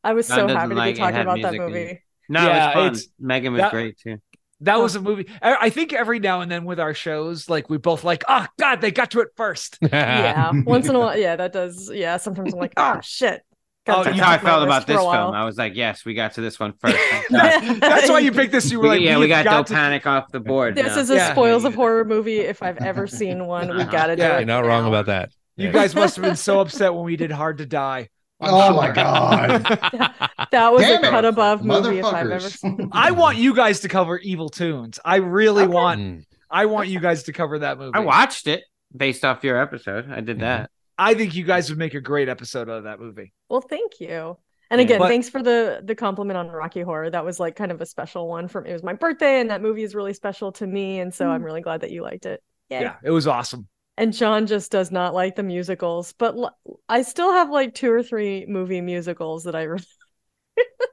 Speaker 3: I was
Speaker 1: John
Speaker 3: so
Speaker 1: doesn't
Speaker 3: happy to
Speaker 1: like it
Speaker 3: be talking
Speaker 1: had
Speaker 3: about that
Speaker 1: music in it. (laughs)
Speaker 3: movie.
Speaker 1: No,
Speaker 6: Yeah,
Speaker 1: it was
Speaker 6: it's-
Speaker 1: fun. Megan was
Speaker 6: that-
Speaker 1: great too.
Speaker 6: That was a movie. I I think every now and then with our shows, like we both like, oh God, they got to it first.
Speaker 3: yeah. Once in a while, yeah, that does. Yeah, sometimes I'm like, oh shit.
Speaker 6: Oh,
Speaker 1: That's
Speaker 6: you
Speaker 1: how I
Speaker 3: took my
Speaker 1: felt
Speaker 3: list
Speaker 1: about
Speaker 3: for a
Speaker 1: this film.
Speaker 3: while.
Speaker 1: I was like, yes, we got to this one
Speaker 3: (laughs)
Speaker 1: first. Thank God.
Speaker 6: That's why you picked this. You
Speaker 1: (laughs)
Speaker 6: were
Speaker 1: We-
Speaker 6: like,
Speaker 1: yeah, we got,
Speaker 6: got
Speaker 1: no panic off the board.
Speaker 3: This
Speaker 1: now.
Speaker 3: is a
Speaker 6: Yeah.
Speaker 3: spoils of horror movie. If I've ever seen one, we gotta do
Speaker 6: Yeah.
Speaker 3: it.
Speaker 4: You're (laughs) not wrong
Speaker 3: now.
Speaker 4: about that.
Speaker 6: You guys must have been so upset when we did Hard to Die.
Speaker 3: (laughs)
Speaker 5: Oh my god!
Speaker 3: that. Was
Speaker 5: Damn
Speaker 3: a
Speaker 5: it,
Speaker 3: cut above movie if I've ever seen.
Speaker 5: motherfuckers!
Speaker 6: I want you guys to cover Evil Tunes. I really want.
Speaker 4: Mm.
Speaker 6: I want you guys to cover that movie.
Speaker 1: I watched it based off your episode. I did
Speaker 4: Mhm.
Speaker 1: that.
Speaker 6: I think you guys would make a great episode out of that movie.
Speaker 3: Well, thank you. And
Speaker 1: Yeah.
Speaker 3: again,
Speaker 6: But-
Speaker 3: thanks for the the compliment on Rocky Horror. That was like kind of a special one for me. It was my birthday, and that movie is really special to me. And so
Speaker 1: Hmm.
Speaker 3: I'm really glad that you liked it. Yay.
Speaker 6: Yeah, it was awesome.
Speaker 3: And John just does not like the musicals, but l- I still have like two or three movie musicals that I. Re-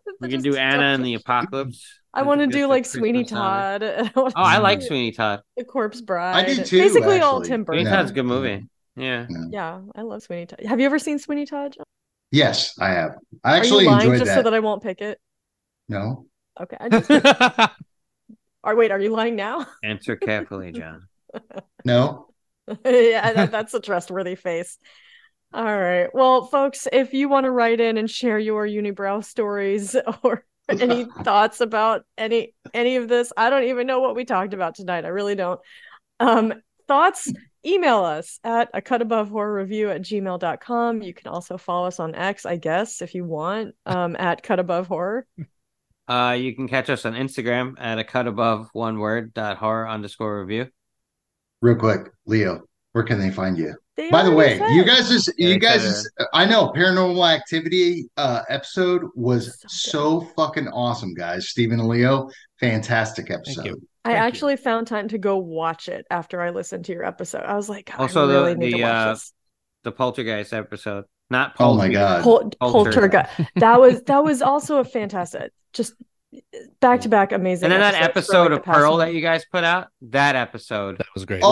Speaker 3: (laughs)
Speaker 1: We can do Anna and the Apocalypse.
Speaker 3: I want to
Speaker 1: That's a
Speaker 3: do
Speaker 1: good
Speaker 3: like
Speaker 1: Christmas
Speaker 3: Sweeney
Speaker 1: song.
Speaker 3: Todd. (laughs) and I wanna
Speaker 1: Oh, I
Speaker 3: do
Speaker 1: like Sweeney Todd.
Speaker 3: The Corpse Bride.
Speaker 5: I did too.
Speaker 3: Basically, all
Speaker 5: actually.
Speaker 3: Tim
Speaker 1: Sweeney
Speaker 3: Burton.
Speaker 1: Todd's a good movie. Yeah.
Speaker 3: Yeah, I love Sweeney Todd. Have you ever seen Sweeney Todd? John?
Speaker 5: Yes, I have. I
Speaker 3: Are you
Speaker 5: actually
Speaker 3: lying
Speaker 5: enjoyed
Speaker 3: just
Speaker 5: that.
Speaker 3: so that I won't pick it?
Speaker 5: No,
Speaker 3: Okay.
Speaker 5: (laughs)
Speaker 3: I just, or wait, are you lying now? (laughs)
Speaker 1: Answer carefully, John.
Speaker 5: no.
Speaker 3: yeah, that, that's a trustworthy face. All right. Well, folks, if you want to write in and share your unibrow stories (laughs) or any thoughts about any any of this, I don't even know what we talked about tonight. I really don't. Um, thoughts, email us at a cut above horror review at gmail.com. You can also follow us on X, I guess, if you want, um, at cut above horror.
Speaker 1: Uh, you can catch us on Instagram at a cut above one word dot horror underscore review.
Speaker 5: Real quick, Leo, where can they find you?
Speaker 3: They
Speaker 5: By the way,
Speaker 3: already
Speaker 5: you
Speaker 3: said.
Speaker 5: guys is
Speaker 1: Yeah,
Speaker 5: you
Speaker 1: they
Speaker 5: guys
Speaker 1: said,
Speaker 5: is, I know paranormal activity uh episode was
Speaker 3: So
Speaker 5: so, fucking awesome, guys. Stephen and Leo, fantastic
Speaker 4: Thank
Speaker 5: episode.
Speaker 4: you.
Speaker 3: I
Speaker 4: Thank you.
Speaker 3: actually found time to go watch it after I listened to your episode. I was like, God,
Speaker 1: Also,
Speaker 3: I
Speaker 1: the-
Speaker 3: really need
Speaker 1: the,
Speaker 3: to watch
Speaker 1: uh,
Speaker 3: this.
Speaker 1: The poltergeist episode. Not
Speaker 5: Oh my
Speaker 1: poltergeist.
Speaker 5: god.
Speaker 3: Pol-
Speaker 1: Poltergeist.
Speaker 3: Poltergeist. that was that was also a fantastic, just back to back amazing.
Speaker 1: And then that
Speaker 3: episodes for,
Speaker 1: episode
Speaker 3: like,
Speaker 1: of
Speaker 3: the past
Speaker 1: Pearl
Speaker 3: month.
Speaker 1: that you guys put out, that episode
Speaker 4: That was great.
Speaker 5: Oh,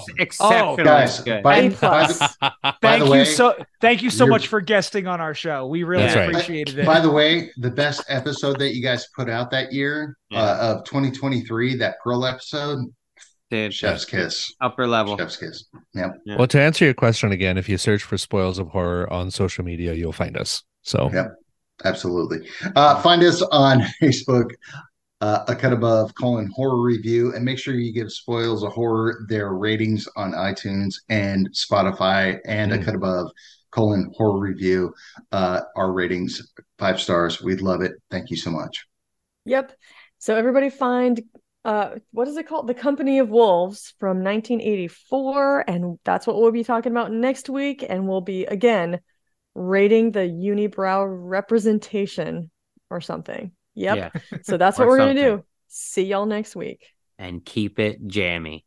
Speaker 1: was ex- exceptionally
Speaker 5: guys,
Speaker 1: good.
Speaker 5: by-
Speaker 3: A
Speaker 5: by
Speaker 1: (laughs)
Speaker 3: plus.
Speaker 5: the- By
Speaker 6: thank
Speaker 5: the
Speaker 6: you
Speaker 5: way,
Speaker 6: so thank you so
Speaker 5: you're-
Speaker 6: much for guesting on our show. We really
Speaker 1: That's
Speaker 4: right.
Speaker 6: appreciated
Speaker 5: By
Speaker 6: it.
Speaker 5: the way, the best episode that you guys put out that year uh, of 2023, that Pearl episode,
Speaker 1: Dude,
Speaker 5: Chef's Kiss.
Speaker 1: upper level.
Speaker 5: Chef's Kiss.
Speaker 4: Well, to answer your question again, if you search for spoils of horror on social media, you'll find us. So
Speaker 5: Yeah. Absolutely. Uh, find us on (laughs) Facebook, uh, a cut above colon horror review, and make sure you give spoils of horror their ratings on iTunes and Spotify, and a
Speaker 4: Mm.
Speaker 5: cut above colon horror review. Uh, our ratings five stars. We'd love it. Thank you so much.
Speaker 3: Yep. So everybody find uh what is it called? The Company of Wolves from 1984 and that's what we'll be talking about next week and we'll be again rating the unibrow representation or something. Yep.
Speaker 1: Yeah.
Speaker 3: So that's what
Speaker 1: Or
Speaker 3: we're going to
Speaker 1: something.
Speaker 3: do. See y'all next week.
Speaker 1: And keep it jammy.